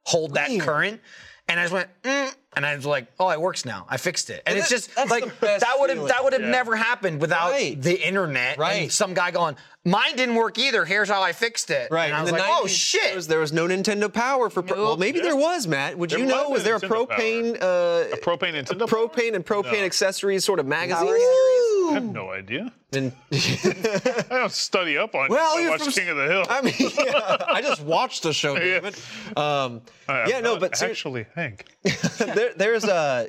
B: hold that current.
F: and I just went, mm, and I was like, oh, it works now. I fixed it. And it's
E: that-
F: just
E: that's
F: like
E: the best
F: that would have
E: feeling.
F: that would have
D: Yeah.
F: never happened without
E: Right.
F: the internet. and
E: Right.
F: some guy going, mine didn't work either. Here's how I fixed it.
E: Right.
F: And I
E: in
F: was
E: the
F: like, oh
E: 90s,
F: shit.
E: There was, there was no Nintendo Power for. Pro- well, maybe there was, Matt. Would
D: There
E: you
D: might
E: know?
D: have
E: Was
D: been
E: there a
D: Nintendo Power.
E: propane? Uh,
D: A propane Nintendo Power?
E: Propane and propane
D: No.
E: accessories sort of magazine.
D: I have no idea.
E: And-
D: I don't study up on.
E: Well,
D: I
E: you're
D: watch
E: from-
D: King of the Hill.
E: I mean, yeah, I just watched the show. Damn it. Um,
D: I- I'm
E: yeah, no,
D: not
E: but seriously,
D: Oh, actually, Hank.
E: there, there's a.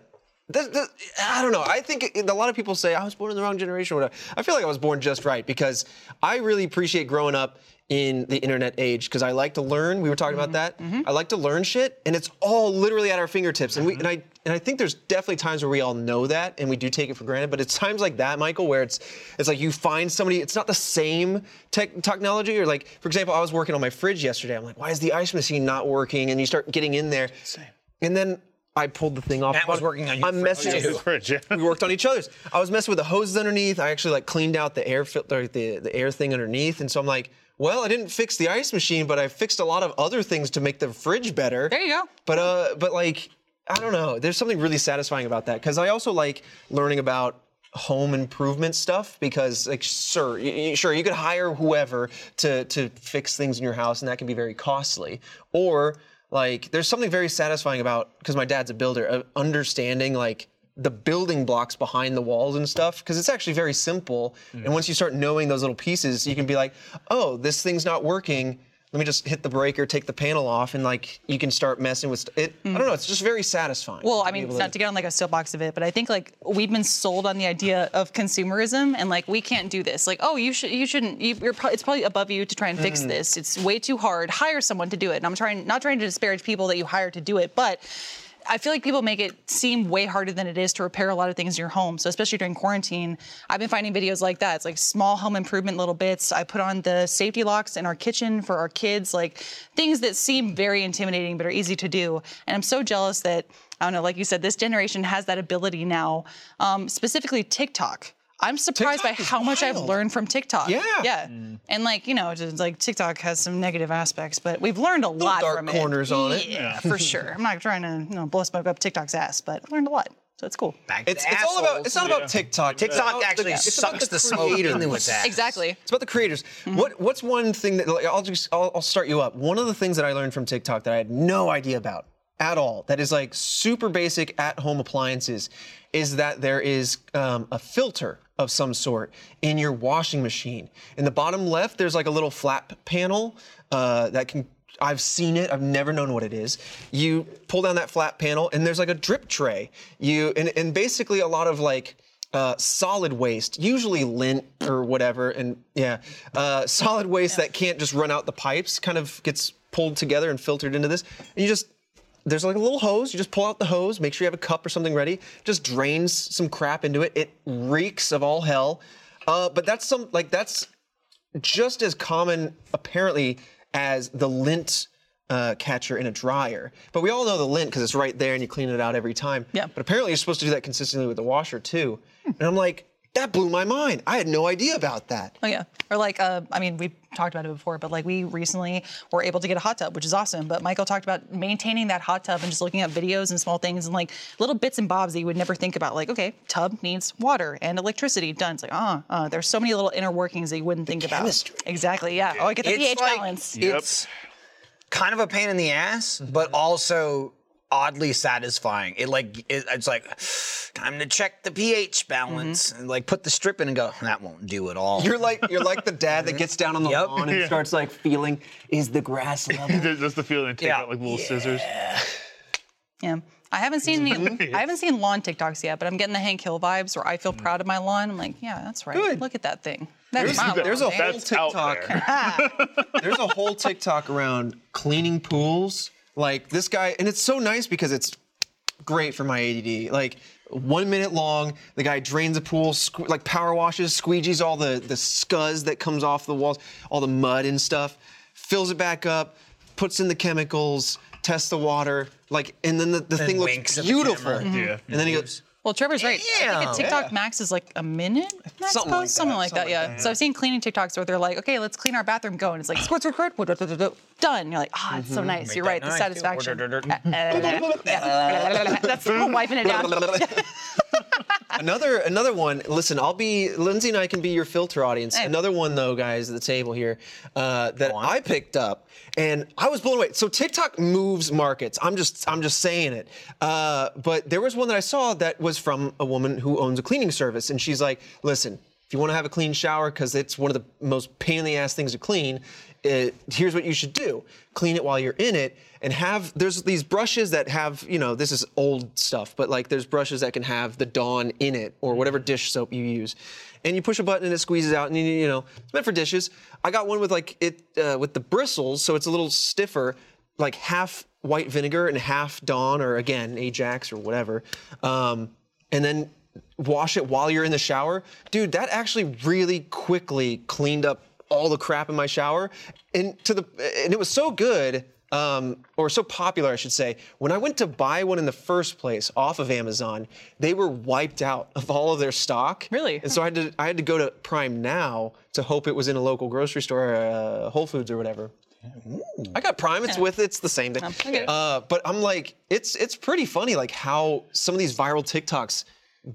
E: There's, there's, I don't know. I think it- a lot of people say I was born in the wrong generation or whatever. I feel like I was born just right because I really appreciate growing up in the internet age because I like to learn. We were talking about that. I like to learn shit, and it's all literally at our fingertips. And we and I and I think there's definitely times where we all know that and we do take it for granted. But it's times like that, Michael, where it's it's like you find somebody. It's not the same tech, technology or like for example, I was working on my fridge yesterday. I'm like, why is the ice machine not working? And you start getting in there. And then I pulled the thing off.
F: Matt was working on your
E: I'm
F: fridge,
E: messing
F: too.
E: with-
D: Fridge, yeah.
E: we worked on each other's. I was messing with the hoses underneath. I actually like cleaned out the air filter, the, the air thing underneath. And so I'm like, well, I didn't fix the ice machine, but I fixed a lot of other things to make the fridge better.
C: There you go.
E: But uh, but like, I don't know. There's something really satisfying about that because I also like learning about home improvement stuff because like sure y- y- sure you could hire whoever to to fix things in your house and that can be very costly or like there's something very satisfying about because my dad's a builder of understanding like the building blocks behind the walls and stuff because it's actually very simple and once you start knowing those little pieces you can be like oh this thing's not working let me just hit the breaker take the panel off and like you can start messing with st- it i don't know it's just very satisfying
C: Well,
E: to
C: I
E: be
C: mean,
E: able
C: not to get on like a soapbox of it, but I think like we've been sold on the idea of consumerism and like we can't do this. Like, oh, you should, you shouldn't. You, you're pro- it's probably above you to try and fix
E: Mm-hmm.
C: this. It's way too hard. Hire someone to do it. And I'm trying not trying to disparage people that you hire to do it, but. I feel like people make it seem way harder than it is to repair a lot of things in your home. So especially during quarantine, I've been finding videos like that. It's like small home improvement little bits. I put on the safety locks in our kitchen for our kids, like things that seem very intimidating but are easy to do. And I'm so jealous that I don't know, like you said, this generation has that ability now. Um, specifically TikTok. I'm surprised
E: TikTok
C: by
E: is
C: how much I've
E: wild.
C: learned from TikTok.
E: Yeah.
C: Yeah. And like, you know, just like TikTok has some negative aspects, but we've learned a lot
E: dark
C: from
E: corners
C: it.
E: on it.
C: Yeah, for sure. I'm not trying to you know, blow smoke up TikTok's ass, but I learned a lot. So it's cool.
E: it's, it's all about it's not about tiktok
F: TikTok
E: about
F: actually
E: it's about
F: sucks the smoke
E: creators.
F: into its ass.
C: Exactly.
E: It's about the creators. What what's one thing that like, I'll just I'll, I'll start you up. One of the things that I learned from TikTok that I had no idea about at all, that is like super basic at home appliances, is that there is um, a filter of some sort in your washing machine. In the bottom left, there's like a little flap panel uh, that can. I've seen it. I've never known what it is. You pull down that flap panel, and there's like a drip tray. You and, and basically a lot of like uh, solid waste, usually lint or whatever, and yeah, uh, solid waste that can't just run out the pipes, kind of gets pulled together and filtered into this. And you just there's like a little hose. You just pull out the hose, make sure you have a cup or something ready. Just drains some crap into it. It reeks of all hell. Uh, but that's some like that's just as common apparently as the lint uh, catcher in a dryer. But we all know the lint because it's right there and you clean it out every time.
C: Yeah.
E: But apparently you're supposed to do that consistently with the washer too. And I'm like, that blew my mind. I had no idea about that.
C: Oh yeah, or like uh, I mean, we talked about it before, but like we recently were able to get a hot tub, which is awesome. But Michael talked about maintaining that hot tub and just looking at videos and small things and like little bits and bobs that you would never think about. Like, okay, tub needs water and electricity. Done. It's like, uh, uh there's so many little inner workings that you wouldn't think
E: chemistry.
C: about. Exactly. Yeah. Oh, I get the pH
B: like-
C: balance.
B: It's kind of a pain in the ass,
E: Mm-hmm.
B: but also oddly satisfying. It like it, it's like time to check the pH balance
E: Mm-hmm.
B: and like put the strip in and go that won't do at all.
E: You're like you're like the dad that gets down on the
B: Yep.
E: lawn and starts like feeling is the grass level.
D: That's the feeling. Take
B: Yeah.
D: out like little scissors.
C: Yeah. I haven't seen any, I haven't seen lawn TikToks yet, but I'm getting the Hank Hill vibes where I feel proud of my lawn. I'm like, yeah, that's right.
E: Mm. Good.
C: Look at that Ah. thing. That's
E: There's,
C: my
E: there's a
C: lawn,
E: whole
C: man.
D: That's out
E: TikTok.
D: there.
E: there's a whole TikTok around cleaning pools. Like this guy, and it's so nice because it's great for my ADD. Like one minute long, the guy drains the pool, sque- like power washes, squeegees all the the scuzz that comes off the walls, all the mud and stuff, fills it back up, puts in the chemicals, tests the water, like, and then the, the thing looks
B: winks at the
E: beautiful.
B: camera. Mm-hmm.
C: Mm-hmm.
D: Yeah.
E: And then he goes,
C: Well, Trevor's right. I think
E: Damn.
C: a TikTok max is like a minute max
E: Something
C: post,
E: like
C: something
E: that,
C: like that.
E: something
C: Yeah. So I've seen cleaning TikToks where they're like, okay, let's clean our bathroom, go, and it's like squirt, squirt, squirt, woo, doo, doo, doo, doo. done. You're like, ah, it's so nice. You're right. The satisfaction. Yeah. That's wiping it down.
E: another another one. Listen, I'll be Lindsay and I can be your filter audience.
C: Hey.
E: Another one though, guys, at the table here uh, that I picked up, and I was blown away. So TikTok moves markets. I'm just I'm just saying it. Uh, but there was one that I saw that was from a woman who owns a cleaning service, and she's like, "Listen, if you want to have a clean shower, because it's one of the most pain in the ass things to clean, it, here's what you should do: clean it while you're in it, and have there's these brushes that have you know this is old stuff, but like there's brushes that can have the Dawn in it or whatever dish soap you use, and you push a button and it squeezes out, and you, you know it's meant for dishes. I got one with like it uh, with the bristles, so it's a little stiffer, like half white vinegar and half Dawn or again Ajax or whatever, um, and then wash it while you're in the shower, dude, that actually really quickly cleaned up all the crap in my shower. And to the and it was so good, um, or so popular, I should say. When I went to buy one in the first place off of Amazon, they were wiped out of all of their stock.
C: Really?
E: And so I had to I had to go to Prime now to hope it was in a local grocery store, uh, Whole Foods or whatever. I got Prime. It's with. It's the same thing.
C: okay.
E: Uh, but I'm like, it's it's pretty funny, like how some of these viral TikToks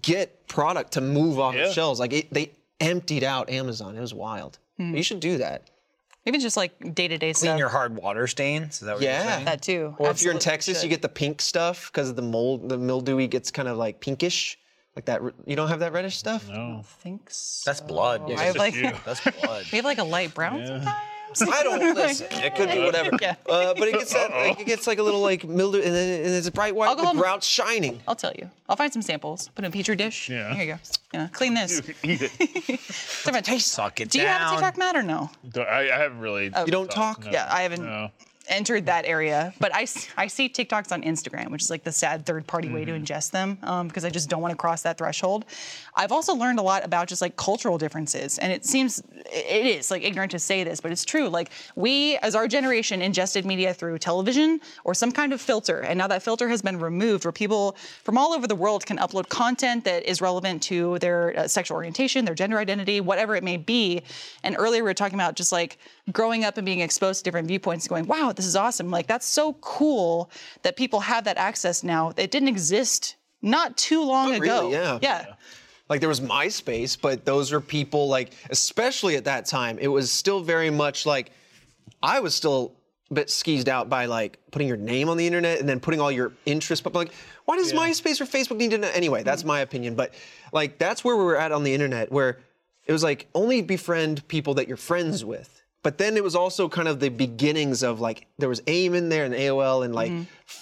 E: get product to move off
D: Yeah.
E: the shelves. Like it, they emptied out Amazon. It was wild.
C: Hmm.
E: You should do that.
C: Maybe just like day to day
B: Clean
C: stuff.
B: your hard water stains. Is that what you're
E: Yeah.
B: saying?
C: That too.
E: Or if you're in
C: Absolutely
E: Texas, you
C: should.
E: get the pink stuff because the mold, the mildewy gets kind of like pinkish, like that. re- You don't have that reddish stuff.
C: I think so.
B: That's blood.
C: I have like
D: you.
C: we
B: That's blood.
C: have like a light brown sometimes.
E: I don't listen. It could be whatever.
C: Yeah.
E: Uh, but it gets that, like, it gets like a little like mildew, and then and it's a bright white,
C: Alcohol-
E: the grout's shining.
C: I'll tell you. I'll find some samples. Put in a petri dish.
D: Yeah.
C: Here you go. Yeah. Clean this.
D: Eat it.
C: Different taste.
B: Suck it
C: Do you have a
B: down.
C: TikTok mat or no?
D: Don't- I, I haven't really.
E: You don't talk.
C: Yeah, I haven't
D: No.
C: entered that area, but I, s- I see TikToks on Instagram, which is like the sad third party way to
D: Mm-hmm.
C: ingest them um, because I just don't want to cross that threshold. I've also learned a lot about just like cultural differences, and it seems it is like ignorant to say this, but it's true. Like we, as our generation, ingested media through television or some kind of filter, and now that filter has been removed, where people from all over the world can upload content that is relevant to their uh, sexual orientation, their gender identity, whatever it may be. And earlier we were talking about just like growing up and being exposed to different viewpoints and going, wow, this is awesome. Like that's so cool that people have that access now. It didn't exist not too long
E: Not
C: ago.
E: really, yeah.
C: Yeah.
E: Like there was MySpace, but those are people like, especially at that time, it was still very much like I was still a bit skeezed out by like putting your name on the internet and then putting all your interests. But like, why does MySpace or Facebook need to know? Anyway, that's my opinion. But like, that's where we were at on the internet, where it was like only befriend people that you're friends with. But then it was also kind of the beginnings of like there was AIM in there and AOL and like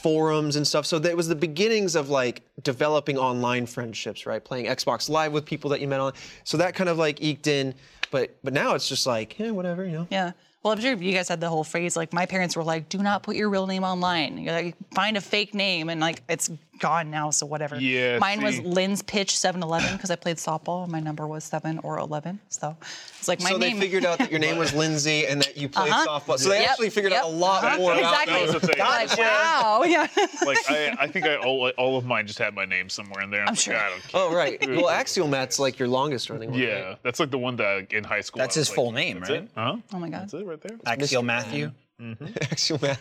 E: forums and stuff. So that was the beginnings of like developing online friendships, right? Playing Xbox Live with people that you met on. So that kind of like eked in. But but now it's just like yeah, whatever, you know.
C: Yeah. Well, I'm sure you guys had the whole phrase like my parents were like, "Do not put your real name online. You're like, find a fake name," and like it's gone now, so whatever.
D: Yeah,
C: Mine was
D: see.
C: Lynn's Pitch 711 because I played softball and my number was seven or 11, so it's like my
E: so
C: name. Uh-huh.
E: they figured out that your name was Lindsay and that you played softball. So they
C: Yep,
E: actually figured out a
C: yep.
E: lot
C: Uh-huh.
E: more about
C: exactly.
D: That was the thing.
C: Like, wow. Yeah.
D: Like I, I think I all, all of mine just had my name somewhere in there. I'm, like,
C: sure.
D: I don't care.
E: Oh right. Well, Axiomat's like your longest running one.
D: Yeah, that's like the one that in high school.
B: That's
D: I was
B: his
D: like,
B: full name,
D: that's
B: right?
D: It? Huh?
C: Oh my god.
D: That's it right there.
B: Axial Matthew.
E: Right? Axiomat.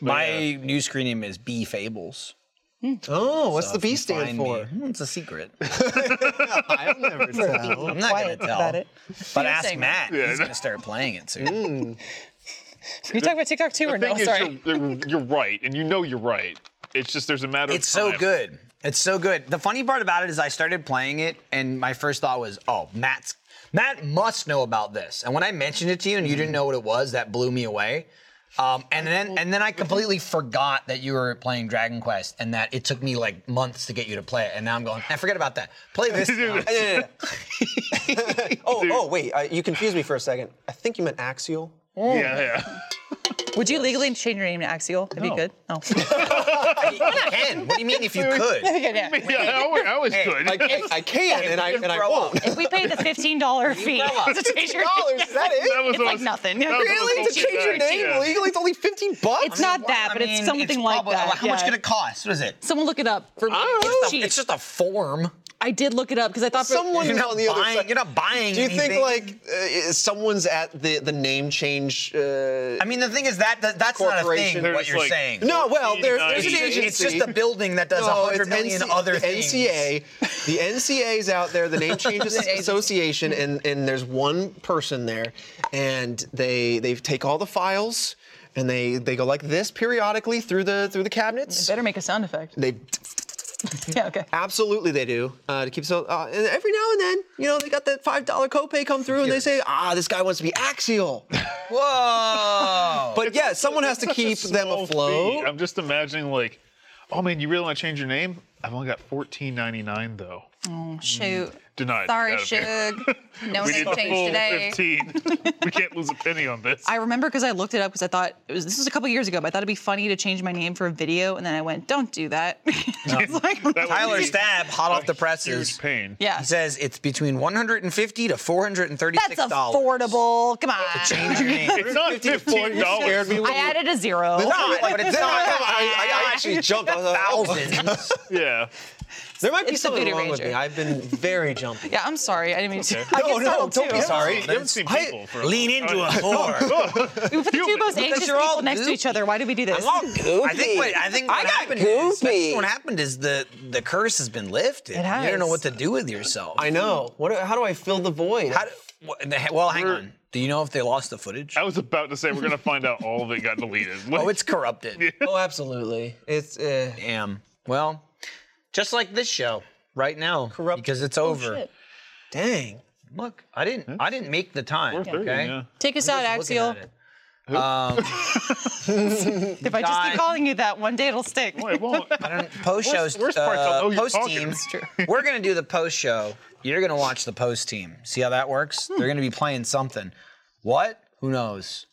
B: My new screen name is B Fables.
E: Oh, what's the
B: If you
E: B stand
B: find me-
E: for?
B: Hmm, it's a secret.
E: I'll never tell.
B: I'm not gonna
C: Quiet
B: tell.
C: about it.
B: But
C: You're
B: ask
C: saying
B: Matt.
D: Yeah,
B: He's
D: no.
B: gonna start playing it soon.
C: Can we talk about TikTok too or
D: Thing
C: no?
D: is,
C: Sorry.
D: You're, you're right, and you know you're right. It's just there's a matter.
B: It's
D: of
B: so
D: time.
B: good. It's so good. The funny part about it is I started playing it, and my first thought was, "Oh, Matt's Matt must know about this." And when I mentioned it to you, and you didn't know what it was, that blew me away. Um, and then and then I completely forgot that you were playing Dragon Quest, and that it took me like months to get you to play it. And now I'm going, I forget about that. Play this. now."
E: Yeah, uh, yeah, yeah. oh, oh, wait. I, you confused me for a second. I think you meant axial.
D: Yeah, yeah.
C: Would you legally change your name to Axial? If you
D: No.
C: could? Oh.
B: Ken, what do you mean if you could?
D: yeah I always, I always could.
E: I, I, I can and I and I
B: grow
E: won't.
C: if we paid the $15 fee to change your name.
E: Is that it?
D: That was
C: It's
D: what
C: like
D: was-
C: nothing.
D: that was what
E: Really?
D: was
E: To change your
D: bullshit.
E: name
D: Yeah.
E: legally, it's only 15 bucks.
C: It's not that, but
B: I mean,
C: it's something
B: it's
C: like
B: probably-
C: that.
B: How much
C: yeah.
B: did it cost? What is it?
C: Someone look it up for me.
E: I don't
C: It's
E: know.
C: cheap.
B: It's just a form.
C: I did look it up because I thought for-
E: Someone
B: You're not
E: on the other
B: buying-
E: side.
B: you're not buying
E: Do you think
B: anything.
E: like uh, someone's at the the name change? Uh,
B: I mean, the thing is that, that that's not a thing.
E: Corporation.
B: What
D: There's
B: you're
D: like-
B: saying?
E: no, well, there's,
D: It's-
E: there's an
B: it's,
E: agency.
B: it's just a building that does a
E: No, it's
B: hundred million
E: NC
B: other
E: the
B: things.
E: NCA, the NCA is out there, the Name Changes Association, and, and there's one person there, and they they take all the files, and they they go like this periodically through the through the
B: Mm-hmm.
E: cabinets.
C: better make a sound effect.
E: They
C: Yeah, okay.
E: absolutely they do uh, to keep so. Uh, and every now and then, you know, they got that five dollar copay come through, and they say, ah, this guy wants to be axial.
B: Whoa!
E: But yeah, someone has to
D: Such a
E: keep them
D: small
E: afloat.
D: fee. I'm just imagining like, oh man, you really want to change your name? I've only got 14.99 though.
C: Shoot.
D: Denied.
C: Sorry,
D: Out of here.
C: Suge. No
D: We
C: name
D: need the
C: change
D: full
C: today.
D: 15. we can't lose a penny on this.
C: I remember because I looked it up because I thought it was, this was a couple years ago, but I thought it'd be funny to change my name for a video, and then I went, "Don't do that." I was like,
D: That would
B: Tyler
D: be
B: Stab, hot off the presses.
D: Huge pain.
C: yeah,
B: He says it's between 150 to 436
C: that's affordable. Come on.
B: Change your name.
D: It's not fifteen dollars.
C: I added a zero.
B: not, but it's
E: Then I,
B: not.
E: I, I actually jumped. I was like, oh,
B: Thousands.
D: Yeah.
E: There might be
C: It's the
E: something
C: Voodoo
E: wrong with
C: Ranger.
E: me. I've been very jumpy.
C: Yeah, I'm sorry. I didn't mean to.
D: Okay.
C: I
E: No,
C: get
E: no,
C: startled,
E: don't be
C: too.
E: sorry.
D: You haven't seen
E: I-
D: people for
B: Lean into a whore.
C: We put the two
D: Human.
C: most anxious
B: you're all
C: people next to each other. Why did we do this?
B: I think what I think what happened is that's what happened is the the curse has been lifted.
C: It
B: You don't know
C: has.
B: what to do with yourself.
E: I know. What? do- How do I fill the void?
B: How do, what- well, hang on. Do you know if they lost the footage?
D: I was about to say we're gonna find out all of it got deleted.
B: Oh, it's corrupted.
E: oh, absolutely. It's uh,
B: Damn. Well, just like this show right now,
E: Corrupt-
B: because it's over.
C: Oh, shit.
E: dang.
B: Look, I didn't I didn't make the time.
D: Four thirty,
B: okay.
D: yeah.
C: Take us out, Axial. If I just
B: Guy.
C: keep calling you that, one day ittle stick.
D: Well, it won't.
B: Post shows, uh,
D: Worst- worst part's I'll know Oh, you're
B: post
D: talking.
B: team.
D: It's
B: We're gonna do the post show. You're gonna watch the post team. See how that works? They're gonna be playing something. What? Who knows?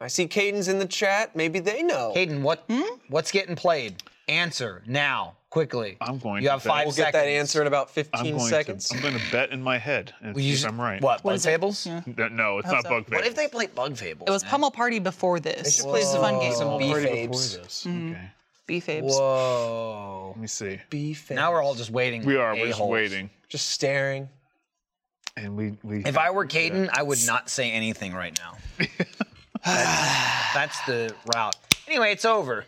E: I see Caden's in the chat. Maybe they know.
B: Hayden, what
C: Hmm?
B: what's getting played? Answer now, quickly.
D: I'm going
B: You
D: to
B: have
D: bet.
B: five
E: we'll
B: seconds.
E: get that answer in about
D: I'm
E: 15
D: going
E: seconds.
D: To, I'm gonna bet in my head and
B: Will
D: see
B: you
D: if
B: just-
D: I'm right.
B: What? Bug
C: is it?
B: fables?
D: No, No, it's not
C: that?
D: bug
B: What
D: fables.
B: if they play bug fables?
C: It was Pummel Party before this.
E: Just play
C: It's a
E: some,
C: fun game.
E: some
D: Already before
E: B-fapes.
D: this.
B: Mm-hmm.
D: Okay.
C: B-Fabes.
B: Whoa.
D: Let me see.
E: B-fapes.
B: oh. Now we're all just waiting.
D: We are.
B: like
D: We're just
B: a-holes.
D: waiting.
E: just staring.
D: And we. we
B: If I were Caden, I would not say anything right now. that's, that's the route. Anyway, it's over.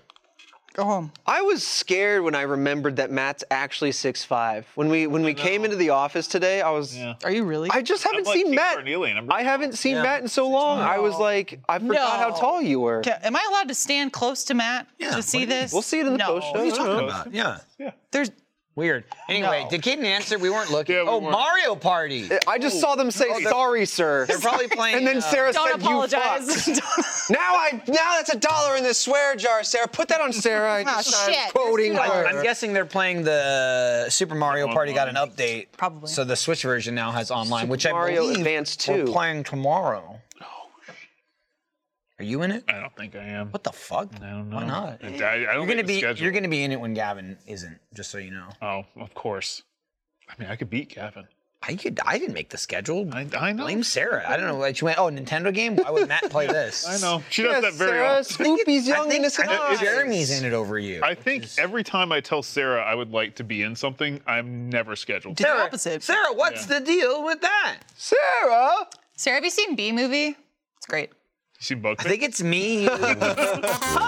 C: Go home.
E: I was scared when I remembered that Matt's actually 6'5". When we when we came into the office today, I was
C: Are you really?
E: I just haven't
D: like
E: seen
D: Kate
E: Matt.
D: Carnelian. I'm
E: I
D: really
E: haven't seen Matt in so long. I was like, I forgot
C: No.
E: how tall you were.
C: Ca- Am I allowed to stand close to Matt to see this?
E: We'll see it in the
C: no.
E: post show.
B: about? Uh, Yeah.
C: There's
B: Weird. Anyway, did Caden answer? We weren't looking.
D: Yeah, we
B: oh,
D: weren't.
B: Mario Party. They're
E: I just saw them say, "Sorry, sir."
B: probably playing.
E: And then
B: uh,
E: Sarah
C: don't
E: said, "You fuck."
C: apologize.
E: Now I now that's a dollar in the swear jar, Sarah. Put that on Sarah. I
B: Ah,
C: Oh,
E: just, I'm
C: shit.
E: quoting
C: There's two
E: her.
B: I'm guessing they're playing the Super Mario Party. Got an update.
C: Probably.
B: So the Switch version now has online, which
E: Mario
B: I believe
E: Advance
B: we're
E: 2.
B: playing tomorrow.
D: Oh,
B: Are you in it?
D: I don't think I am.
B: What the fuck?
D: I don't know.
B: Why not?
D: I, I don't
B: You're gonna
D: think
B: be
D: it's scheduled.
B: you're gonna be in it when Gavin isn't. Just so you know.
D: Oh, of course. I mean, I could beat Gavin.
B: I could. I didn't make the schedule.
D: I, I know.
B: Blame Sarah. I don't know. Like she went. Oh, Nintendo game. Why would Matt play this?
D: I know. She
E: Yes,
D: does that very
E: Sarah,
D: often.
E: Snoopy's
B: I
E: young
B: think,
E: innocent
B: I think
E: eyes.
B: Jeremy's in it over you.
D: I think every time I tell Sarah I would like to be in something, I'm never scheduled.
C: Did the opposite.
B: Sarah, what's the deal with that?
E: Sarah.
C: Sarah, have you seen B movie? It's great.
D: She bugged
B: I
D: me.
B: think it's me. you,